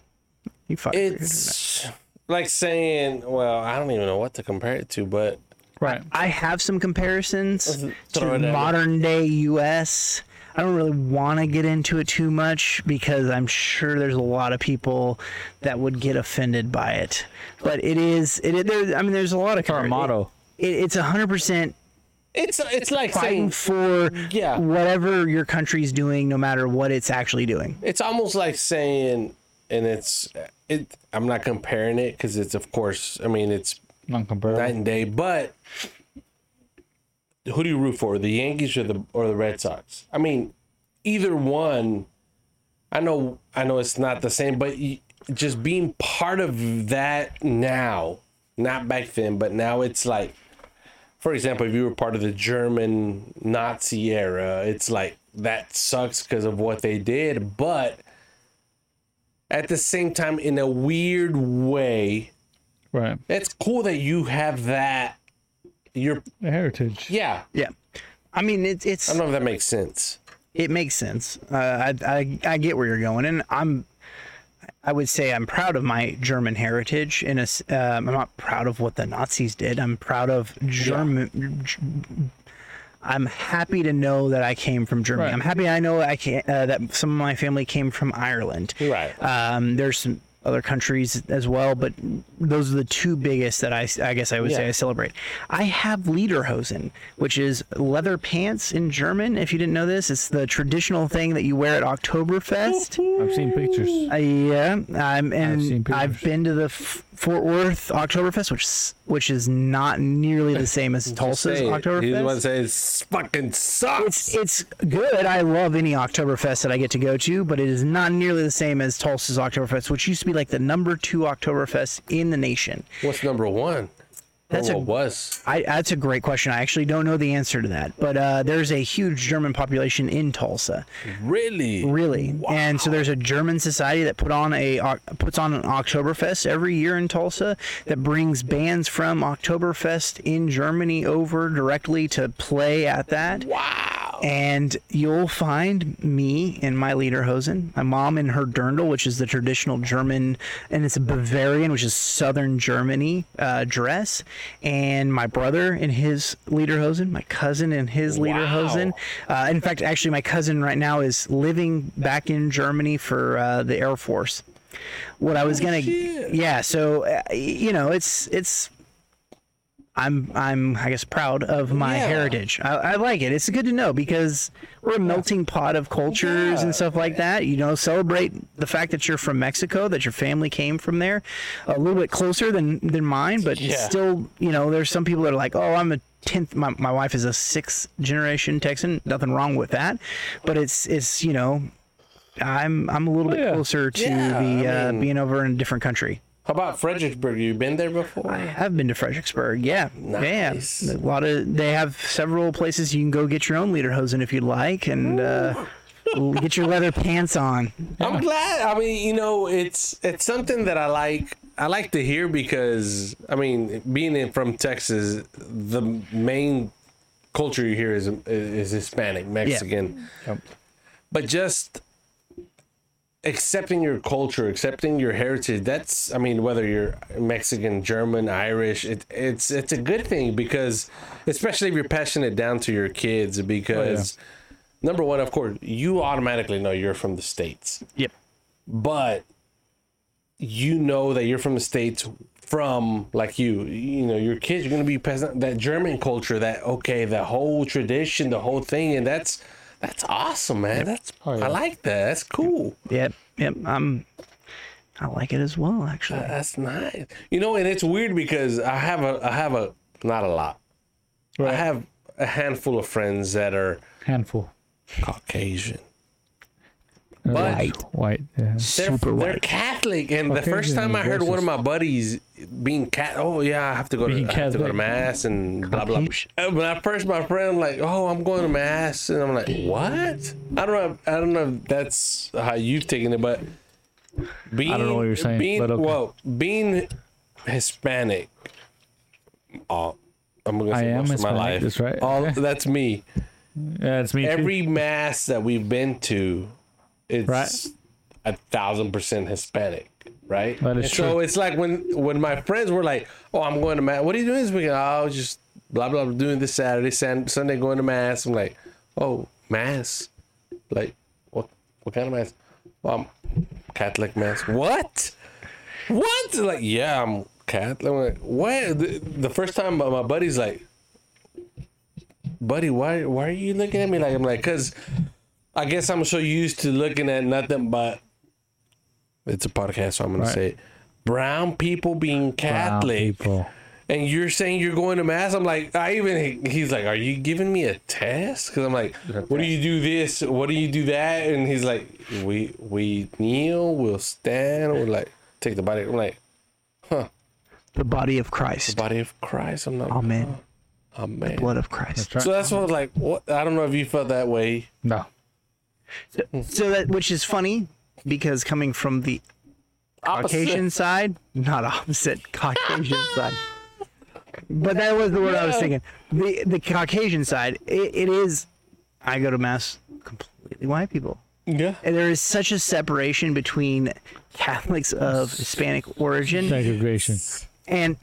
You fought. for your country.
it's like saying, well, I don't even know what to compare it to, but
Right.
I have some comparisons
throw
to
it at
modern day U.S. I don't really want to get into it too much because I'm sure there's a lot of people that would get offended by it. But it is, it, it there. I mean, there's a lot of
Our
compar-
motto.
It, it's 100 percent
it's it's like
fighting
saying
for
Yeah.
whatever your country's doing, no matter what it's actually doing.
it's almost like saying, and it's it. I'm not comparing it because it's of course. I mean, it's night
Non-comparable.
and day. But who do you root for? The Yankees or the or the Red Sox? I mean, either one. I know, I know, it's not the same, but you, just being part of that now, not back then, but now it's like, for example, if you were part of the German Nazi era, it's like that sucks because of what they did, but. At the same time, in a weird way,
Right.
it's cool that you have that. You're
The heritage.
yeah.
Yeah. I mean, it's it's
I don't know if that makes sense.
it makes sense. Uh, I, I I get where you're going, and I'm I would say I'm proud of my German heritage. In a, s- um, I'm not proud of what the Nazis did. I'm proud of German. I'm happy to know that I came from Germany. I'm happy I know I can uh, that some of my family came from Ireland.
Right.
Um, there's some other countries as well, but those are the two biggest that I, I guess I would say
Yeah.
I celebrate. I have Lederhosen, which is leather pants in German. If you didn't know this, it's the traditional thing that you wear at Oktoberfest.
I've seen pictures.
Uh, yeah, I'm,
seen
and
pictures.
I've been to the F- Fort Worth Oktoberfest, which s- which is not nearly the same as Tulsa's
Say it. He's the one
Oktoberfest.
that says fucking
It's
sucks.
it's good. I love any Oktoberfest that I get to go to, but it is not nearly the same as Tulsa's Oktoberfest, which used to be like the number two Oktoberfest in the nation.
What's number one? Oh,
That's
or
a-
what was?
I, that's a great question. I actually don't know the answer to that, but uh, there's a huge German population in Tulsa,
Really?
really, and so there's a German society that put on a Oc- puts on an Oktoberfest every year in Tulsa that brings bands from Oktoberfest in Germany over directly to play at that.
Wow.
And you'll find me in my Lederhosen, my mom in her dirndl, which is the traditional German, and it's a Bavarian, which is southern Germany uh, dress, and my brother in his Lederhosen, my cousin in his Lederhosen. Uh, in fact, actually, my cousin right now is living back in Germany for uh, the Air Force. What I was gonna, yeah. So uh, you know, it's it's I'm I'm I guess proud of my
Yeah.
heritage. I, I like it. It's good to know because we're a melting pot of cultures and stuff like that. You know, celebrate the fact that you're from Mexico, that your family came from there, a little bit closer than than mine, but still, you know, there's some people that are like, oh, I'm a tenth. My my wife is a sixth generation Texan. Nothing wrong with that, but it's it's you know. I'm I'm a little bit
yeah.
closer to
Oh, Yeah,
the
I
uh,
mean-
being over in a different country.
How about Fredericksburg? You been there before?
I have been to Fredericksburg. Yeah,
Nice.
yeah. A lot of they have several places you can go get your own lederhosen if you'd like, and uh, get your leather pants on.
I'm glad. I mean, you know, it's it's something that I like. I like to hear because I mean, being in, from Texas, the main culture you hear is is Hispanic, Mexican. But just accepting your culture, accepting your heritage. That's I mean, whether you're Mexican, German, Irish, it, it's it's a good thing because, especially if you're passing it down to your kids, because. Number one, of course, you automatically know you're from the states
Yep.
but you know that you're from the states from like you you know your kids are going to be peasant that german culture that okay the whole tradition the whole thing and that's that's awesome man that's i like that that's cool
Yep. Yep. I'm. I like it as well, actually.
that's nice you know and it's weird because i have a i have a not a lot i have a handful of friends that are
Handful.
caucasian
But white. Yeah.
they're, they're Catholic, and the first time I heard one of my buddies being cat, oh yeah, I have to go to,
Being
I have to go to
Catholic.
mass and blah blah. blah. When I first my friend like, oh, I'm going to mass, and I'm like, what? I don't know. I don't know. If that's how you've taken it, but being,
know what you're saying,
Being,
but okay.
Well, being Hispanic, all I'm gonna
I
say
am
most of my
Hispanic,
life.
that's right.
All that's me
yeah, it's me too.
every mass that we've been to, it's
Right.
a thousand percent Hispanic, right?
That is
and So
true.
it's like when when my friends were like, "Oh, I'm going to mass. What are you doing this weekend? Oh, I was just blah blah blah doing this Saturday, Sun- Sunday going to mass." I'm like, "Oh, mass? Like what? What kind of mass? Well, I'm Catholic mass. What? What? Like yeah, I'm Catholic. I'm like, what? The, the first time my my buddy's like, buddy, why why are you looking at me like I'm like? Cause I guess I'm so used to looking at nothing but. It's a podcast, so I'm gonna
Right.
say it. Brown people being
Wow,
Catholic,
people.
and you're saying you're going to mass. I'm like, I even he's like, are you giving me a test? Because I'm like, what do you do this? What do you do that? And he's like, we we kneel, we'll stand, we'll like take the body. I'm like,
The body of Christ.
body of Christ. I'm not.
Amen.
Oh man.
Blood of Christ.
So that's what I was like. What I don't know if you felt that way.
No.
So that, which is funny, because coming from the Caucasian side, not opposite Caucasian side. but that was the word I was thinking. The the Caucasian side, it, it is. I go to mass completely white people.
Yeah.
And there is such a separation between Catholics of Hispanic origin,
Segregation.
and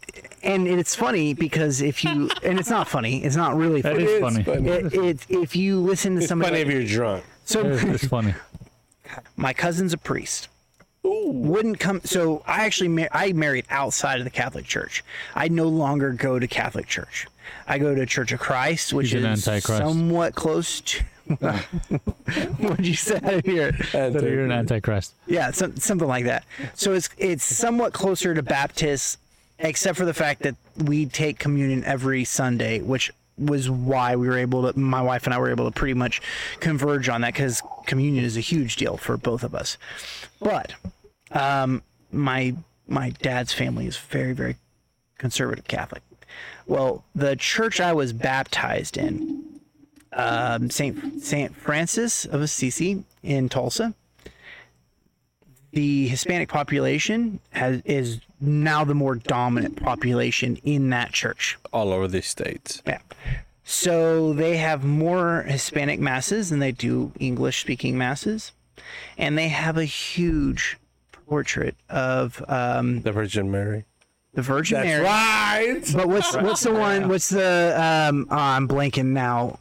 and it's funny because if you and it's not funny, it's not really
That
funny.
is
It's
funny.
funny.
It, it, if you listen to
It's
somebody,
funny
like-
if you're drunk.
so
It's, it's funny.
my cousin's a priest. Wouldn't come. So I actually mar- I married outside of the Catholic Church. I no longer go to Catholic Church. I go to Church of Christ, which
He's an
is
antichrist.
somewhat close to. What'd you say out of here?
So you're an antichrist.
Yeah, some, something like that. So it's it's somewhat closer to Baptist, except for the fact that we take communion every Sunday, which was why we were able to. My wife and I were able to pretty much converge on that because communion is a huge deal for both of us. But um, my my dad's family is very very conservative Catholic. Well, the church I was baptized in, um, Saint Saint Francis of Assisi in Tulsa, the Hispanic population has is now the more dominant population in that church.
All over the states.
Yeah. So they have more Hispanic masses than they do English speaking masses. And they have a huge portrait of
Mm.
um,
The Virgin Mary.
the Virgin Mary.
right.
But what's what's the one? What's the um? oh, I'm blanking now.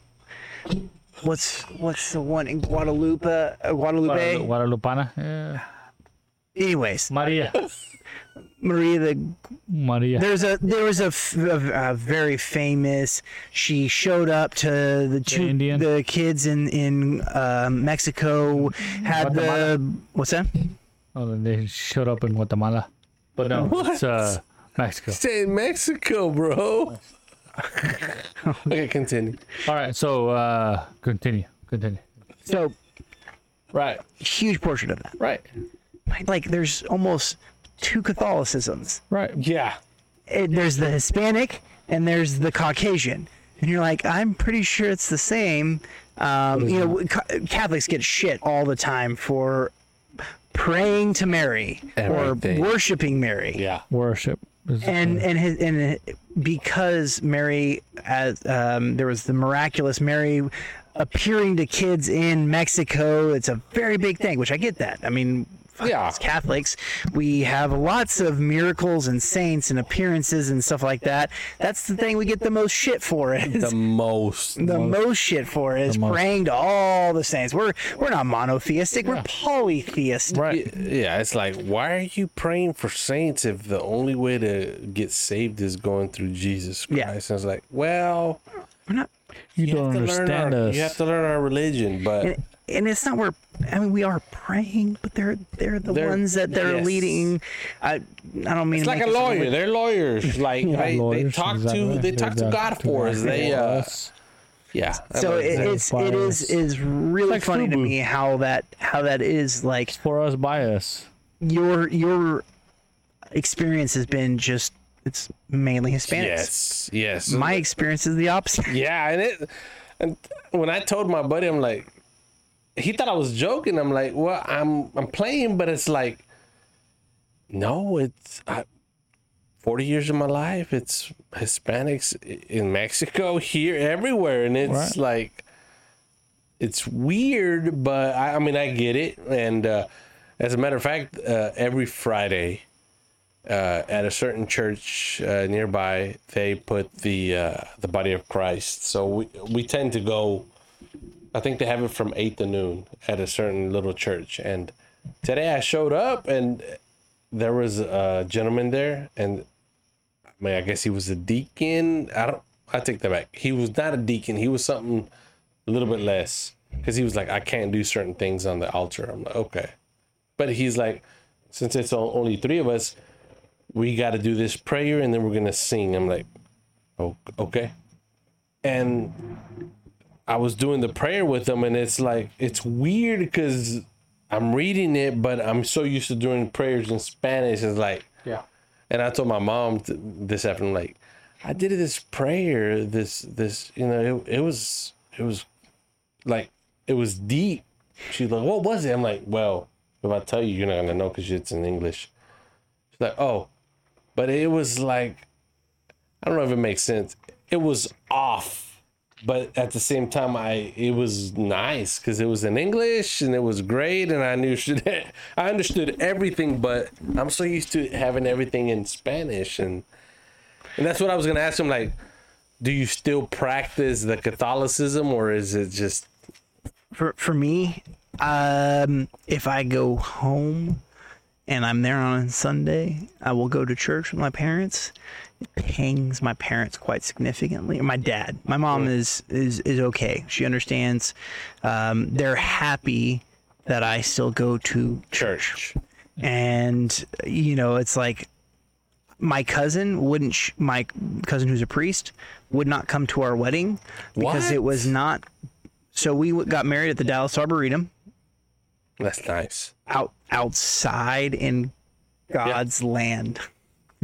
What's what's the one in Guadalupe? Uh, Guadalupe.
Guadalu- Guadalupana. Yeah.
Anyways,
Maria.
Maria the
Maria.
There's a there was a, f- a- a very famous. She showed up to the two
Indian?
the kids in in uh, Mexico had the what's that?
Oh, then they showed up in Guatemala. But no, it's uh, Mexico.
Stay in Mexico, bro. okay, continue.
All right, so uh, continue, continue.
So
Right.
huge portrait of that.
Right.
Like, Like there's almost two Catholicisms.
Right.
Yeah.
It, there's the Hispanic and there's the Caucasian. And you're like, I'm pretty sure it's the same. Um, you know, ca- Catholics get shit all the time for praying to Mary
Everything.
or worshiping Mary.
Yeah.
Worship. Is
and and his, and it- because Mary, as um, there was the miraculous Mary appearing to kids in Mexico, it's a very big thing. Which I get that. I mean. fuck,
Yeah.
As Catholics, we have lots of miracles and saints and appearances and stuff like that. That's the thing we get the most shit for is
The most.
the most shit for is praying to all the saints. We're we're not monotheistic, we're polytheistic.
Y- Yeah, it's like, why are you praying for saints if the only way to get saved is going through Jesus Christ?
Yeah.
And it's like, well,
We're not
you,
you have
don't
to learn
understand
our-
us.
You have to learn our religion, but
and, and it's not where I mean we are praying, but they're they're the
They're-
ones that they're
yes.
leading. I I don't mean
it's
to
like
make
a
this
lawyer.
weird-
They're lawyers. Like they, they
lawyers,
talk
exactly.
to they talk to
Exactly.
God for us. They uh, yeah. I
So
know
it,
exactly.
it's it is
bias.
is really
like
funny to
FUBU.
me how that how that is like
for us by us.
your your experience has been just it's mainly Hispanics.
yes, yes.
My experience is the opposite.
Yeah, and it and when I told my buddy, I'm like, he thought I was joking. I'm like, well, I'm I'm playing, but it's like, no, it's I, 40 years of my life. It's Hispanics i- in Mexico, here, everywhere, and it's
Right.
like, it's weird, but I, I mean, I get it. And uh, as a matter of fact, uh, every Friday. Uh, at a certain church uh, nearby, they put the uh, the body of Christ. So we we tend to go. I think they have it from eight to noon at a certain little church. And today I showed up, and there was a gentleman there, and I mean, I guess he was a deacon. I don't. I take that back. He was not a deacon. He was something a little bit less because he was like, I can't do certain things on the altar. I'm like, okay, but he's like, since it's o- only three of us, we got to do this prayer and then we're gonna sing. I'm like, oh, okay. And I was doing the prayer with them, and it's like it's weird because I'm reading it, but I'm so used to doing prayers in Spanish. It's like, yeah. And I told my mom th- this afternoon, like, I did this prayer, this this you know, it, it was it was like it was deep. She's like, what was it? I'm like, well, if I tell you, you're not gonna know because it's in English. She's like, oh, but it was like I don't know if it makes sense. It was off, but at the same time, I it was nice because it was in English and it was great, and I knew shit. I understood everything, but I'm so used to having everything in Spanish, and and that's what I was gonna ask him. Like, do you still practice the Catholicism, or is it just
for for me, um, if I go home and I'm there on Sunday, I will go to church with my parents. It pangs my parents quite significantly. My dad, my mom is is is okay. She understands. Um, they're happy that I still go to
church?
and you know it's like my cousin wouldn't sh- my cousin who's a priest would not come to our wedding because
What?
it was not so we w- got married at the Dallas Arboretum
That's nice.
out outside in God's land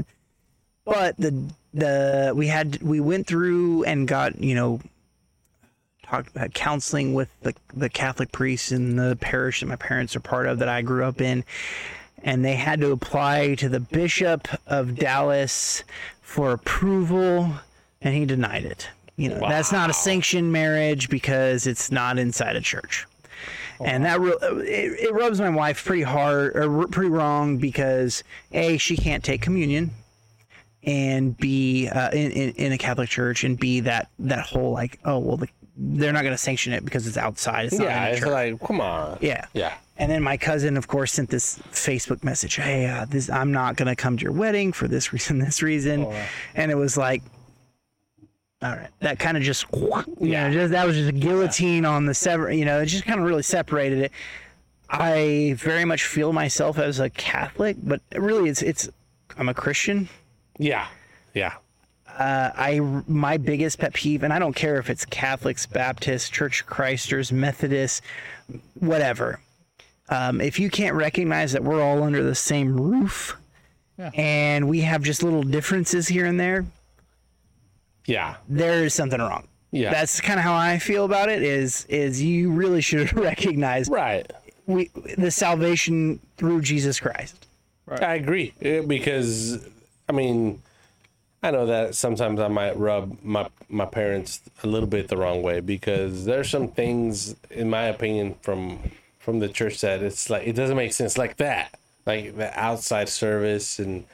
but the the we had we went through and got you know talked had counseling with the the Catholic priests in the parish that my parents are part of that I grew up in and they had to apply to the bishop of Dallas for approval, and he denied it. You know, that's not a sanctioned marriage because it's not inside a church. And that re- it, it rubs my wife pretty hard or r- pretty wrong because a she can't take communion, and b uh, in, in in a Catholic church, and b that that whole like oh well the, they're not going to sanction it because it's outside. It's not
Yeah,
in a
it's
church.
like come on.
yeah,
yeah.
and then my cousin, of course, sent this Facebook message. Hey, uh, this I'm not gonna come to your wedding for this reason, this reason, and it was like, all right, that kind of just, you know, just that was just a guillotine on the sever. You know, it just kind of really separated it. I very much feel myself as a Catholic, but really, it's it's I'm a Christian.
Yeah, yeah.
I my biggest pet peeve, and I don't care if it's Catholics, Baptists, Church of Christers, Methodists, whatever. Um, if you can't recognize that we're all under the same roof, and we have just little differences here and there,
Yeah.
there is something wrong.
Yeah.
that's kind of how I feel about it. Is is you really should recognize
Right.
we the salvation through Jesus Christ.
I agree eh, because I mean I know that sometimes I might rub my my parents a little bit the wrong way because there's some things in my opinion from from the church that it's like it doesn't make sense like that like the outside service and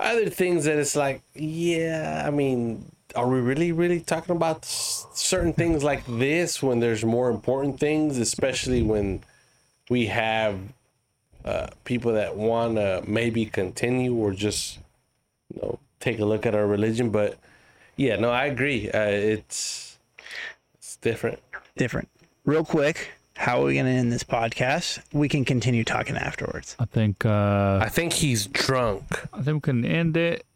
other things that it's like yeah I mean are we really really talking about s- certain things like this when there's more important things especially when we have people that want to maybe continue or just you know take a look at our religion but yeah no i agree uh, it's it's different
Different. Real quick, how are we gonna end this podcast? We can continue talking afterwards.
I think uh
i think he's drunk
I think we can end it.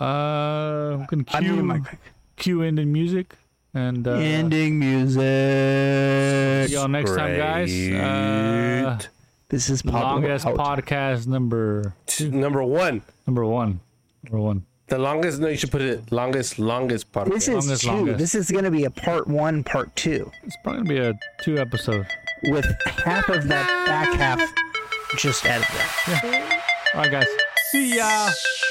Uh we can
I
cue
my
cue ending music and uh
ending music.
see y'all next time guys. Uh
This is Pablo
longest
out.
podcast number
number one
number 1. Number 1.
the longest no you should put it longest longest podcast
This is
Longest,
two.
longest.
This is going to be a part one, part two,
It's probably going to be a two episode.
with half of that back half just edited.
All right guys. See ya.